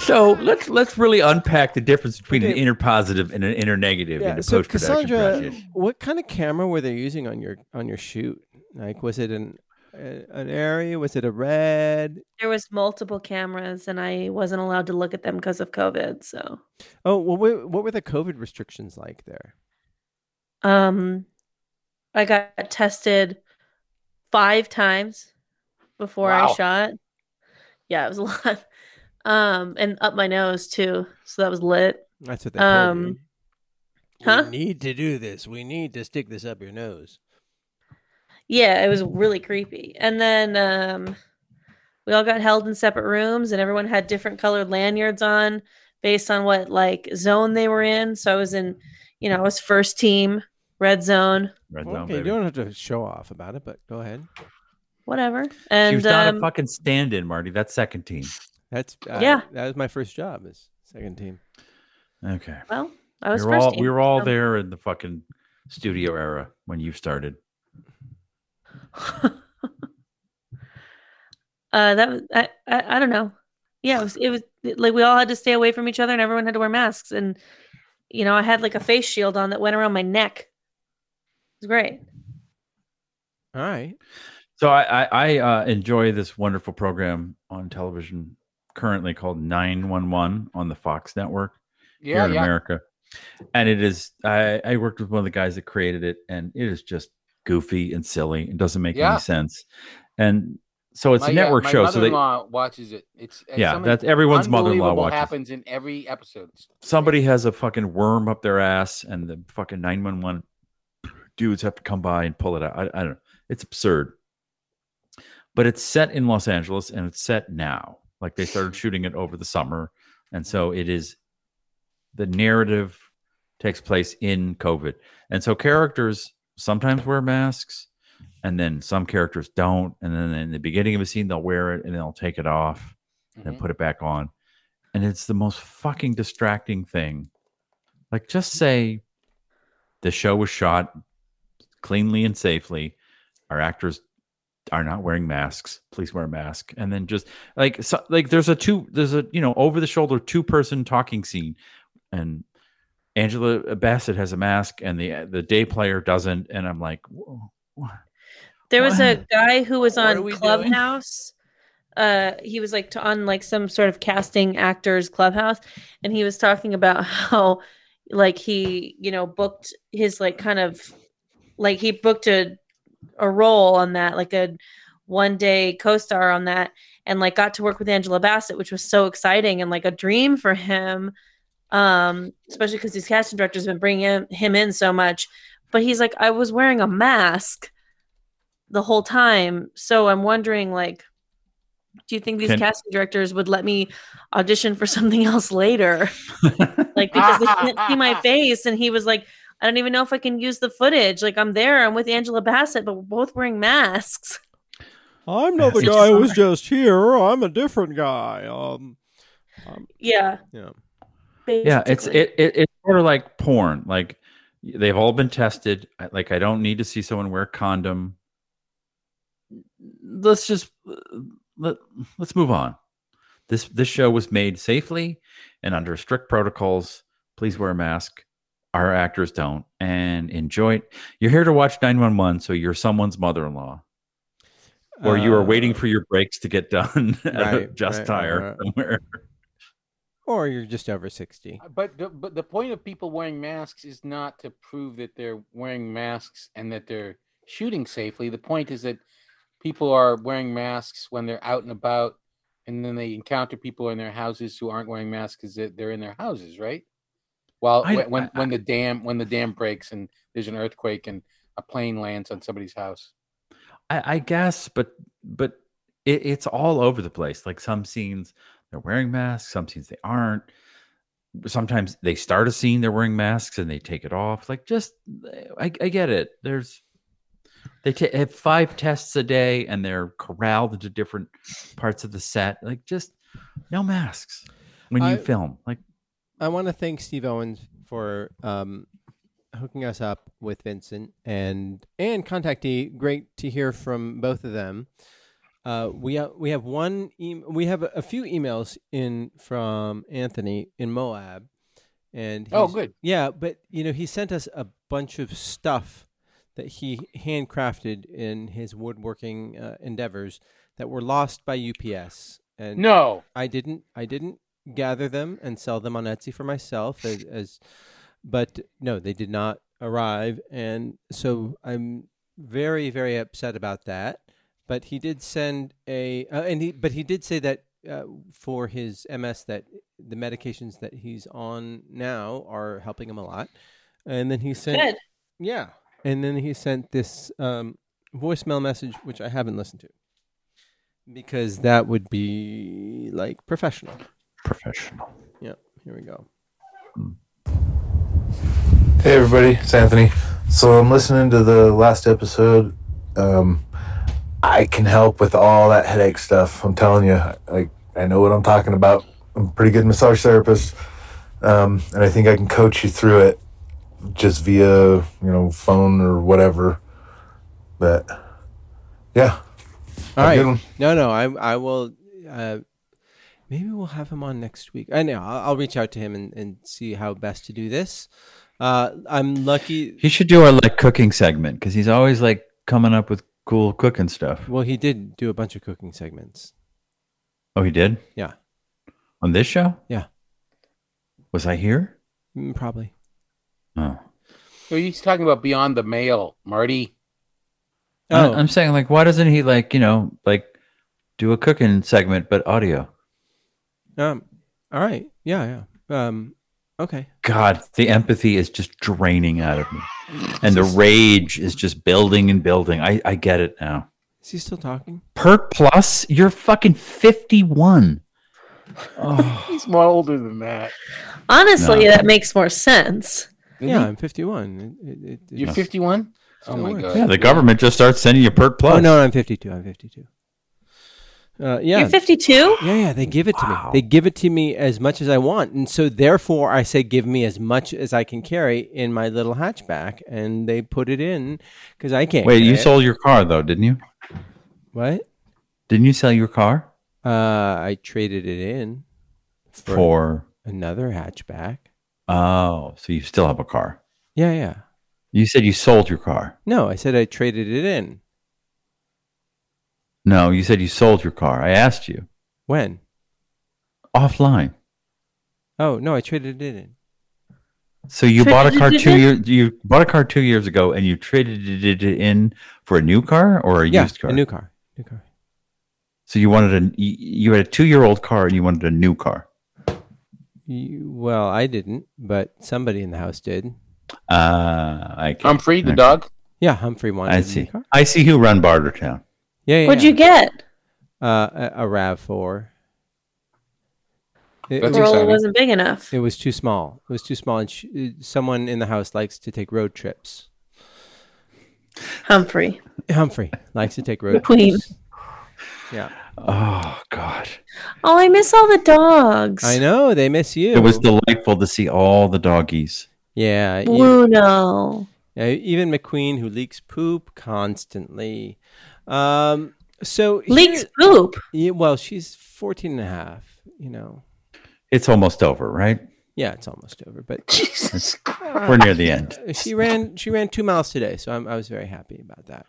Speaker 5: So let's let's really unpack the difference between an
Speaker 3: Okay.
Speaker 5: inner positive and an inner negative in
Speaker 3: yeah.
Speaker 5: the
Speaker 3: So,
Speaker 5: post production
Speaker 3: Cassandra,
Speaker 5: process.
Speaker 3: what kind of camera were they using on your on your shoot? Like, was it an a- an area? Was it a red?
Speaker 1: there was multiple cameras and I wasn't allowed to look at them because of COVID. So,
Speaker 3: Oh, what were, what were the COVID restrictions like there?
Speaker 1: um, I got tested five times before
Speaker 4: Wow.
Speaker 1: I shot. Yeah, it was a *laughs* lot. Um, and up my nose too. So that was lit.
Speaker 3: That's what they told
Speaker 1: Um,
Speaker 3: you.
Speaker 1: huh?
Speaker 3: We need to do this. We need to stick this up your nose.
Speaker 1: Yeah, it was really creepy. And then um, we all got held in separate rooms, and everyone had different colored lanyards on based on what like zone they were in. So I was in, you know, I was first team, red zone,
Speaker 5: Red zone,
Speaker 3: Okay, you
Speaker 5: baby.
Speaker 3: don't have to show off about it, but go ahead.
Speaker 1: whatever.
Speaker 5: she was
Speaker 1: And
Speaker 5: not a
Speaker 1: um,
Speaker 5: fucking stand-in, Marty. That's second team.
Speaker 3: That's uh,
Speaker 1: Yeah.
Speaker 3: That was my first job as second team.
Speaker 5: Okay,
Speaker 1: well, I
Speaker 5: we
Speaker 1: was
Speaker 5: were
Speaker 1: first
Speaker 5: all
Speaker 1: team.
Speaker 5: we were
Speaker 4: Um,
Speaker 5: all
Speaker 1: so-
Speaker 5: there in the fucking studio era when you started.
Speaker 1: *laughs* uh, that was I, I I don't know. Yeah, it was it was like we all had to stay away from each other, and everyone had to wear masks. And you know, I had like a face shield on that went around my neck. It was great.
Speaker 3: All right.
Speaker 5: So I I, I uh, enjoy this wonderful program on television currently called 911 on the Fox network.
Speaker 4: Yeah,
Speaker 5: here in
Speaker 4: yeah.
Speaker 5: America. And it is I, I worked with one of the guys that created it, and it is just goofy and silly. It doesn't make
Speaker 4: Yeah.
Speaker 5: any sense. And so it's
Speaker 4: My,
Speaker 5: a
Speaker 4: uh,
Speaker 5: network
Speaker 4: my
Speaker 5: show. So they
Speaker 4: mother-in-law watches it. It's uh,
Speaker 5: yeah,
Speaker 4: something
Speaker 5: that's everyone's mother-in-law
Speaker 4: unbelievable
Speaker 5: watches.
Speaker 4: happens in every episode. It's
Speaker 5: Somebody has a fucking worm up their ass, and the fucking 911 dudes have to come by and pull it out. I, I don't know. It's absurd. But it's set in Los Angeles and it's set now. Like they started shooting it over the summer. And so it is the narrative takes place in COVID. And so characters sometimes wear masks and then some characters don't. And then in the beginning of a scene, they'll wear it and they'll take it off and
Speaker 4: Mhm.
Speaker 5: then put it back on. And it's the most fucking distracting thing. Like, just say the show was shot cleanly and safely. Our actors are not wearing masks. Please wear a mask. And then just like so, like there's a two there's a you know over the shoulder two person talking scene, and Angela Bassett has a mask and the the day player doesn't. And I'm like, "Whoa, what?"
Speaker 1: There was a
Speaker 5: What?
Speaker 1: guy who was
Speaker 5: What are
Speaker 1: on
Speaker 5: we doing?
Speaker 1: Clubhouse. Uh, he was like t- on like some sort of casting actors Clubhouse, and he was talking about *laughs* how like he you know booked his like kind of like he booked a a role on that like a one day co-star on that and like got to work with Angela Bassett which was so exciting and like a dream for him um especially cuz his casting director's been bringing him, him in so much but he's like I was wearing a mask the whole time so I'm wondering like Do you think these
Speaker 5: Can-
Speaker 1: casting directors would let me audition for *laughs* something else
Speaker 5: *laughs*
Speaker 1: later? like because they can't see my face, and he was like, I don't even know if I can use the footage. Like I'm there, I'm with Angela Bassett, but we're both wearing masks. *laughs*
Speaker 3: I'm not the
Speaker 5: It's
Speaker 3: guy who was just here. I'm a different guy. Um,
Speaker 1: Yeah.
Speaker 3: Yeah.
Speaker 5: yeah it's
Speaker 1: basically.
Speaker 5: it, it it's sort of like porn like they've all been tested I- like i don't need to see someone wear a condom let's just uh, let, let's move on this this show was made safely and under strict protocols please wear a mask our actors don't and enjoy it you're here to watch 911 so you're someone's mother-in-law or you are waiting
Speaker 3: uh,
Speaker 5: for your breaks to get done *laughs* at a
Speaker 3: Right,
Speaker 5: just
Speaker 3: right, right,
Speaker 5: tire
Speaker 3: right.
Speaker 5: somewhere
Speaker 3: or you're just over sixty.
Speaker 4: Uh, But the, but the point of people wearing masks is not to prove that they're wearing masks and that they're shooting safely. The point is that people are wearing masks when they're out and about, and then they encounter people in their houses who aren't wearing masks because they're in their houses, right? While
Speaker 5: I-
Speaker 4: when when,
Speaker 5: I-
Speaker 4: when the dam when the dam breaks and there's an earthquake and a plane lands on somebody's house.
Speaker 5: I, I guess, but but it, it's all over the place. Like some scenes they're wearing masks, some scenes they aren't. Sometimes they start a scene they're wearing masks and they take it off. Like just I, I get it. There's they ta- have five tests a day and they're corralled into different parts of the set. Like just no masks when you
Speaker 3: I-
Speaker 5: film. Like
Speaker 3: I want to thank Steve Owens for um, hooking us up with Vincent and and contactee. Great to hear from both of them. Uh, we have we have one em we have a, a few emails in from Anthony in Moab, and
Speaker 4: Oh,
Speaker 3: he's-
Speaker 4: good.
Speaker 3: yeah, but you know he sent us a bunch of stuff that he handcrafted in his woodworking uh, endeavors that were lost by UPS. And
Speaker 4: No,
Speaker 3: I didn't. I didn't gather them and sell them on Etsy for myself. As, as but no, they did not arrive, and so I'm very, very upset about that. But he did send a, uh, and he, but he did say that uh, for his MS, that the medications that he's on now are helping him a lot. And then he sent,
Speaker 1: Good.
Speaker 3: yeah, and then he sent this um, voicemail message, which I haven't listened to. Because that would be like professional.
Speaker 5: professional.
Speaker 3: Yep, here we go.
Speaker 6: Hey everybody, it's Anthony. So I'm listening to the last episode. Um, I can help with all that headache stuff. I'm telling you, like I know what I'm talking about. I'm a pretty good massage therapist, um, and I think I can coach you through it just via you know phone or whatever. But
Speaker 3: All
Speaker 6: yeah, Have a
Speaker 3: right.
Speaker 6: good one.
Speaker 3: No, no, I, I will. Uh, maybe we'll have him on next week. I know. I'll, I'll reach out to him and, and see how best to do this. Uh, I'm lucky.
Speaker 5: He should do a like cooking segment because he's always like coming up with cool cooking stuff.
Speaker 3: Well, he did do a bunch of cooking segments.
Speaker 5: Oh, he did?
Speaker 3: Yeah.
Speaker 5: On this show?
Speaker 3: Yeah.
Speaker 5: Was I here?
Speaker 3: Mm, Probably.
Speaker 5: Oh.
Speaker 4: so he's talking about beyond the mail, Marty.
Speaker 5: I-
Speaker 3: Oh,
Speaker 5: I'm saying, like, why doesn't he, like, you know, like do a cooking segment, but audio?
Speaker 3: um, all right. Yeah, yeah. Um, okay.
Speaker 5: God, the empathy is just draining out of me. And the rage is just building and building. I, I get it now.
Speaker 3: Is he still talking?
Speaker 5: Perk Plus, you're fucking 51. Oh,
Speaker 4: He's more older than that.
Speaker 1: Honestly,
Speaker 5: No.
Speaker 1: that makes more sense.
Speaker 4: Didn't
Speaker 3: yeah,
Speaker 4: he-
Speaker 3: I'm 51. It, it, it,
Speaker 4: You're
Speaker 3: it
Speaker 4: 51. Oh
Speaker 3: still
Speaker 4: my
Speaker 3: works.
Speaker 4: god.
Speaker 5: yeah, the government just starts sending you Perk Plus.
Speaker 3: Oh no, I'm 52. I'm 52. Uh, yeah.
Speaker 1: You're 52?
Speaker 3: Yeah, yeah, they give it to
Speaker 5: Wow.
Speaker 3: me. They give it to me as much as I want. And so therefore I say give me as much as I can carry in my little hatchback and they put it in cuz I can't.
Speaker 5: Wait,
Speaker 3: carry
Speaker 5: you
Speaker 3: it.
Speaker 5: sold your car, though, didn't you?
Speaker 3: what?
Speaker 5: Didn't you sell your car
Speaker 3: Uh I traded it in for,
Speaker 5: for
Speaker 3: another hatchback.
Speaker 5: Oh, so you still have a car.
Speaker 3: Yeah, yeah.
Speaker 5: You said you sold your car.
Speaker 3: No, I said I traded it in.
Speaker 5: No, you said you sold your car. I asked you
Speaker 3: When?
Speaker 5: offline.
Speaker 3: Oh, no, I traded it in.
Speaker 5: So you bought a car two
Speaker 1: Traded
Speaker 5: years you bought a car two years ago and you traded it in for a new car or a
Speaker 3: yeah,
Speaker 5: used car?
Speaker 3: a new car. New car.
Speaker 5: so you wanted a you you had a two year old car and you wanted a new car.
Speaker 3: You, well, I didn't, but somebody in the house did.
Speaker 5: Uh I get-
Speaker 4: Humphrey, the
Speaker 5: Okay.
Speaker 4: dog. *laughs*
Speaker 3: Yeah, Humphrey wanted
Speaker 5: I
Speaker 3: a new
Speaker 5: see.
Speaker 3: car.
Speaker 5: I see who run Bartertown.
Speaker 3: Yeah, yeah.
Speaker 1: What'd
Speaker 3: yeah.
Speaker 1: you get?
Speaker 3: uh, a, a Rav Four.
Speaker 4: That's
Speaker 3: It, it was-
Speaker 1: Corolla
Speaker 4: exciting.
Speaker 1: wasn't big enough.
Speaker 3: it was too small. It was too small, and sh- uh, someone in the house likes to take road trips.
Speaker 1: Humphrey.
Speaker 3: Humphrey likes to take road
Speaker 1: Queen.
Speaker 3: trips. Yeah,
Speaker 5: Oh God.
Speaker 1: Oh, I miss all the dogs.
Speaker 3: I know they miss you.
Speaker 5: It was delightful to see all the doggies.
Speaker 3: yeah, you-
Speaker 1: Bruno.
Speaker 3: Uh, even McQueen, who leaks poop constantly. Um, so here-
Speaker 1: Leaks poop.
Speaker 3: yeah, well, she's 14 and a half, you know.
Speaker 5: It's almost over, right?
Speaker 3: Yeah, it's almost over, but
Speaker 4: Jesus Christ.
Speaker 5: We're near the end.
Speaker 3: uh, she ran she ran 2 miles today, so I'm, I was very happy about that.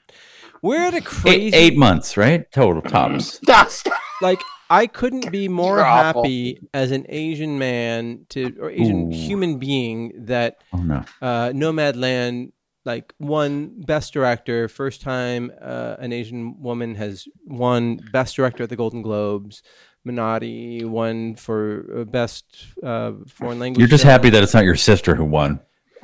Speaker 3: We're at a
Speaker 5: Eight,
Speaker 3: crazy
Speaker 5: eight months, right?
Speaker 3: *clears throat*
Speaker 5: Total tops.
Speaker 4: Stop, stop.
Speaker 3: like I couldn't be more
Speaker 4: You're awful.
Speaker 3: happy as an Asian man to or Asian
Speaker 5: Ooh.
Speaker 3: human being that
Speaker 5: Oh no.
Speaker 3: uh, Nomadland, like won Best Director, first time uh, an Asian woman has won Best Director at the Golden Globes. Minotti won for uh, Best uh, Foreign Language.
Speaker 5: You're just
Speaker 3: Film.
Speaker 5: happy that it's not your sister who won.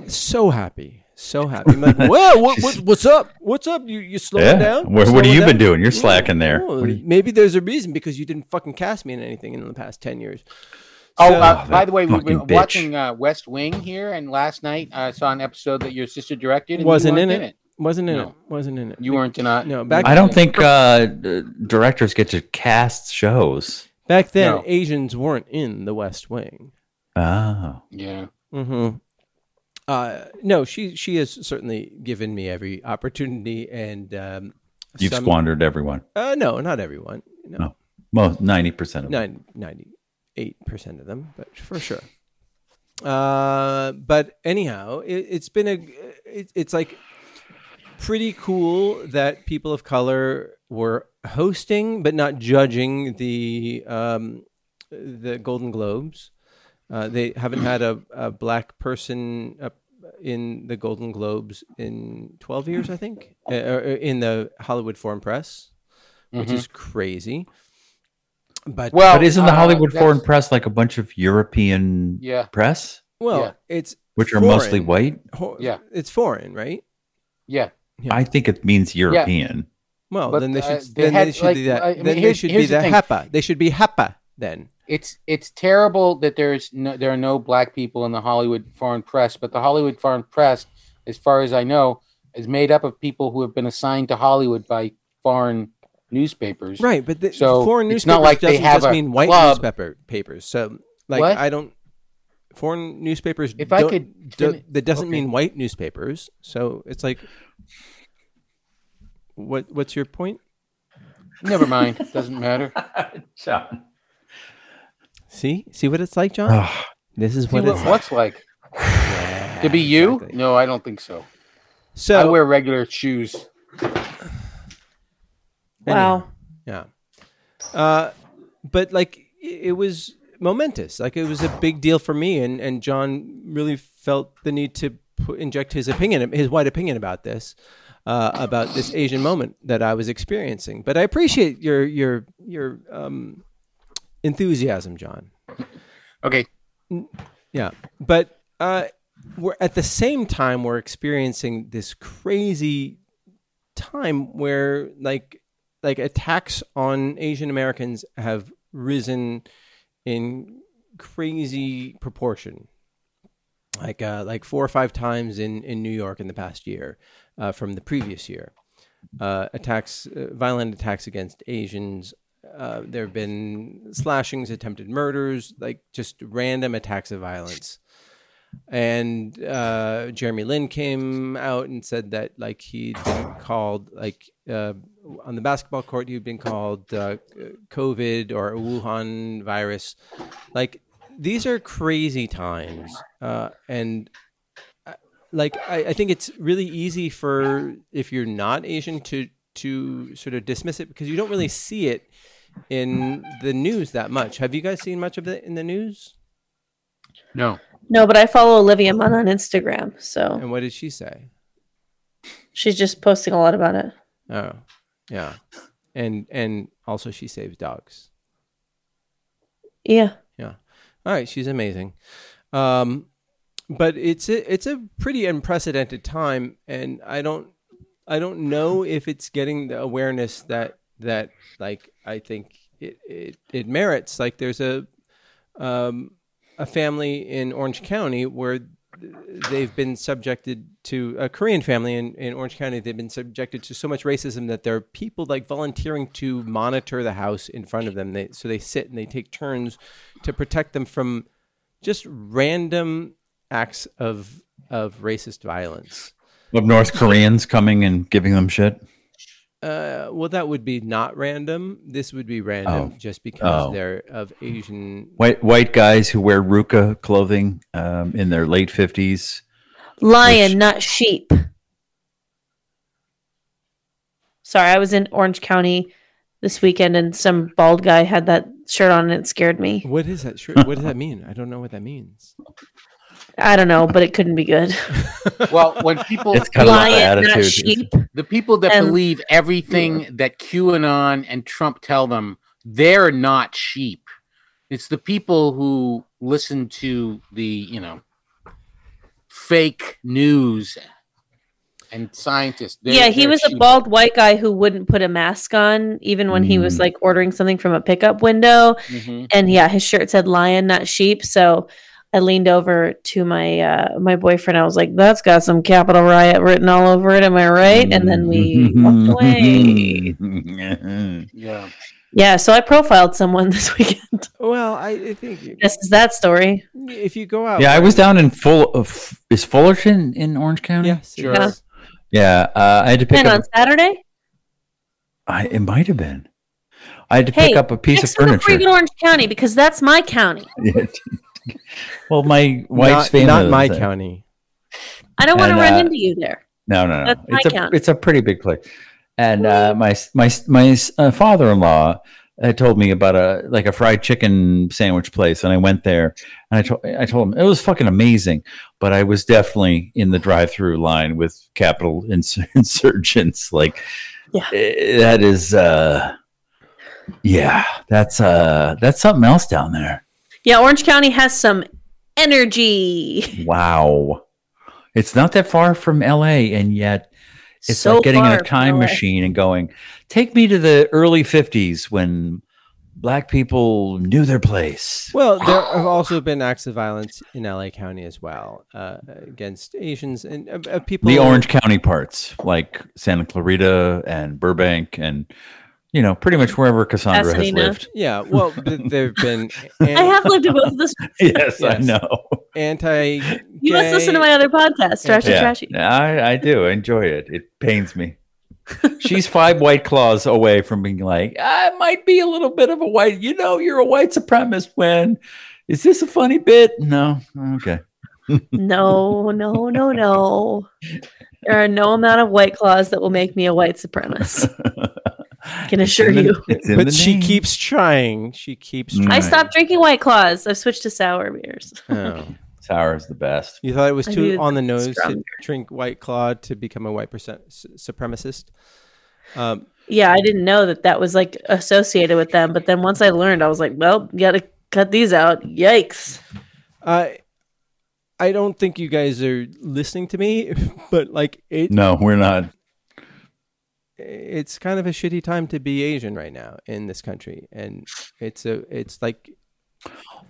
Speaker 3: So happy, so happy. I'm
Speaker 5: *laughs*
Speaker 3: like, whoa, what, what, what's up? What's up? You you slowing
Speaker 5: Yeah.
Speaker 3: down?
Speaker 5: What, what
Speaker 3: Slowing
Speaker 5: have you
Speaker 3: down?
Speaker 5: been doing? You're
Speaker 3: Ooh,
Speaker 5: slacking there.
Speaker 3: ooh,
Speaker 5: What do you-
Speaker 3: maybe there's a reason because you didn't fucking cast me in anything in the past ten years.
Speaker 4: Oh,
Speaker 3: So-
Speaker 4: uh,
Speaker 5: Oh,
Speaker 4: by
Speaker 5: that
Speaker 4: the way, we've been
Speaker 5: fucking bitch.
Speaker 4: watching uh, West Wing here, and last night I saw an episode that your sister directed. And you
Speaker 3: Wasn't
Speaker 4: weren't
Speaker 3: in it. wasn't in
Speaker 4: No.
Speaker 3: it. Wasn't in it.
Speaker 4: You weren't in it.
Speaker 3: No, back-
Speaker 5: I don't think uh, d- directors get to cast shows.
Speaker 3: Back then,
Speaker 4: No.
Speaker 3: Asians weren't in The West Wing.
Speaker 5: Oh.
Speaker 4: Yeah.
Speaker 3: Mm-hmm. Uh, no, she she has certainly given me every opportunity, and um,
Speaker 5: You've
Speaker 3: some-
Speaker 5: squandered everyone.
Speaker 3: Uh, no, not everyone. No,
Speaker 5: No. Most ninety percent of them.
Speaker 3: ninety-eight percent of them, but for sure. Uh, but anyhow, it, it's been a it, it's like pretty cool that people of color were hosting but not judging the um, the Golden Globes. Uh, they haven't had a, a black person up in the Golden Globes in 12 years, I think, uh, or in the Hollywood Foreign Press, which
Speaker 4: Mhm.
Speaker 3: is crazy. But
Speaker 4: Well,
Speaker 5: But isn't the
Speaker 4: uh,
Speaker 5: Hollywood Foreign
Speaker 4: that's-
Speaker 5: Press like a bunch of European
Speaker 4: Yeah.
Speaker 5: press,
Speaker 3: well,
Speaker 4: yeah.
Speaker 3: it's
Speaker 5: which are mostly
Speaker 3: foreign.
Speaker 5: white?
Speaker 3: Ho-
Speaker 4: Yeah.
Speaker 3: it's foreign, right?
Speaker 4: Yeah.
Speaker 3: Yeah.
Speaker 5: I think it means European.
Speaker 3: Well,
Speaker 4: But,
Speaker 3: then they should
Speaker 4: uh, they
Speaker 3: then
Speaker 4: had,
Speaker 3: they should
Speaker 4: like,
Speaker 3: be that.
Speaker 4: I mean,
Speaker 3: then they
Speaker 4: here's-
Speaker 3: should be
Speaker 4: here's the
Speaker 3: the
Speaker 4: thing.
Speaker 3: HEPA. They should be HEPA then.
Speaker 4: It's it's terrible that there's no, there are no black people in the Hollywood Foreign Press, but the Hollywood Foreign Press, as far as I know, is made up of people who have been assigned to Hollywood by foreign newspapers.
Speaker 3: Right, but the
Speaker 4: So,
Speaker 3: foreign
Speaker 4: it's
Speaker 3: newspapers
Speaker 4: not like they
Speaker 3: doesn't
Speaker 4: have
Speaker 3: just
Speaker 4: a
Speaker 3: mean white
Speaker 4: club.
Speaker 3: newspaper papers. So, like,
Speaker 4: What?
Speaker 3: I don't. Foreign newspapers.
Speaker 4: If I
Speaker 3: don't-
Speaker 4: could,
Speaker 3: do-
Speaker 4: fini-
Speaker 3: that doesn't
Speaker 4: okay.
Speaker 3: mean white newspapers. So it's like, what? What's your point?
Speaker 4: never mind. Doesn't matter.
Speaker 5: John.
Speaker 3: See, see what it's like, John.
Speaker 5: Oh,
Speaker 3: *sighs* this is
Speaker 4: See
Speaker 3: what
Speaker 4: what
Speaker 3: it's like.
Speaker 4: what's like
Speaker 5: *sighs*
Speaker 4: to be you?
Speaker 3: exactly.
Speaker 4: No, I don't think so. I
Speaker 3: So
Speaker 4: wear regular shoes.
Speaker 1: Wow.
Speaker 3: Yeah. Uh, but like i- it was momentous. Like it was a big deal for me, and and John really felt the need to pu- inject his opinion, his wide opinion about this, uh, about this Asian moment that I was experiencing. But I appreciate your your your um, enthusiasm, John.
Speaker 4: Okay.
Speaker 3: Yeah, but uh, we're at the same time we're experiencing this crazy time where like like attacks on Asian Americans have risen in crazy proportion, like uh, like four or five times in in New York in the past year uh, from the previous year. Uh, attacks, uh, violent attacks against Asians. Uh, there have been slashings, attempted murders, like just random attacks of violence and uh, Jeremy Lin came out and said that like he'd been called like uh, on the basketball court he'd been called uh, COVID or Wuhan virus. Like these are crazy times, uh, and uh, like I, I think it's really easy for if you're not Asian to to sort of dismiss it because you don't really see it in the news that much. Have you guys seen much of it in the news? *laughs*
Speaker 4: No.
Speaker 1: No, but I follow Olivia Munn on Instagram, so
Speaker 3: And what did she say?
Speaker 1: she's just posting a lot about it.
Speaker 3: Oh, yeah, and and also she saves dogs.
Speaker 1: Yeah.
Speaker 3: All right, she's amazing. Um, but it's a, it's a pretty unprecedented time, and I don't I don't know if it's getting the awareness that that like I think it it, it merits. Like there's a um, a family in Orange County where they've been subjected to a Korean family in, in Orange County. They've been subjected to so much racism that there are people like volunteering to monitor the house in front of them. They, so they sit and they take turns to protect them from just random acts of of racist violence.
Speaker 5: Of North Koreans coming and giving them shit.
Speaker 3: Uh, well, that would be not random. This would be random
Speaker 5: Oh.
Speaker 3: just because
Speaker 5: Oh.
Speaker 3: they're of Asian.
Speaker 5: *laughs* White white guys who wear ruka clothing um, in their late fifties.
Speaker 1: Lion,
Speaker 5: Which-
Speaker 1: not sheep. Sorry, I was in Orange County this weekend and some bald guy had that shirt on and it scared me.
Speaker 3: What is that? Sure. What does that mean? I don't know what that means.
Speaker 1: I don't know, but it couldn't be good.
Speaker 4: Well, when people
Speaker 5: It's kinda like
Speaker 1: Lion,
Speaker 5: the
Speaker 1: not
Speaker 5: attitude.
Speaker 1: sheep.
Speaker 4: the people that
Speaker 1: And-
Speaker 4: believe everything that QAnon and Trump tell them, they're not sheep. It's the people who listen to the, you know, fake news and scientists. They're-
Speaker 1: yeah, he
Speaker 4: they're
Speaker 1: was a
Speaker 4: sheep.
Speaker 1: bald white guy who wouldn't put a mask on, even when he was
Speaker 5: Mm.
Speaker 1: like ordering something from a pickup window.
Speaker 4: Mhm.
Speaker 1: And yeah, his shirt said lion, not sheep. So I leaned over to my uh, my boyfriend. I was like, "That's got some capital riot written all over it. Am I right?" And then we
Speaker 5: Mm-hmm.
Speaker 1: walked
Speaker 5: *laughs*
Speaker 1: away.
Speaker 4: Yeah.
Speaker 1: Yeah, so I profiled someone *laughs* this weekend.
Speaker 3: Well, I, I think
Speaker 1: this is that story.
Speaker 3: if you go out,
Speaker 5: yeah, I was down in full of is Fullerton in Orange County.
Speaker 3: Yes,
Speaker 4: Sure.
Speaker 3: yes.
Speaker 5: Yeah, uh, I had to pick
Speaker 1: And
Speaker 5: up.
Speaker 1: on Saturday,
Speaker 5: I, it might have been. I had to
Speaker 1: Hey,
Speaker 5: pick up a piece of
Speaker 1: next time before you
Speaker 5: furniture.
Speaker 1: go to Orange County because that's my county.
Speaker 5: *laughs* well, my
Speaker 3: Not,
Speaker 5: wife's family.
Speaker 3: not my
Speaker 5: lives there.
Speaker 3: county.
Speaker 1: I don't want to
Speaker 5: And,
Speaker 1: run
Speaker 5: uh,
Speaker 1: into you there.
Speaker 5: No, no, no.
Speaker 1: That's my
Speaker 5: it's a
Speaker 1: count.
Speaker 5: it's a pretty big place. And uh, my my my uh, father in law uh, told me about a like a fried chicken sandwich place, and I went there, and I told I told him it was fucking amazing, but I was definitely in the drive through line with capital ins- *laughs* insurgents. Like,
Speaker 1: Yeah.
Speaker 5: eh, that is, uh, yeah, that's uh, that's something else down there.
Speaker 1: Yeah, Orange County has some energy.
Speaker 5: Wow, it's not that far from L.A., and yet It's
Speaker 1: So
Speaker 5: like getting in
Speaker 1: far
Speaker 5: a
Speaker 1: from
Speaker 5: time
Speaker 1: LA.
Speaker 5: machine and going, take me to the early 50s when black people knew their place.
Speaker 3: Well, there have also been acts of violence in LA County as well uh, against Asians and uh, uh, people.
Speaker 5: the Orange County parts, like Santa Clarita and Burbank and, you know, pretty much wherever Cassandra has
Speaker 1: Pasadena.
Speaker 5: lived. *laughs*
Speaker 3: Yeah, well, th- there have been
Speaker 1: I have lived in both of those.
Speaker 5: yes, I
Speaker 3: Yes.
Speaker 5: know.
Speaker 3: anti.
Speaker 1: You must listen to my other podcast, Trashy
Speaker 5: Yeah.
Speaker 1: Trashy.
Speaker 5: I, I do enjoy it. It pains me. She's five white claws away from being like, I might be a little bit of a white, you know, you're a white supremacist when. Is this a funny bit? No. Okay.
Speaker 1: No, no, no, no. There are no amount of white claws that will make me a white
Speaker 5: *laughs*
Speaker 1: supremacist.
Speaker 5: I
Speaker 1: can assure you.
Speaker 3: But she keeps trying. She keeps
Speaker 5: Mm.
Speaker 3: trying.
Speaker 1: I stopped drinking white claws. I've switched to sour beers.
Speaker 3: Oh.
Speaker 5: Sour is the best.
Speaker 3: You thought it was
Speaker 1: I
Speaker 3: too
Speaker 1: needed
Speaker 3: on the nose
Speaker 1: stronger.
Speaker 3: to drink White Claw to become a white percent s- supremacist. Um,
Speaker 1: Yeah, I didn't know that that was like associated with them. But then once I learned, I was like, well, gotta cut these out. Yikes.
Speaker 3: I I don't think you guys are listening to me, *laughs* but like it,
Speaker 5: No, we're not.
Speaker 3: it's kind of a shitty time to be Asian right now in this country, and it's a it's like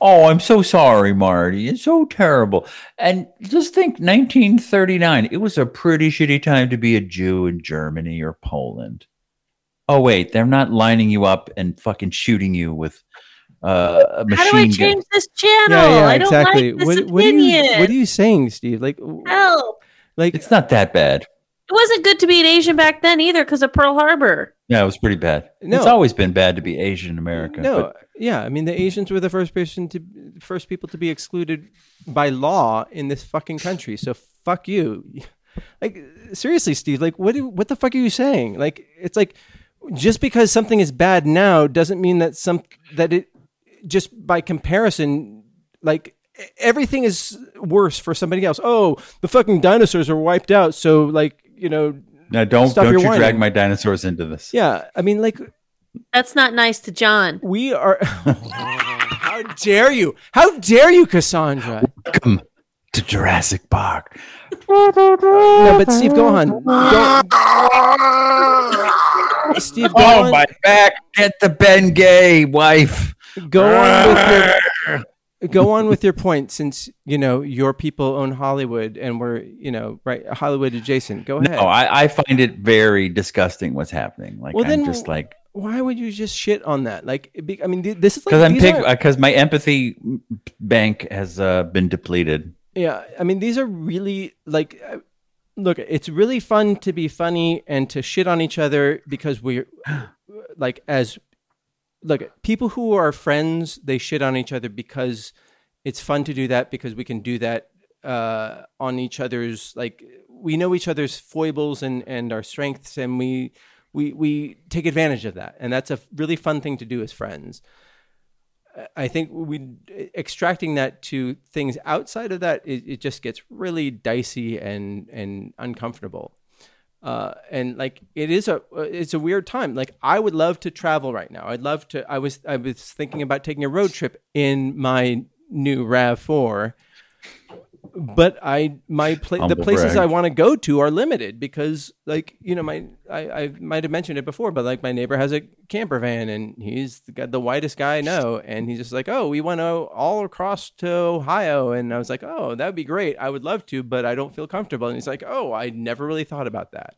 Speaker 5: Oh, I'm so sorry, Marty. It's so terrible. And just think 1939. It was a pretty shitty time to be a Jew in Germany or Poland. Oh, wait, they're not lining you up and fucking shooting you with uh, a machine
Speaker 1: How do I
Speaker 5: gun.
Speaker 1: change this channel?
Speaker 3: yeah yeah
Speaker 1: I don't
Speaker 3: exactly.
Speaker 1: like this
Speaker 3: what,
Speaker 1: opinion.
Speaker 3: what are you what are you saying, Steve? Like w-
Speaker 1: Help.
Speaker 3: like
Speaker 5: It's not that bad.
Speaker 1: It wasn't good to be an Asian back then either because of Pearl Harbor.
Speaker 5: Yeah, it was pretty bad.
Speaker 3: No.
Speaker 5: It's always been bad to be Asian in America.
Speaker 3: No,
Speaker 5: but
Speaker 3: yeah, I mean the Asians were the first person to first people to be excluded by law in this fucking country. So fuck you. *laughs* Like seriously, Steve, like what do, what the fuck are you saying? Like it's like just because something is bad now doesn't mean that some that it just by comparison like e- everything is worse for somebody else. Oh, the fucking dinosaurs are wiped out, so like, you know,
Speaker 5: now don't,
Speaker 3: Stop
Speaker 5: don't
Speaker 3: your
Speaker 5: you drag
Speaker 3: whining.
Speaker 5: my dinosaurs into this.
Speaker 3: yeah, I mean like
Speaker 1: That's not nice to John.
Speaker 3: We are. *laughs* How dare you? How dare you, Cassandra?
Speaker 5: Welcome to Jurassic Park.
Speaker 3: No, but Steve, go on. Don't, Steve,
Speaker 5: Oh
Speaker 3: going,
Speaker 5: my back! Get the Ben Gay wife. *laughs*
Speaker 3: go on with your go on with your point since you know your people own hollywood and we're you know right hollywood adjacent go ahead
Speaker 5: No, I, I find it very disgusting what's happening. Like
Speaker 3: Well,
Speaker 5: I'm
Speaker 3: then-
Speaker 5: just like
Speaker 3: why would you just shit on that like be, i mean th- this is like
Speaker 5: because I'm
Speaker 3: these
Speaker 5: pig
Speaker 3: are-
Speaker 5: because my empathy bank has uh, been depleted.
Speaker 3: yeah i mean these are really like uh, look it's really fun to be funny and to shit on each other because we're like as look people who are friends they shit on each other because it's fun to do that because we can do that uh, on each other's like we know each other's foibles and and our strengths and we we we take advantage of that and that's a really fun thing to do as friends I think we extracting that to things outside of that, it, it just gets really dicey and and uncomfortable. Uh, and like it is a it's a weird time. Like I would love to travel right now. I'd love to. I was I was thinking about taking a road trip in my new Rav Four, but I my pla- the
Speaker 5: Humble
Speaker 3: places
Speaker 5: brag.
Speaker 3: I want to go to are limited because like you know my I, I might have mentioned it before, but like my neighbor has a camper van and he's got the whitest guy I know, and he's just like, oh, we want to all across to Ohio, and I was like, oh, that'd be great. I would love to, but I don't feel comfortable. And he's like, oh, I never really thought about that,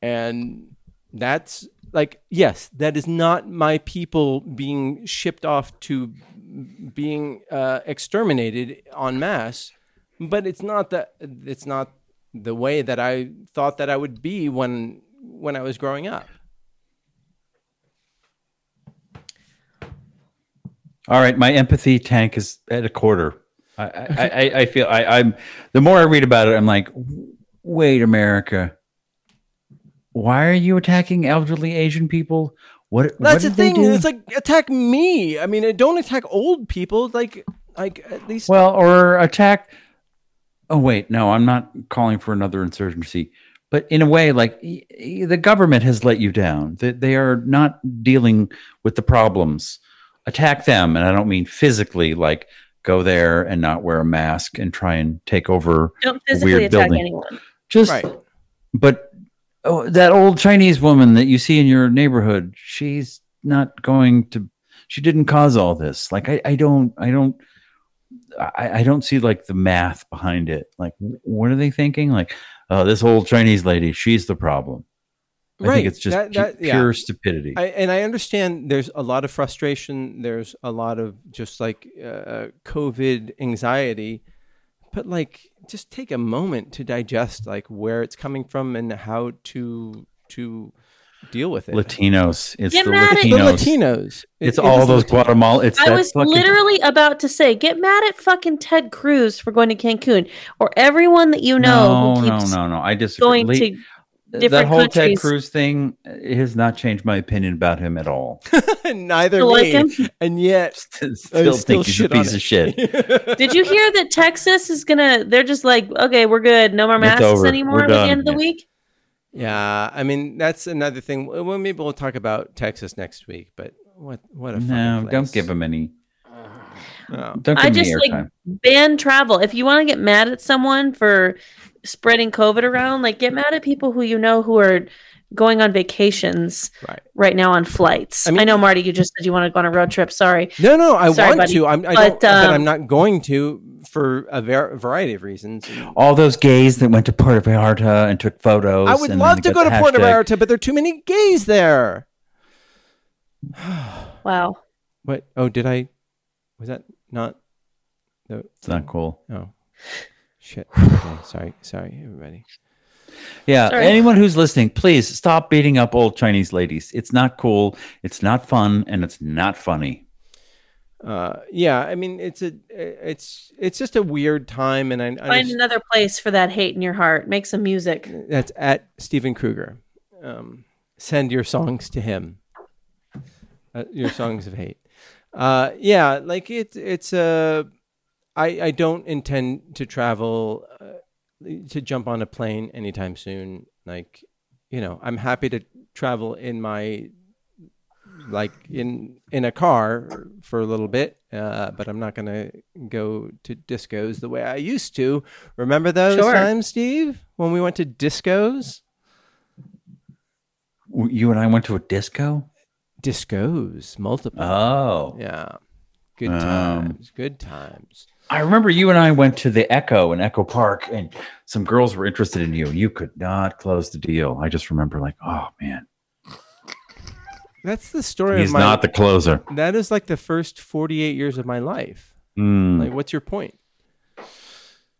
Speaker 3: and that's like yes, that is not my people being shipped off to being uh, exterminated en masse but it's not that it's not the way that I thought that I would be when when I was growing up.
Speaker 5: All right, my empathy tank is at a quarter. I I, I, I feel I, I'm the more I read about it, I'm like, wait, America, why are you attacking elderly Asian people? What what
Speaker 3: That's
Speaker 5: did
Speaker 3: the
Speaker 5: they
Speaker 3: thing.
Speaker 5: do?
Speaker 3: It's like attack me. I mean, uh, don't attack old people. Like like at least
Speaker 5: well, or attack. Oh wait, no, I'm not calling for another insurgency. But in a way, like y- y- the government has let you down. They, they are not dealing with the problems. Attack them, and I don't mean physically. Like go there and not wear a mask and try and take over
Speaker 1: Don't physically attack
Speaker 5: building.
Speaker 1: anyone.
Speaker 5: just
Speaker 3: Right.
Speaker 5: but oh, that old chinese woman that you see in your neighborhood she's not going to she didn't cause all this like i, I don't i don't I, I don't see like the math behind it like wh- what are they thinking like oh this old chinese lady she's the problem i
Speaker 3: Right.
Speaker 5: think it's just
Speaker 3: That-
Speaker 5: pu-
Speaker 3: that- yeah.
Speaker 5: pure stupidity
Speaker 3: I, and I understand there's a lot of frustration. There's a lot of just like uh, COVID anxiety, but like just take a moment to digest like where it's coming from and how to to deal with it.
Speaker 5: latinos it's
Speaker 1: Get
Speaker 5: the
Speaker 1: mad at-
Speaker 3: The
Speaker 1: The
Speaker 5: latinos
Speaker 3: Latinos. It-
Speaker 5: it's
Speaker 3: it
Speaker 5: all
Speaker 3: is
Speaker 5: those
Speaker 3: Latinos.
Speaker 5: guatemala it's
Speaker 1: I
Speaker 5: that
Speaker 1: was
Speaker 5: fucking-
Speaker 1: literally about to say, get mad at fucking Ted Cruz for going to Cancun, or everyone that you know
Speaker 5: no
Speaker 1: who
Speaker 5: no
Speaker 1: keeps
Speaker 5: no no i disagree
Speaker 1: going
Speaker 5: La-
Speaker 1: to.
Speaker 5: that
Speaker 1: different
Speaker 5: whole Ted
Speaker 1: countries.
Speaker 5: Cruz thing it has not changed my opinion about him at
Speaker 3: *laughs*
Speaker 5: all. *laughs*
Speaker 3: Neither
Speaker 1: to like him.
Speaker 3: me. And yet,
Speaker 5: still
Speaker 3: I
Speaker 5: still
Speaker 3: still
Speaker 5: think he's a
Speaker 3: shit on
Speaker 5: piece
Speaker 3: it.
Speaker 5: of shit.
Speaker 3: *laughs*
Speaker 1: Did you hear that Texas is gonna? They're just like, okay, we're good. No more
Speaker 5: It's
Speaker 1: masks
Speaker 5: over.
Speaker 1: anymore
Speaker 5: We're
Speaker 1: at the
Speaker 5: done.
Speaker 1: end of the
Speaker 5: Yeah.
Speaker 1: week.
Speaker 3: yeah, I mean that's another thing. Well, maybe we'll talk about Texas next week. But what? What a
Speaker 5: No,
Speaker 3: fucking place. Oh.
Speaker 5: don't give him any.
Speaker 3: No.
Speaker 5: Don't give
Speaker 1: I
Speaker 5: him
Speaker 1: just
Speaker 5: any
Speaker 1: like
Speaker 5: airtime.
Speaker 1: ban travel. If you want to get mad at someone for spreading COVID around, like get mad at people who you know who are going on vacations
Speaker 3: Right.
Speaker 1: now on flights.
Speaker 3: I
Speaker 1: I,
Speaker 3: mean-
Speaker 1: know Marty, you just said you want to go on a road trip. Sorry.
Speaker 3: No, no, I
Speaker 1: Sorry,
Speaker 3: want
Speaker 1: buddy,
Speaker 3: to. I'm, I
Speaker 1: but,
Speaker 3: don't, but
Speaker 1: um,
Speaker 3: I'm not going to for a var- variety of reasons.
Speaker 5: All those gays that went to Puerto Vallarta and took photos.
Speaker 3: I would
Speaker 5: and
Speaker 3: love to
Speaker 5: then got
Speaker 3: go to
Speaker 5: the
Speaker 3: Puerto
Speaker 5: hashtag.
Speaker 3: Vallarta, but there are too many gays there.
Speaker 1: Wow.
Speaker 3: What? Oh, did I? Was that not? No.
Speaker 5: It's not cool.
Speaker 3: Oh, shit. Okay, sorry, sorry, everybody.
Speaker 5: Yeah.
Speaker 1: Sorry.
Speaker 5: Anyone who's listening, please stop beating up old Chinese ladies. It's not cool. It's not fun, and it's not funny.
Speaker 3: Uh, yeah, I mean it's a it's it's just a weird time, and I, I
Speaker 1: Find
Speaker 3: understand-
Speaker 1: another place for that hate in your heart. Make some music.
Speaker 3: that's at Steven Kruger. Um, send your songs to him. Uh, your songs of hate. Uh, yeah, like it's it's a. I I don't intend to travel uh, to jump on a plane anytime soon. Like, you know, I'm happy to travel in my like in in a car for a little bit, uh, but I'm not gonna go to discos the way I used to. Remember those
Speaker 1: Sure.
Speaker 3: times, Steve, when we went to discos?
Speaker 5: w- you and I went to a disco.
Speaker 3: Discos, multiple.
Speaker 5: Oh,
Speaker 3: yeah. Good
Speaker 5: Oh.
Speaker 3: times. Good times.
Speaker 5: I remember you and I went to the Echo in Echo Park, and some girls were interested in you, and you could not close the deal. I just remember, like, oh man,
Speaker 3: That's the story
Speaker 5: he's
Speaker 3: of my
Speaker 5: not the closer.
Speaker 3: that is like the first 48 years of my life.
Speaker 5: Mm,
Speaker 3: Like what's your point?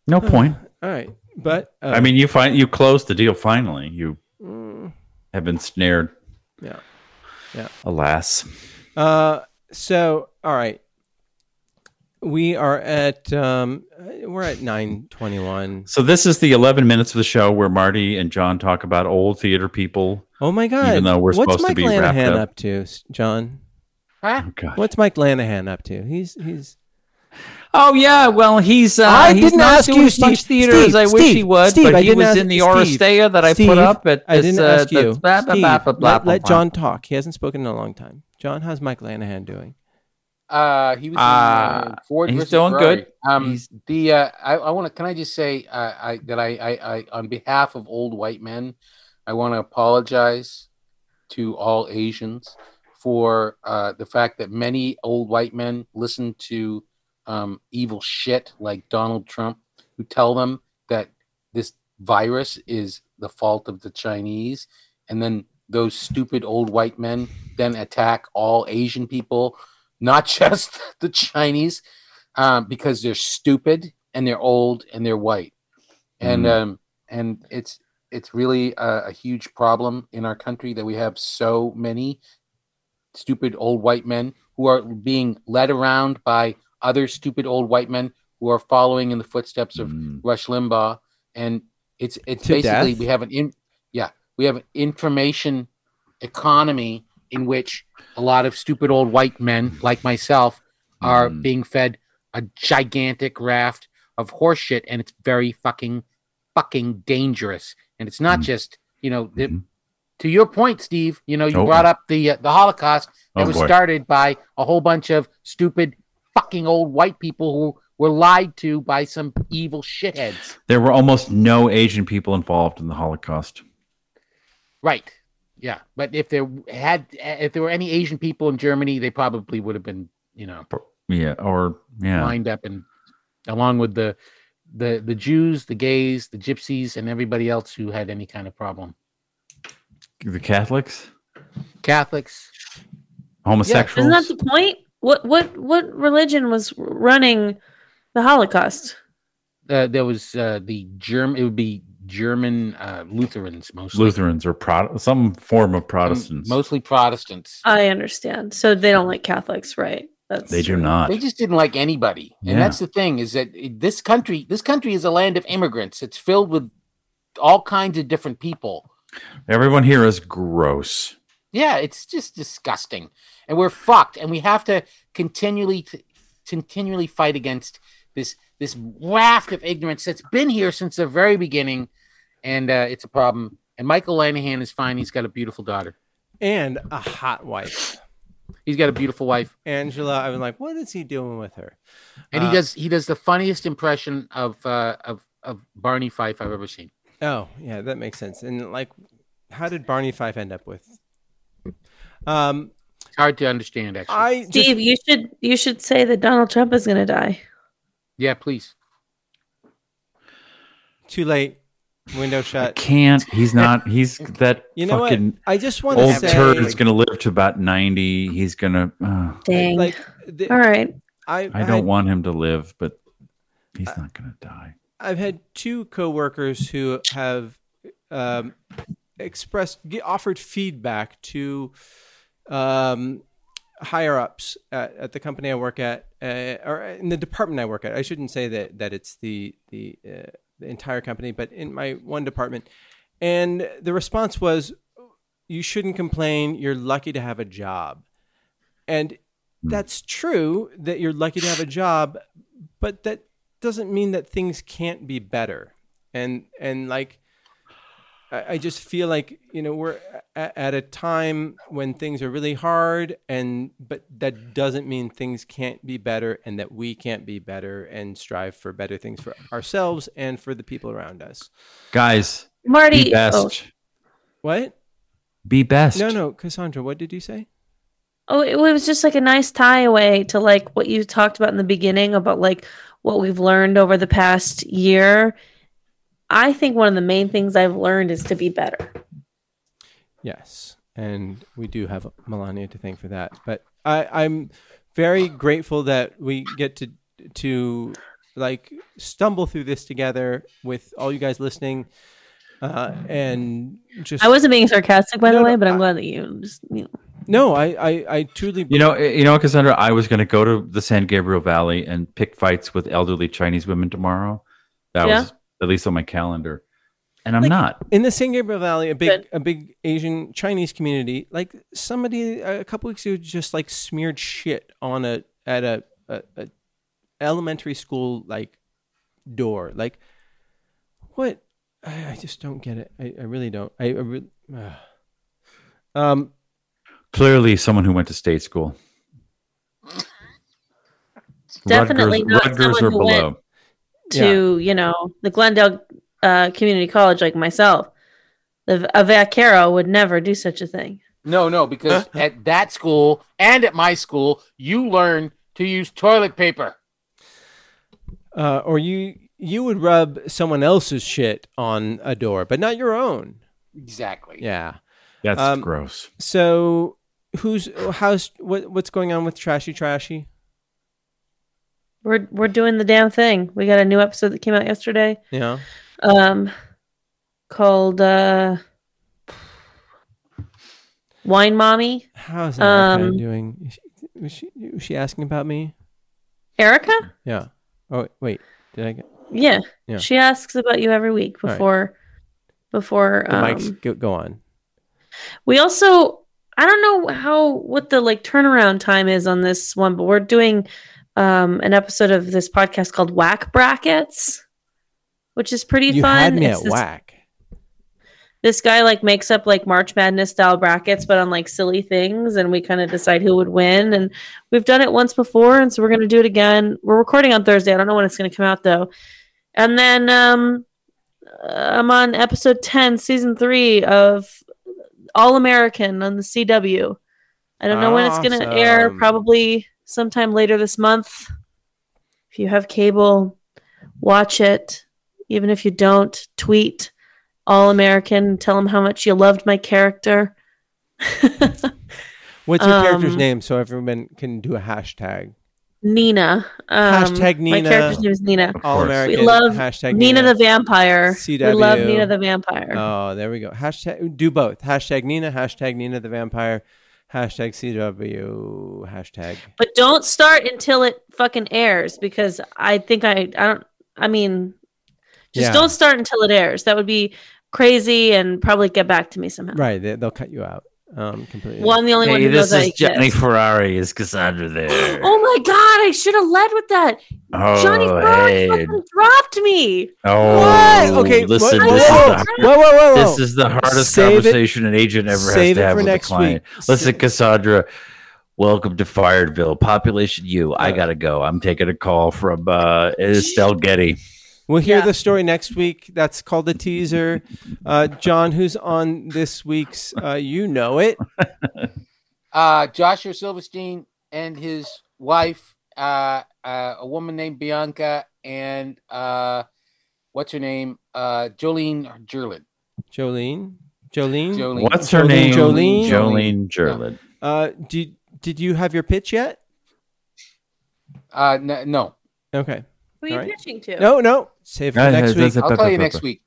Speaker 5: no point.
Speaker 3: All right. But uh,
Speaker 5: I mean, you find you closed the deal finally. You
Speaker 3: Mm.
Speaker 5: have been snared.
Speaker 3: Yeah. Yeah.
Speaker 5: Alas.
Speaker 3: Uh, so all right, we are at um, we're at nine twenty one.
Speaker 5: So this is the 11 minutes of the show where Marty and John talk about old theater people.
Speaker 3: Oh my God!
Speaker 5: Even though we're
Speaker 3: what's
Speaker 5: supposed to
Speaker 3: Mike
Speaker 5: be wrapped
Speaker 3: Lanahan
Speaker 5: up.
Speaker 3: to, S- John?
Speaker 5: Oh god.
Speaker 3: What's Mike Lanahan up to? He's he's.
Speaker 5: Oh yeah, well he's uh,
Speaker 3: I
Speaker 5: he's
Speaker 3: didn't
Speaker 5: not
Speaker 3: ask
Speaker 5: doing
Speaker 3: you,
Speaker 5: as much
Speaker 3: Steve.
Speaker 5: theater
Speaker 3: Steve,
Speaker 5: as I wish
Speaker 3: Steve,
Speaker 5: he would,
Speaker 3: Steve, I
Speaker 5: but he
Speaker 3: didn't
Speaker 5: was
Speaker 3: ask-
Speaker 5: in the
Speaker 3: Steve,
Speaker 5: Oresteia that I
Speaker 3: Steve,
Speaker 5: put up at
Speaker 3: I didn't
Speaker 5: this, uh,
Speaker 3: ask
Speaker 5: this-
Speaker 3: you.
Speaker 5: blah, blah,
Speaker 3: Steve,
Speaker 5: blah, blah, blah,
Speaker 3: let, let
Speaker 5: blah,
Speaker 3: John talk. He hasn't spoken in a long time. John, how's Mike Lanahan doing?
Speaker 4: Uh, he was in,
Speaker 5: Ah,
Speaker 4: uh, Ford
Speaker 5: he's
Speaker 4: versus
Speaker 5: doing
Speaker 4: Ferrari.
Speaker 5: good.
Speaker 4: Um,
Speaker 5: He's-
Speaker 4: the uh, I, I want to. Can I just say uh, I, that I, I, I, on behalf of old white men, I want to apologize to all Asians for uh, the fact that many old white men listen to um, evil shit like Donald Trump, who tell them that this virus is the fault of the Chinese, and then those stupid old white men then attack all Asian people, not *laughs* just the Chinese, um, because they're stupid and they're old and they're white, and
Speaker 5: Mm.
Speaker 3: Mm-hmm.
Speaker 4: um, and it's it's really a, a huge problem in our country that we have so many stupid old white men who are being led around by other stupid old white men who are following in the footsteps of
Speaker 5: Mm.
Speaker 4: Rush Limbaugh, and it's it's
Speaker 3: Mm-hmm. To
Speaker 4: basically
Speaker 3: death?
Speaker 4: we have an in yeah we have an information economy in which a lot of stupid old white men
Speaker 3: Mm-hmm.
Speaker 4: like myself are
Speaker 5: Mhm.
Speaker 4: being fed a gigantic raft of horseshit, and it's very fucking fucking dangerous. And it's not
Speaker 5: Mhm.
Speaker 4: just you know the,
Speaker 5: Mhm.
Speaker 4: to your point, Steve. You know you
Speaker 5: Oh.
Speaker 4: brought up the uh, the Holocaust that
Speaker 5: Oh,
Speaker 4: was
Speaker 5: boy.
Speaker 4: started by a whole bunch of stupid fucking old white people who were lied to by some evil shitheads.
Speaker 5: There were almost no Asian people involved in the Holocaust.
Speaker 4: Right. Yeah, but if there had if there were any Asian people in Germany, they probably would have been, you know,
Speaker 5: Yeah, or yeah.
Speaker 4: lined up and along with the the the Jews, the gays, the gypsies and everybody else who had any kind of problem.
Speaker 5: The Catholics?
Speaker 4: Catholics.
Speaker 5: Homosexuals?
Speaker 1: Isn't that the point? What what what religion was running the Holocaust?
Speaker 4: Uh, there was uh, the Germ it would be German uh, Lutherans mostly.
Speaker 5: Lutherans or Pro- some form of
Speaker 4: Um,
Speaker 5: Protestants.
Speaker 4: mostly Protestants.
Speaker 1: I understand. So they don't like Catholics, right? That's
Speaker 5: they do not.
Speaker 4: They just didn't like anybody, and
Speaker 5: Yeah.
Speaker 4: that's the thing is that it- this country, this country is a land of immigrants. It's filled with all kinds of different people.
Speaker 5: Everyone here is gross.
Speaker 4: Yeah, it's just disgusting, and we're fucked, and we have to continually, t- continually fight against this this raft of ignorance that's been here since the very beginning, and uh, it's a problem. And Michael Lanahan is fine. He's got a beautiful daughter.
Speaker 3: And a hot wife,
Speaker 4: He's got a beautiful wife,
Speaker 3: Angela. I was like, what is he doing with her?
Speaker 4: and
Speaker 3: Uh,
Speaker 4: he does he does the funniest impression of uh, of of Barney Fife I've ever seen.
Speaker 3: Oh, yeah, that makes sense. And like, how did Barney Fife end up with? Um,
Speaker 4: It's hard to understand, actually.
Speaker 3: I just
Speaker 1: Steve, you should you should say that Donald Trump is gonna die.
Speaker 4: yeah, please.
Speaker 3: too late. Window
Speaker 1: *laughs*
Speaker 5: I
Speaker 3: shut.
Speaker 5: can't. He's not. He's that
Speaker 3: Uh, You know what?
Speaker 5: fucking
Speaker 3: I just want to
Speaker 5: old
Speaker 3: say,
Speaker 5: turd is going to live to about 90. He's going to. Uh,
Speaker 1: Dang.
Speaker 3: like, the,
Speaker 1: All right.
Speaker 3: I,
Speaker 5: I don't want him to live, but he's not going to die.
Speaker 3: I've had two coworkers who have um, expressed ge- offered feedback to um, higher ups at, at the company I work at, uh, or in the department I work at. I shouldn't say that that it's the the, uh, the entire company, but in my one department, and the response was, "You shouldn't complain. You're lucky to have a job," and that's true that you're lucky to have a job, but that doesn't mean that things can't be better and and like I, I just feel like you know we're at, at a time when things are really hard and but that doesn't mean things can't be better and that we can't be better and strive for better things for ourselves and for the people around us
Speaker 5: Guys,
Speaker 1: Marty
Speaker 5: be best.
Speaker 1: oh,
Speaker 3: what
Speaker 5: Be best.
Speaker 3: No, no, Cassandra, what did you say?
Speaker 1: Oh, it was just like a nice tie away to like what you talked about in the beginning about like what we've learned over the past year. I think one of the main things I've learned is to be better.
Speaker 3: Yes, and we do have Melania to thank for that. But I, I'm very grateful that we get to to like stumble through this together with all you guys listening, uh, and just
Speaker 1: I wasn't being sarcastic, by
Speaker 3: No,
Speaker 1: the
Speaker 3: no,
Speaker 1: way, but I'm
Speaker 3: I-
Speaker 1: glad that you just you know.
Speaker 3: no, I I, I truly
Speaker 5: You know, eh, you know, Cassandra, I was going to go to the San Gabriel Valley and pick fights with elderly Chinese women tomorrow. That
Speaker 1: Yeah.
Speaker 5: was at least on my calendar, and I'm
Speaker 3: Like-
Speaker 5: not.
Speaker 3: in the San Gabriel Valley, a big
Speaker 1: Good.
Speaker 3: a big Asian Chinese community, like somebody a couple weeks ago just like smeared shit on a at a, a, a elementary school like door. Like what? I, I just don't get it. I, I really don't. I, I really. ugh. Um.
Speaker 5: Clearly, someone who went to state school.
Speaker 1: *laughs* Definitely not
Speaker 5: Rutgers
Speaker 1: someone
Speaker 5: or
Speaker 1: who
Speaker 5: below.
Speaker 1: to you know the Glendale uh, Community College like myself. The, a vaquero would never do such a thing.
Speaker 4: No, no, because at that school and at my school, you learn to use toilet paper.
Speaker 3: Uh. Or you you would rub someone else's shit on a door, but not your own.
Speaker 4: Exactly.
Speaker 3: Yeah.
Speaker 5: That's
Speaker 3: Um,
Speaker 5: gross.
Speaker 3: So who's how's what what's going on with Trashy Trashy?
Speaker 1: We're we're doing the damn thing. We got a new episode that came out yesterday.
Speaker 3: Yeah.
Speaker 1: um called uh wine mommy
Speaker 3: How's Erica
Speaker 1: Um,
Speaker 3: doing? Is she- Was she, was she asking about me?
Speaker 1: erica
Speaker 3: Yeah. Oh wait, did I get
Speaker 1: yeah.
Speaker 3: Yeah.
Speaker 1: she asks about you every week
Speaker 3: All right.
Speaker 1: before before
Speaker 3: the mics?
Speaker 1: um,
Speaker 3: Go, go on.
Speaker 1: we also i don't know how what the like turnaround time is on this one but we're doing um an episode of this podcast called whack brackets which is pretty
Speaker 3: You
Speaker 1: fun
Speaker 3: had me
Speaker 1: It's
Speaker 3: at
Speaker 1: this-
Speaker 3: whack.
Speaker 1: this guy like makes up like March Madness style brackets, but on like silly things, and we kind of decide who would win. And we've done it once before, and so we're gonna do it again. We're recording on Thursday. I don't know when it's gonna come out though. And then um, I'm on episode ten, season three of All American on the CW. I don't know when it's gonna air.
Speaker 3: Awesome.
Speaker 1: Probably sometime later this month. If you have cable, watch it. Even if you don't, tweet all American. Tell him how much you loved my character.
Speaker 3: What's your character's
Speaker 1: um,
Speaker 3: name so everyone can do a hashtag?
Speaker 1: Nina. Um,
Speaker 3: Hashtag
Speaker 1: My
Speaker 3: Nina.
Speaker 1: character's name is Nina.
Speaker 5: Of
Speaker 3: All
Speaker 5: course.
Speaker 3: American.
Speaker 1: We love
Speaker 3: hashtag
Speaker 1: Nina, the vampire. We love
Speaker 3: CW.
Speaker 1: Nina the vampire.
Speaker 3: Oh, there we go. Hashtag do both. Hashtag Nina. Hashtag Nina the vampire. Hashtag CW. Hashtag.
Speaker 1: but don't start until it fucking airs because I think I I don't I mean just
Speaker 3: Yeah.
Speaker 1: don't start until it airs. That would be crazy and probably get back to me somehow.
Speaker 3: Right. They, they'll cut you out. Um. Completely.
Speaker 1: Well, I'm the only one who knows that exists.
Speaker 5: Ferrari. Is Cassandra there?
Speaker 1: Oh my god, I should have led with that. Johnny Ferrari fucking dropped me.
Speaker 5: Oh,
Speaker 3: What? Okay,
Speaker 5: Listen,
Speaker 3: what-
Speaker 5: this,
Speaker 3: whoa,
Speaker 5: is the,
Speaker 3: Whoa, whoa, whoa, whoa.
Speaker 5: this is the hardest
Speaker 3: Save it-
Speaker 5: conversation an agent ever has
Speaker 3: save
Speaker 5: to
Speaker 3: it
Speaker 5: have
Speaker 3: for
Speaker 5: with
Speaker 3: next
Speaker 5: a client.
Speaker 3: week.
Speaker 5: Listen,
Speaker 3: Sa-
Speaker 5: Cassandra, welcome to Fayetteville. Population U. I
Speaker 3: Yeah.
Speaker 5: gotta go. I'm taking a call from uh, Estelle Getty.
Speaker 3: We'll hear
Speaker 1: Yeah.
Speaker 3: the story next week. That's called the teaser. Uh, John, who's on this week's? Uh, you know it.
Speaker 4: Uh, Joshua Silverstein and his wife, uh, uh, a woman named Bianca, and uh, what's her name? Uh, Jolene Jerlin.
Speaker 3: Jolene. Jolene.
Speaker 4: Jolene.
Speaker 5: What's her
Speaker 3: Jolene,
Speaker 5: name?
Speaker 3: Jolene?
Speaker 5: Jolene Gerlin.
Speaker 3: Uh, did did you have your pitch yet?
Speaker 4: Uh, no, no.
Speaker 3: Okay.
Speaker 1: Who are you
Speaker 3: Alright.
Speaker 1: pitching to?
Speaker 3: No, no. Save it for
Speaker 5: Uh,
Speaker 3: next
Speaker 5: that's
Speaker 3: week.
Speaker 5: a-
Speaker 4: I'll tell you next week.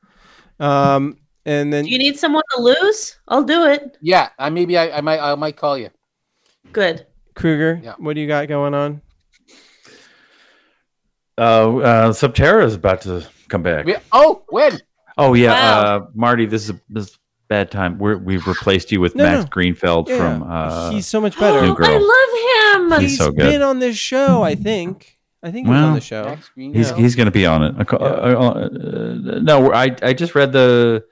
Speaker 3: Um, and then
Speaker 1: Do you need someone to lose? I'll do it.
Speaker 4: Yeah, I maybe I, I might I might call you.
Speaker 1: Good.
Speaker 3: Kruger,
Speaker 4: Yeah.
Speaker 3: what do you got going on?
Speaker 5: Uh, uh, Subterra is about to come back.
Speaker 4: We- Oh, when?
Speaker 5: Oh yeah,
Speaker 1: Wow.
Speaker 5: uh, Marty. This is a, this is bad time. We're, we've replaced you with
Speaker 3: No,
Speaker 5: Matt
Speaker 3: no.
Speaker 5: Greenfeld
Speaker 3: Yeah.
Speaker 5: from. Uh,
Speaker 3: he's so much
Speaker 1: Oh,
Speaker 3: better.
Speaker 5: New girl.
Speaker 1: *gasps* I love him.
Speaker 5: He's so good.
Speaker 3: been on this show, I think. I think he's
Speaker 5: Well,
Speaker 3: on the show.
Speaker 4: Max Green-
Speaker 5: He's
Speaker 4: no.
Speaker 5: he's going to be on it. A co-
Speaker 3: Yeah.
Speaker 5: uh, uh, uh, no, I I just read the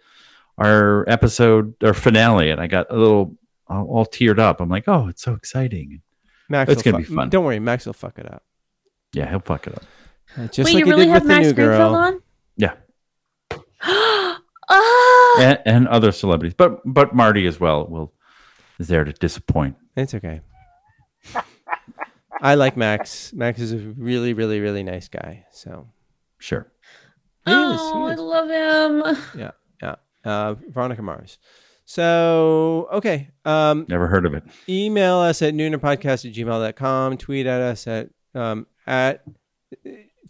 Speaker 5: our episode our finale, and I got a little all, all teared up. I'm like, oh, it's so exciting.
Speaker 3: Max
Speaker 5: It's
Speaker 3: will
Speaker 5: gonna
Speaker 3: fuck-
Speaker 5: be fun.
Speaker 3: Don't worry, Max will fuck it up.
Speaker 5: Yeah, he'll
Speaker 3: *laughs*
Speaker 5: fuck it up.
Speaker 3: Uh,
Speaker 1: Wait,
Speaker 3: Just like
Speaker 1: you
Speaker 3: he
Speaker 1: really
Speaker 3: did
Speaker 1: have
Speaker 3: with the
Speaker 1: Max
Speaker 3: new
Speaker 1: Greenfield
Speaker 3: girl.
Speaker 1: on?
Speaker 5: Yeah.
Speaker 1: *gasps* oh,
Speaker 5: and, and other celebrities, but but Marty as well will is there to disappoint.
Speaker 3: It's okay. I like Max. Max is a really, really, really nice guy. So
Speaker 5: Sure.
Speaker 3: He is,
Speaker 1: oh,
Speaker 3: he
Speaker 1: I
Speaker 3: is.
Speaker 1: love him.
Speaker 3: uh, Veronica Mars. So okay. Um,
Speaker 5: Never heard of it.
Speaker 3: email us at noonerpodcast at gmail.com. Tweet at us at um, at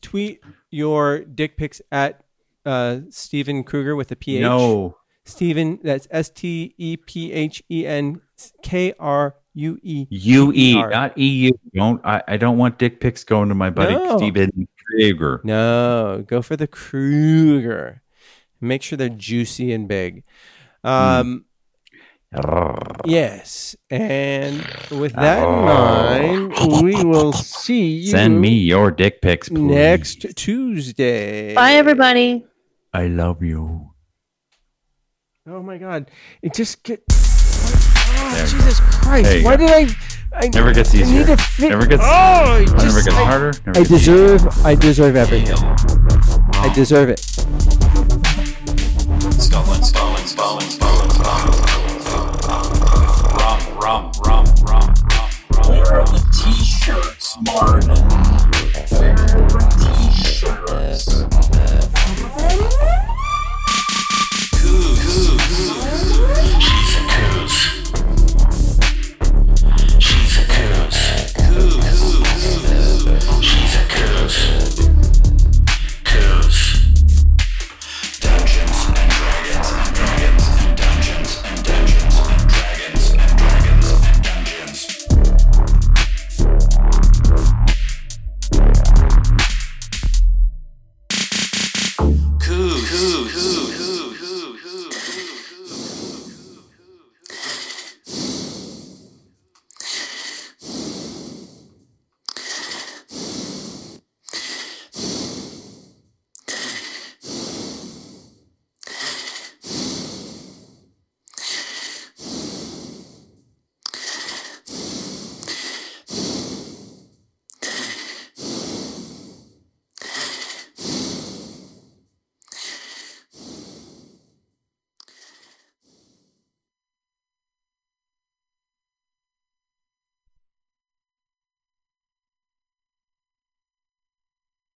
Speaker 3: tweet your dick pics at uh, Stephen Kruger with a PH.
Speaker 5: No.
Speaker 3: Stephen. That's S T E P H E N K R U E.
Speaker 5: U E,
Speaker 3: PR.
Speaker 5: not E U. Don't I, I don't want dick pics going to my buddy
Speaker 3: No.
Speaker 5: Steven Krieger.
Speaker 3: No, go for the Kruger. Make sure they're juicy and big. Um,
Speaker 5: Hmm.
Speaker 3: Yes. And
Speaker 5: Ah.
Speaker 3: with that in mind, we will see you
Speaker 5: Send me your dick pics, please.
Speaker 3: next Tuesday.
Speaker 1: Bye, everybody.
Speaker 5: I love you.
Speaker 3: Oh my god. It just get
Speaker 5: There
Speaker 3: oh,
Speaker 5: you
Speaker 3: Jesus Christ.
Speaker 5: There you
Speaker 3: Why
Speaker 5: go.
Speaker 3: did I I
Speaker 5: Never gets
Speaker 3: I need
Speaker 5: easier.
Speaker 3: to fi-
Speaker 5: Never gets-
Speaker 3: Oh, it
Speaker 5: Never
Speaker 3: just,
Speaker 5: gets
Speaker 3: I,
Speaker 5: harder. Never
Speaker 3: I
Speaker 5: gets easier.
Speaker 3: deserve I deserve everything. I deserve it.
Speaker 7: Scotland, Scotland, Scotland, Scotland.